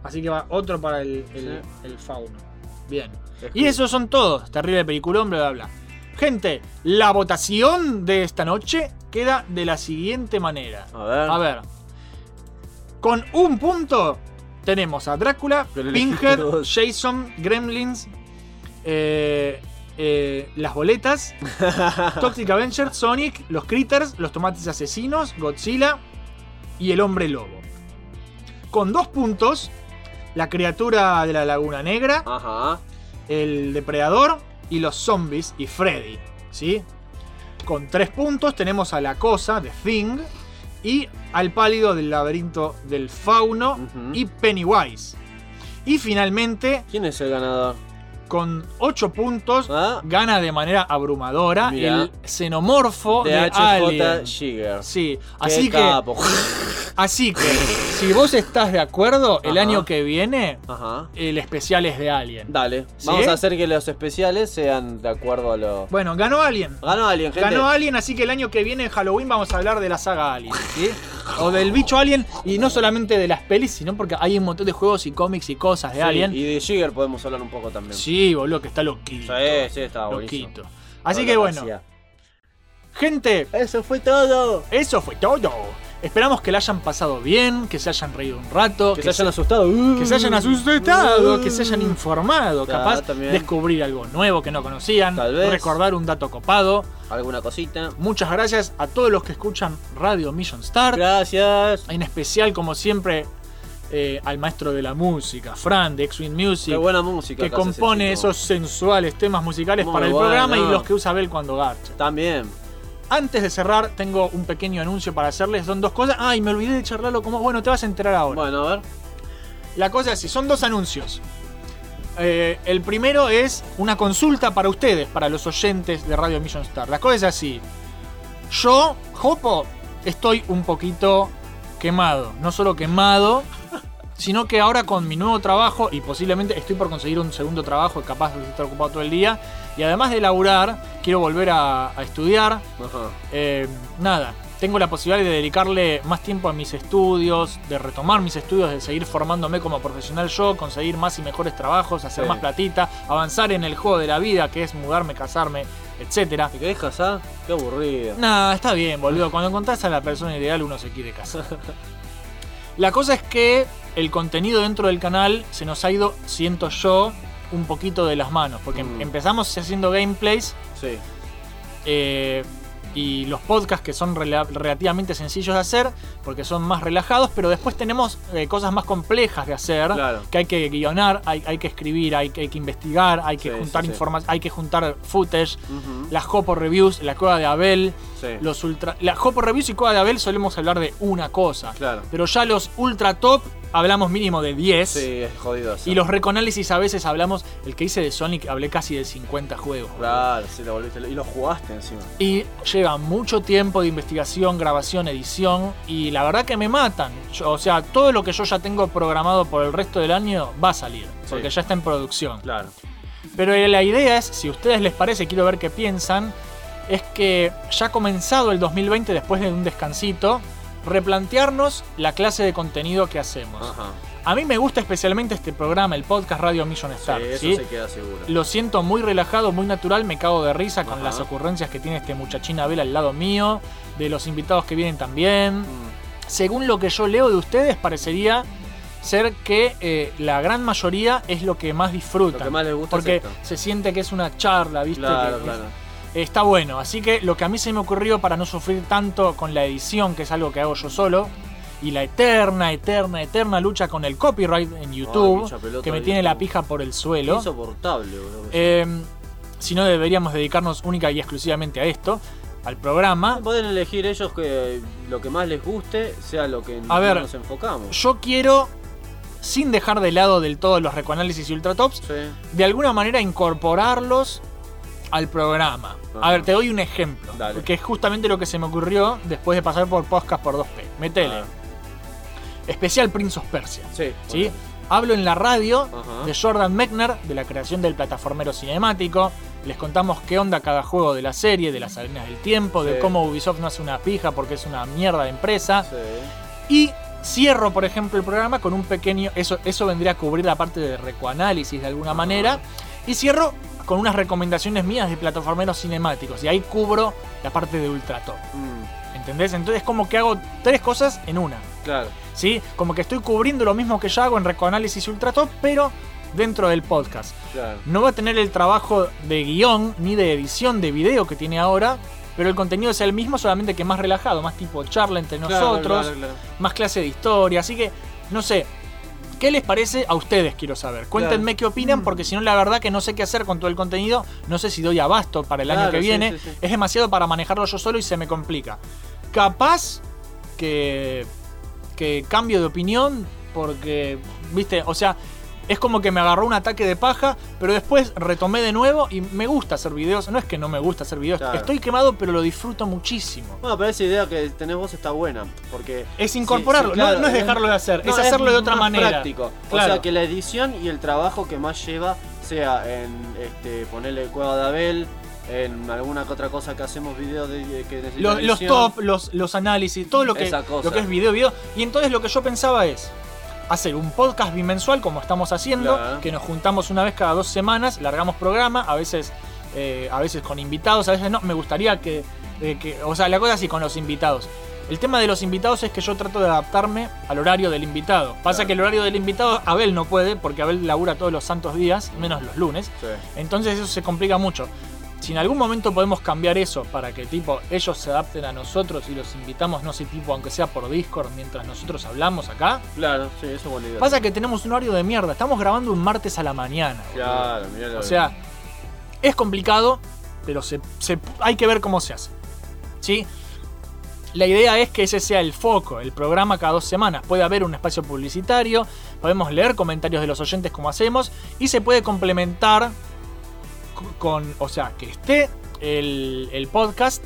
C: Así que va otro para el, el- el fauno. Bien. Y esos son todos. Terrible peliculón, bla, bla, bla. Gente, la votación de esta noche queda de la siguiente manera.
D: A ver.
C: A ver. Con un punto tenemos a Drácula,
D: Pero
C: Pinhead,
D: elegí dos.
C: Jason, Gremlins, eh, eh, las boletas, Toxic Avenger, Sonic, los Critters, los tomates asesinos, Godzilla y el hombre lobo. Con dos puntos, la criatura de la laguna negra,
D: Ajá.
C: el depredador y los zombies y Freddy, ¿sí? Con tres puntos tenemos a la cosa de Thing y al pálido del laberinto del fauno y Pennywise. Y finalmente,
D: ¿Quién es el ganador?
C: con ocho puntos,
D: Ah.
C: gana de manera abrumadora
D: Mirá.
C: el xenomorfo de,
D: De HJ
C: Alien.
D: Jigger.
C: Sí,
D: Qué
C: así que,
D: capo.
C: así que, si vos estás de acuerdo, el
D: Ajá.
C: año que viene,
D: Ajá.
C: el especial es de Alien.
D: Dale.
C: ¿Sí?
D: Vamos a hacer que los especiales sean de acuerdo a lo.
C: Bueno, ganó Alien.
D: Ganó Alien, gente.
C: Ganó Alien, así que el año que viene en Halloween vamos a hablar de la saga Alien, ¿sí? O del bicho Alien, y no solamente de las pelis, sino porque hay un montón de juegos y cómics y cosas de
D: Sí,
C: Alien.
D: Y de Jigger podemos hablar un poco también.
C: Sí, boludo, que está loquito.
D: sí, sí, estaba buenísimo.
C: loquito. Así
D: Todo
C: que
D: lo
C: bueno,
D: hacía.
C: gente,
D: Eso fue todo.
C: eso fue todo. Esperamos que la hayan pasado bien, que se hayan reído un rato,
D: Que, se hayan asustado.
C: que se hayan asustado, que se hayan informado,
D: Claro,
C: capaz
D: también.
C: descubrir algo nuevo que no conocían,
D: Tal vez.
C: recordar un dato copado.
D: Alguna cosita.
C: Muchas gracias a todos los que escuchan Radio Mission Star.
D: Gracias.
C: En especial, como siempre, eh, al maestro de la música, Fran de X-Wing Music,
D: Qué buena música. este
C: que
D: hace ese
C: compone
D: chico.
C: esos sensuales temas musicales
D: Muy
C: para el
D: bueno.
C: programa y los que usa Abel cuando garcha.
D: También.
C: Antes de cerrar, tengo un pequeño anuncio para hacerles. Son dos cosas. Ay, me olvidé de charlarlo como. Bueno, te vas a enterar ahora.
D: Bueno, a ver.
C: La cosa es así, son dos anuncios. Eh, el primero es una consulta para ustedes, para los oyentes de Radio Mission Star. La cosa es así. Yo, Jopo, estoy un poquito quemado. No solo quemado, sino que ahora con mi nuevo trabajo, y posiblemente estoy por conseguir un segundo trabajo, capaz de estar ocupado todo el día, y además de laburar, quiero volver a, a estudiar.
D: Ajá.
C: Eh, nada, tengo la posibilidad de dedicarle más tiempo a mis estudios, de retomar mis estudios, de seguir formándome como profesional yo, conseguir más y mejores trabajos, hacer
D: Sí.
C: más platita, avanzar en el juego de la vida, que es mudarme, casarme, etcétera.
D: ¿Te querés casar? Qué aburrido.
C: Nah, está bien, boludo. Cuando encontrás a la persona ideal, uno se quiere casar. La cosa es que el contenido dentro del canal se nos ha ido, siento yo, un poquito de las manos. Porque em- empezamos haciendo gameplays.
D: Sí.
C: Eh, y los podcasts que son rela- relativamente sencillos de hacer, porque son más relajados, pero después tenemos eh, cosas más complejas de hacer,
D: Claro.
C: que hay que guionar, hay, hay que escribir, hay, que- hay que investigar, hay que
D: Sí,
C: juntar
D: sí, sí.
C: información, hay que juntar footage,
D: Ujú.
C: las Hopo Reviews, la cueva de Abel,
D: Sí.
C: los ultra. La Hopo Reviews y Cueva de Abel solemos hablar de una cosa.
D: Claro.
C: Pero ya los ultra top hablamos mínimo de 10.
D: Sí, es jodido. hacer.
C: Y los reconálisis a veces hablamos. El que hice de Sonic hablé casi de 50 juegos.
D: Claro, sí, lo volviste. Y lo jugaste encima.
C: Y lleva mucho tiempo de investigación, grabación, edición. Y la verdad que me matan. Yo- o sea, todo lo que yo ya tengo programado por el resto del año va a salir. Porque ya está en producción.
D: Claro.
C: Pero la idea es, si a ustedes les parece, quiero ver qué piensan, es que ya ha comenzado el 2020 después de un descansito, replantearnos la clase de contenido que hacemos. A mí me gusta especialmente este programa, el podcast Radio Million Star.
D: eso
C: ¿sí?
D: se queda seguro.
C: Lo siento muy relajado, muy natural, me cago de risa con las ocurrencias que tiene este muchachín Abel al lado mío, de los invitados que vienen también.
D: Mm.
C: Según lo que yo leo de ustedes, parecería ser que eh, la gran mayoría es lo que más disfruta.
D: Lo que más les gusta es
C: Porque
D: esto.
C: se siente que es una charla, ¿viste?
D: Claro,
C: Que-
D: claro.
C: Está bueno, así que lo que a mí se me ocurrió para no sufrir tanto con la edición, que es algo que hago yo solo, y la eterna, eterna, eterna lucha con el copyright en YouTube,
D: mucha pelota
C: que me
D: de
C: tiene la
D: YouTube.
C: pija por el
D: Es
C: suelo.
D: insoportable, boludo.
C: Eh, si no, deberíamos dedicarnos única y exclusivamente a esto, al programa.
D: Ah, Pueden elegir ellos que lo que más les guste sea lo que
C: A ver,
D: nos enfocamos.
C: Yo quiero, sin dejar de lado del todo los recoanálisis y ultratops, de alguna manera incorporarlos al programa. A
D: Ajá.
C: ver, te doy un ejemplo, que es justamente lo que se me ocurrió después de pasar por podcast por 2P. Metele.
D: Ah.
C: Especial Prince of Persia.
D: Sí.
C: ¿sí? Hablo en la radio
D: Ajá.
C: de Jordan Mechner, de la creación del plataformero cinemático. Les contamos qué onda cada juego de la serie, de las arenas del tiempo, de
D: Sí.
C: cómo Ubisoft no hace una pija porque es una mierda de empresa. Y cierro, por ejemplo, el programa con un pequeño. Eso, eso vendría a cubrir la parte de recoanálisis de alguna manera. Y cierro con unas recomendaciones mías de plataformeros cinemáticos. Y ahí cubro la parte de Ultratop.
D: Mm,
C: ¿Entendés? Entonces, como que hago tres cosas en una.
D: Claro.
C: ¿sí? Como que estoy cubriendo lo mismo que ya hago en Recoanálisis y Ultratop, pero dentro del podcast.
D: Claro.
C: No va a tener el trabajo de guión ni de edición de video que tiene ahora, pero el contenido es el mismo, solamente que más relajado, más tipo charla entre
D: Claro,
C: nosotros,
D: claro, claro.
C: más clase de historia, así que, no sé. ¿Qué les parece a ustedes? Quiero saber. Cuéntenme qué
D: Mm.
C: opinan, porque si no, la verdad que no sé qué hacer con todo el contenido. No sé si doy abasto para el año
D: Claro,
C: que
D: sí,
C: viene.
D: sí, sí.
C: Es demasiado para manejarlo yo solo y se me complica. Capaz que que cambio de opinión porque, viste, o sea, es como que me agarró un ataque de paja, pero después retomé de nuevo y me gusta hacer videos. No es que no me gusta hacer videos,
D: Claro.
C: estoy quemado, pero lo disfruto muchísimo.
D: Bueno, pero esa idea que tenés vos está buena, porque...
C: Es incorporarlo, no- no es dejarlo de hacer, es hacerlo de otra
D: más
C: manera.
D: práctico. O
C: Claro.
D: sea, que la edición y el trabajo que más lleva sea en este, ponerle cueva de Abel, en alguna que otra cosa que hacemos videos de, que necesitan
C: Los, los
D: edición.
C: top, los, los análisis, todo lo que,
D: Esa cosa.
C: lo que es video, video. Y entonces lo que yo pensaba es hacer un podcast bimensual como estamos haciendo,
D: Claro.
C: que nos juntamos una vez cada dos semanas, largamos programa, a veces, eh, a veces con invitados, a veces no. Me gustaría que, eh, que- o sea, la cosa así con los invitados. El tema de los invitados es que yo trato de adaptarme al horario del invitado. Pasa que el horario del invitado Abel no puede, porque Abel labura todos los santos días, menos los lunes. Entonces eso se complica mucho. Si en algún momento podemos cambiar eso para que tipo ellos se adapten a nosotros y los invitamos, no sé, tipo, aunque sea por Discord mientras nosotros hablamos acá.
D: Claro, sí, eso es buena idea.
C: Pasa que tenemos un horario de mierda, estamos grabando un martes a la mañana.
D: Claro, mirá lo
C: O sea, es complicado, pero se, se- hay que ver cómo se hace. ¿Sí? La idea es que ese sea el foco, el programa cada dos semanas. Puede haber un espacio publicitario, podemos leer comentarios de los oyentes como hacemos y se puede complementar co- con, o sea, que esté el, el podcast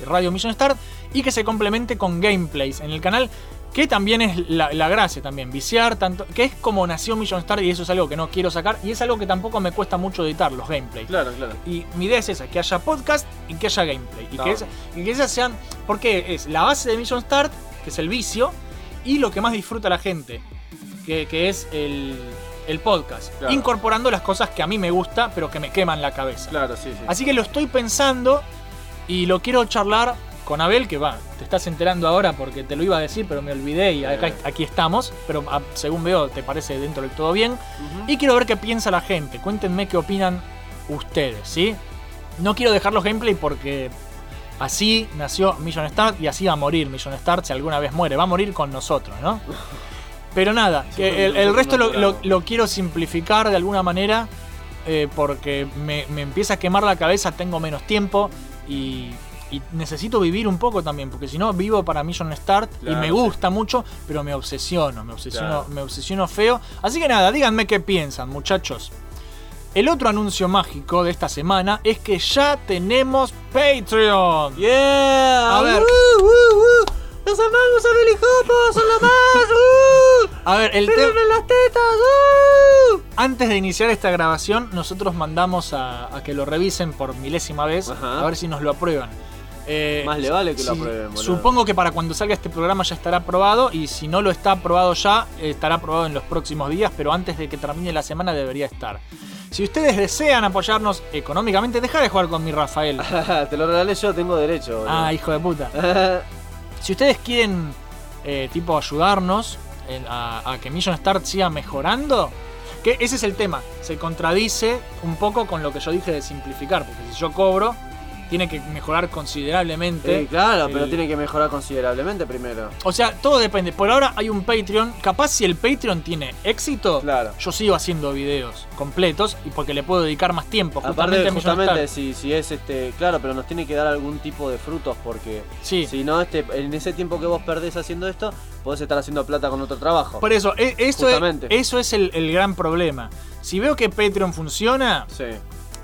C: de Radio Mission Start y que se complemente con gameplays en el canal Que también es la, la gracia también, viciar tanto. Que es como nació Mission Star y eso es algo que no quiero sacar. Y es algo que tampoco me cuesta mucho editar los gameplays.
D: Claro, claro.
C: Y mi idea es esa, que haya podcast y que haya gameplay. Y,
D: Está
C: que,
D: bueno.
C: esa- y que esas sean. Porque es la base de Mission Start, que es el vicio, y lo que más disfruta la gente, que, que es el, el podcast.
D: Claro.
C: Incorporando las cosas que a mí me gusta, pero que me queman la cabeza.
D: Claro, sí, sí.
C: Así que lo estoy pensando y lo quiero charlar con Abel, que va, te estás enterando ahora porque te lo iba a decir, pero me olvidé y
D: Eh.
C: acá- aquí estamos. Pero a- según veo, te parece dentro del todo bien. Y quiero ver qué piensa la gente. Cuéntenme qué opinan ustedes, ¿sí? No quiero dejar los gameplay porque así nació Million Start y así va a morir Million Start si alguna vez muere. Va a morir con nosotros, ¿no? Pero nada, que
D: Siempre
C: el, el
D: nosotros
C: resto
D: no
C: lo, lo-
D: logramos.
C: lo quiero simplificar de alguna manera eh, porque me, me empieza a quemar la cabeza, tengo menos tiempo y, y necesito vivir un poco también, porque si no vivo para Million Start y
D: Claro,
C: me
D: sí.
C: gusta mucho, pero me obsesiono, me obsesiono,
D: Claro.
C: me obsesiono feo. Así que nada, díganme qué piensan, muchachos. El otro anuncio mágico de esta semana es que ya tenemos Patreon.
D: ¡Yeah!
C: A ver.
D: uh, ¡Los amamos a Belijopo! ¡Son la más!
C: A ver, el tema.
D: ¡Tírenme las tetas! uh.
C: Antes de iniciar esta grabación, nosotros mandamos a, a que lo revisen por milésima vez,
D: Ajá.
C: a ver si nos lo aprueban. Eh,
D: Más le vale que lo
C: si-
D: aprueben, boludo.
C: Supongo que para cuando salga este programa ya estará aprobado y si no lo está aprobado ya, eh, estará aprobado en los próximos días, pero antes de que termine la semana debería estar. Si ustedes desean apoyarnos económicamente, deja de jugar con mi Rafael.
D: Uh. Te lo regalé yo, tengo derecho. boludo. Eh,
C: Ah, hijo de puta. si ustedes quieren, eh, tipo, ayudarnos en- a, a que Million Start siga mejorando, que ese es el tema. Se contradice un poco con lo que yo dije de simplificar, porque si yo cobro, tiene que mejorar considerablemente.
D: Sí, claro,
C: el-
D: pero tiene que mejorar considerablemente primero.
C: O sea, todo depende. Por ahora hay un Patreon. Capaz si el Patreon tiene éxito, yo sigo haciendo videos completos y porque le puedo dedicar más tiempo.
D: Aparte,
C: a Million Start.
D: justamente, si, si es este. Claro, pero nos tiene que dar algún tipo de frutos porque. Si no, este, en ese tiempo que vos perdés haciendo esto, podés estar haciendo plata con otro trabajo.
C: Por eso, e- eso es,
D: Justamente.
C: eso es el, el gran problema. Si veo que Patreon funciona,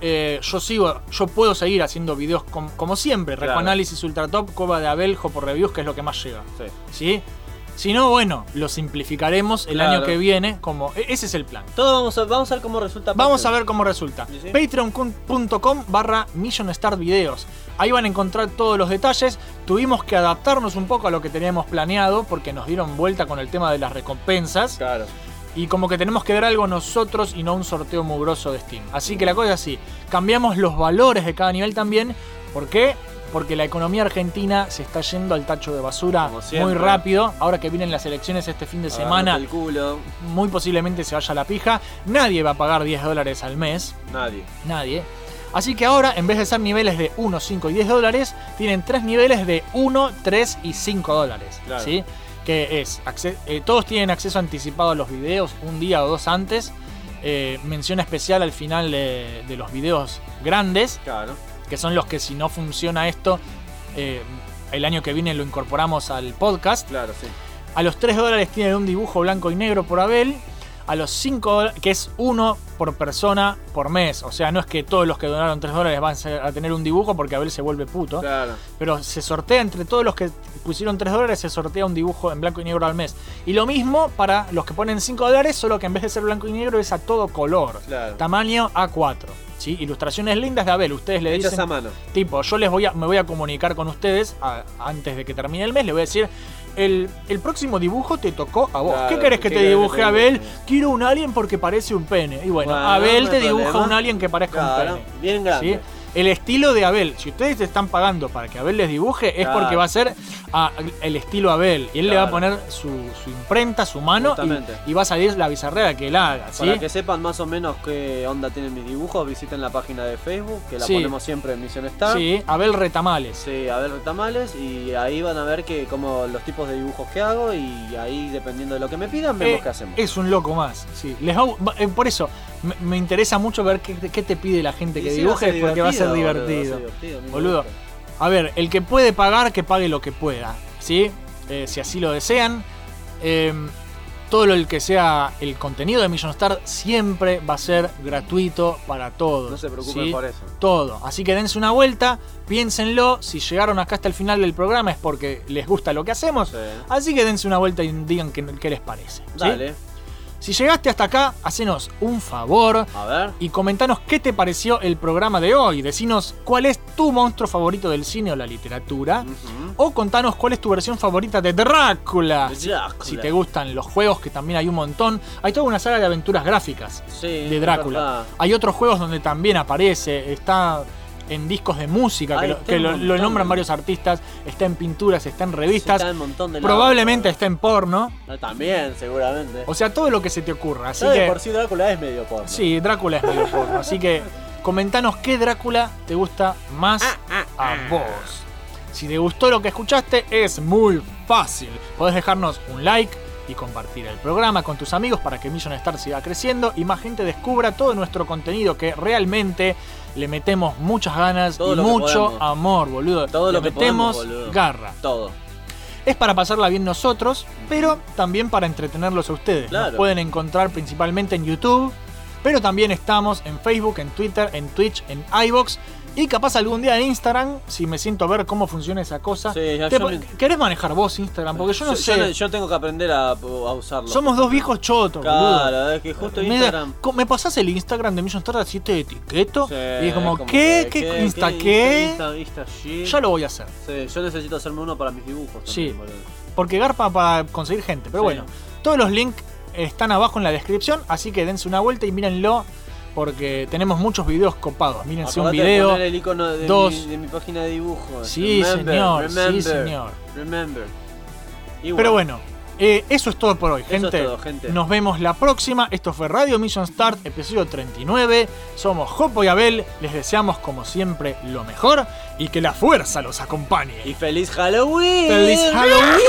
C: eh, yo sigo, yo puedo seguir haciendo videos com- como siempre.
D: Claro.
C: Recoanálisis Ultra Top, Coba de Abel, por Reviews, que es lo que más llega.
D: Sí.
C: Si no, bueno, lo simplificaremos el
D: Claro.
C: año que viene. Como, e- ese es el plan.
D: Todo vamos a, vamos a ver cómo resulta.
C: Vamos a
D: Patreon.
C: ver cómo resulta.
D: Sí, sí.
C: Patreon.com barra Million Star Videos. Ahí van a encontrar todos los detalles. Tuvimos que adaptarnos un poco a lo que teníamos planeado porque nos dieron vuelta con el tema de las recompensas.
D: Claro.
C: Y como que tenemos que dar algo nosotros y no un sorteo mugroso de Steam. Así que la cosa es así. Cambiamos los valores de cada nivel también. ¿Por qué? Porque la economía argentina se está yendo al tacho de basura muy
D: siempre. Ah,
C: rápido. Ahora que vienen las elecciones este fin de
D: Agarrate
C: semana,
D: El culo.
C: muy posiblemente se vaya a la pija. Nadie va a pagar 10 dólares al mes.
D: Nadie.
C: Nadie. Así que ahora, en vez de ser niveles de 1, 5 y 10 dólares, tienen tres niveles de 1, 3 y 5 dólares.
D: Claro.
C: ¿sí? Que es, acce- eh, todos tienen acceso anticipado a los videos un día o dos antes. eh, mención especial al final de, de los videos grandes. Que son los que si no funciona esto, eh, el año que viene lo incorporamos al podcast.
D: Claro, sí.
C: A los 3 dólares tienen un dibujo blanco y negro por Abel. A los 5 dólares, que es uno por persona por mes. O sea, no es que todos los que donaron 3 dólares van a ser- a tener un dibujo porque Abel se vuelve puto.
D: Claro.
C: Pero se sortea entre todos los que pusieron 3 dólares, se sortea un dibujo en blanco y negro al mes. Y lo mismo para los que ponen 5 dólares, solo que en vez de ser blanco y negro es a todo color.
D: Claro.
C: Tamaño A4. ¿sí? Ilustraciones lindas de Abel. Ustedes le
D: Hechas
C: dicen.
D: a mano.
C: Tipo, yo les voy a, me voy a comunicar con ustedes a- antes de que termine el mes. Le voy a decir, el, el próximo dibujo te tocó a vos.
D: Claro,
C: ¿Qué querés que
D: ¿qué
C: te
D: querés que
C: dibuje,
D: te
C: Abel? Quiero un alien porque parece un pene. Y bueno,
D: Bueno,
C: Abel
D: no
C: te
D: hay
C: dibuja
D: problema.
C: un alien que parezca
D: Claro,
C: un pene.
D: bien grande.
C: El estilo de Abel, si ustedes te están pagando para que Abel les dibuje, es
D: Claro.
C: porque va a ser ah, el estilo Abel. Y él le va a
D: Claro.
C: poner su, su imprenta, su mano,
D: Justamente.
C: y, y va a salir la bizarrera que él haga. ¿sí?
D: Para que sepan más o menos qué onda tienen mis dibujos, visiten la página de Facebook, que la
C: Sí.
D: ponemos siempre en Mission Star.
C: Sí, Abel Retamales.
D: Sí, a ver tamales y ahí van a ver que como los tipos de dibujos que hago y ahí dependiendo de lo que me pidan
C: Eh,
D: vemos qué hacemos.
C: Es un loco más. Sí. Les va- va- eh, por eso me, me interesa mucho ver qué, qué te pide la gente
D: Y
C: que
D: sí, va a
C: dibujes
D: ser
C: porque va a ser
D: divertido, boludo,
C: divertido.
D: va a ser divertido, a mí me
C: Boludo. A ver, el que puede pagar, que pague lo que pueda. ¿Sí? Eh, si así lo desean. Eh, todo lo que sea el contenido de Mission Star siempre va a ser gratuito para todos.
L: No se preocupen por eso.
C: Todo. Así que dense una vuelta, piénsenlo. Si llegaron acá hasta el final del programa es porque les gusta lo que hacemos. Así que dense una vuelta y digan qué, qué les parece. ¿sí?
L: Dale.
C: Si llegaste hasta acá, hacenos un favor y comentanos qué te pareció el programa de hoy. Decinos cuál es tu monstruo favorito del cine o la literatura. O contanos cuál es tu versión favorita de Drácula. Si-
L: Drácula.
C: Ah, Si te gustan los juegos, que también hay un montón. Hay toda una saga de aventuras gráficas
D: Sí,
C: de
D: es
C: Drácula.
D: verdad.
C: Hay otros juegos donde también aparece. Está en discos de música, que,
D: Ay,
C: lo,
D: está
C: que
D: un
C: lo- lo
D: montón.
C: nombran varios artistas. Está en pinturas, está en revistas.
D: está en un montón de lados.
C: Probablemente está en porno.
L: Ah, También, seguramente.
C: O sea, todo lo que se te ocurra. Así
L: Ya de
C: que,
L: por sí Drácula es medio porno.
C: sí, Drácula es medio porno. Así que comentanos qué Drácula te gusta más
L: Ah,
C: a vos. Si te gustó lo que escuchaste, es muy fácil. Podés dejarnos un like y compartir el programa con tus amigos para que Million Star siga creciendo y más gente descubra todo nuestro contenido que realmente le metemos muchas ganas
L: Todo
C: y
L: lo que
C: mucho
L: podemos.
C: amor, boludo.
L: Todo
C: le
L: lo que
C: metemos
L: podemos, boludo.
C: garra.
L: Todo.
C: Es para pasarla bien nosotros, pero también para entretenerlos a ustedes. Nos
L: Claro.
C: pueden encontrar principalmente en YouTube, pero también estamos en Facebook, en Twitter, en Twitch, en iBox y capaz algún día en Instagram, si me siento a ver cómo funciona esa cosa.
D: Sí, ya
C: Te
D: yo
C: po-
D: me-
C: ¿Querés manejar vos Instagram? Porque yo no sé.
D: Yo, tengo que aprender a, a usarlo.
C: Somos dos viejos chotos, boludo.
D: Claro, es que justo
C: Me, da-
D: Instagram.
C: co- me pasás el Instagram de Million Star así te etiqueto. y es como,
D: como
C: ¿qué?
D: que,
C: ¿Qué,
D: ¿qué?
C: Insta
D: ¿Qué?
C: qué?
D: Insta- Insta shit.
C: Ya lo voy a hacer.
D: Sí, yo necesito hacerme uno para mis dibujos.
C: Sí.
D: también, boludo.
C: porque garpa para conseguir gente. Pero
D: Sí.
C: bueno, todos los links están abajo en la descripción, así que dense una vuelta y mírenlo porque tenemos muchos videos copados. Mírense
D: Acordate
C: un
D: de
C: video,
D: poner el icono de
C: dos.
D: Mi, de mi página de dibujo.
C: Sí, señor, sí, señor.
D: Remember. Y
C: Pero bueno, eh, eso es todo por hoy,
D: Eso es
C: gente.
D: todo, gente.
C: Nos vemos la próxima. Esto fue Radio Mission Start, episodio 39. Somos Jopo y Abel. Les deseamos, como siempre, lo mejor y que la fuerza los acompañe.
L: Y feliz Halloween.
C: ¡Feliz Halloween!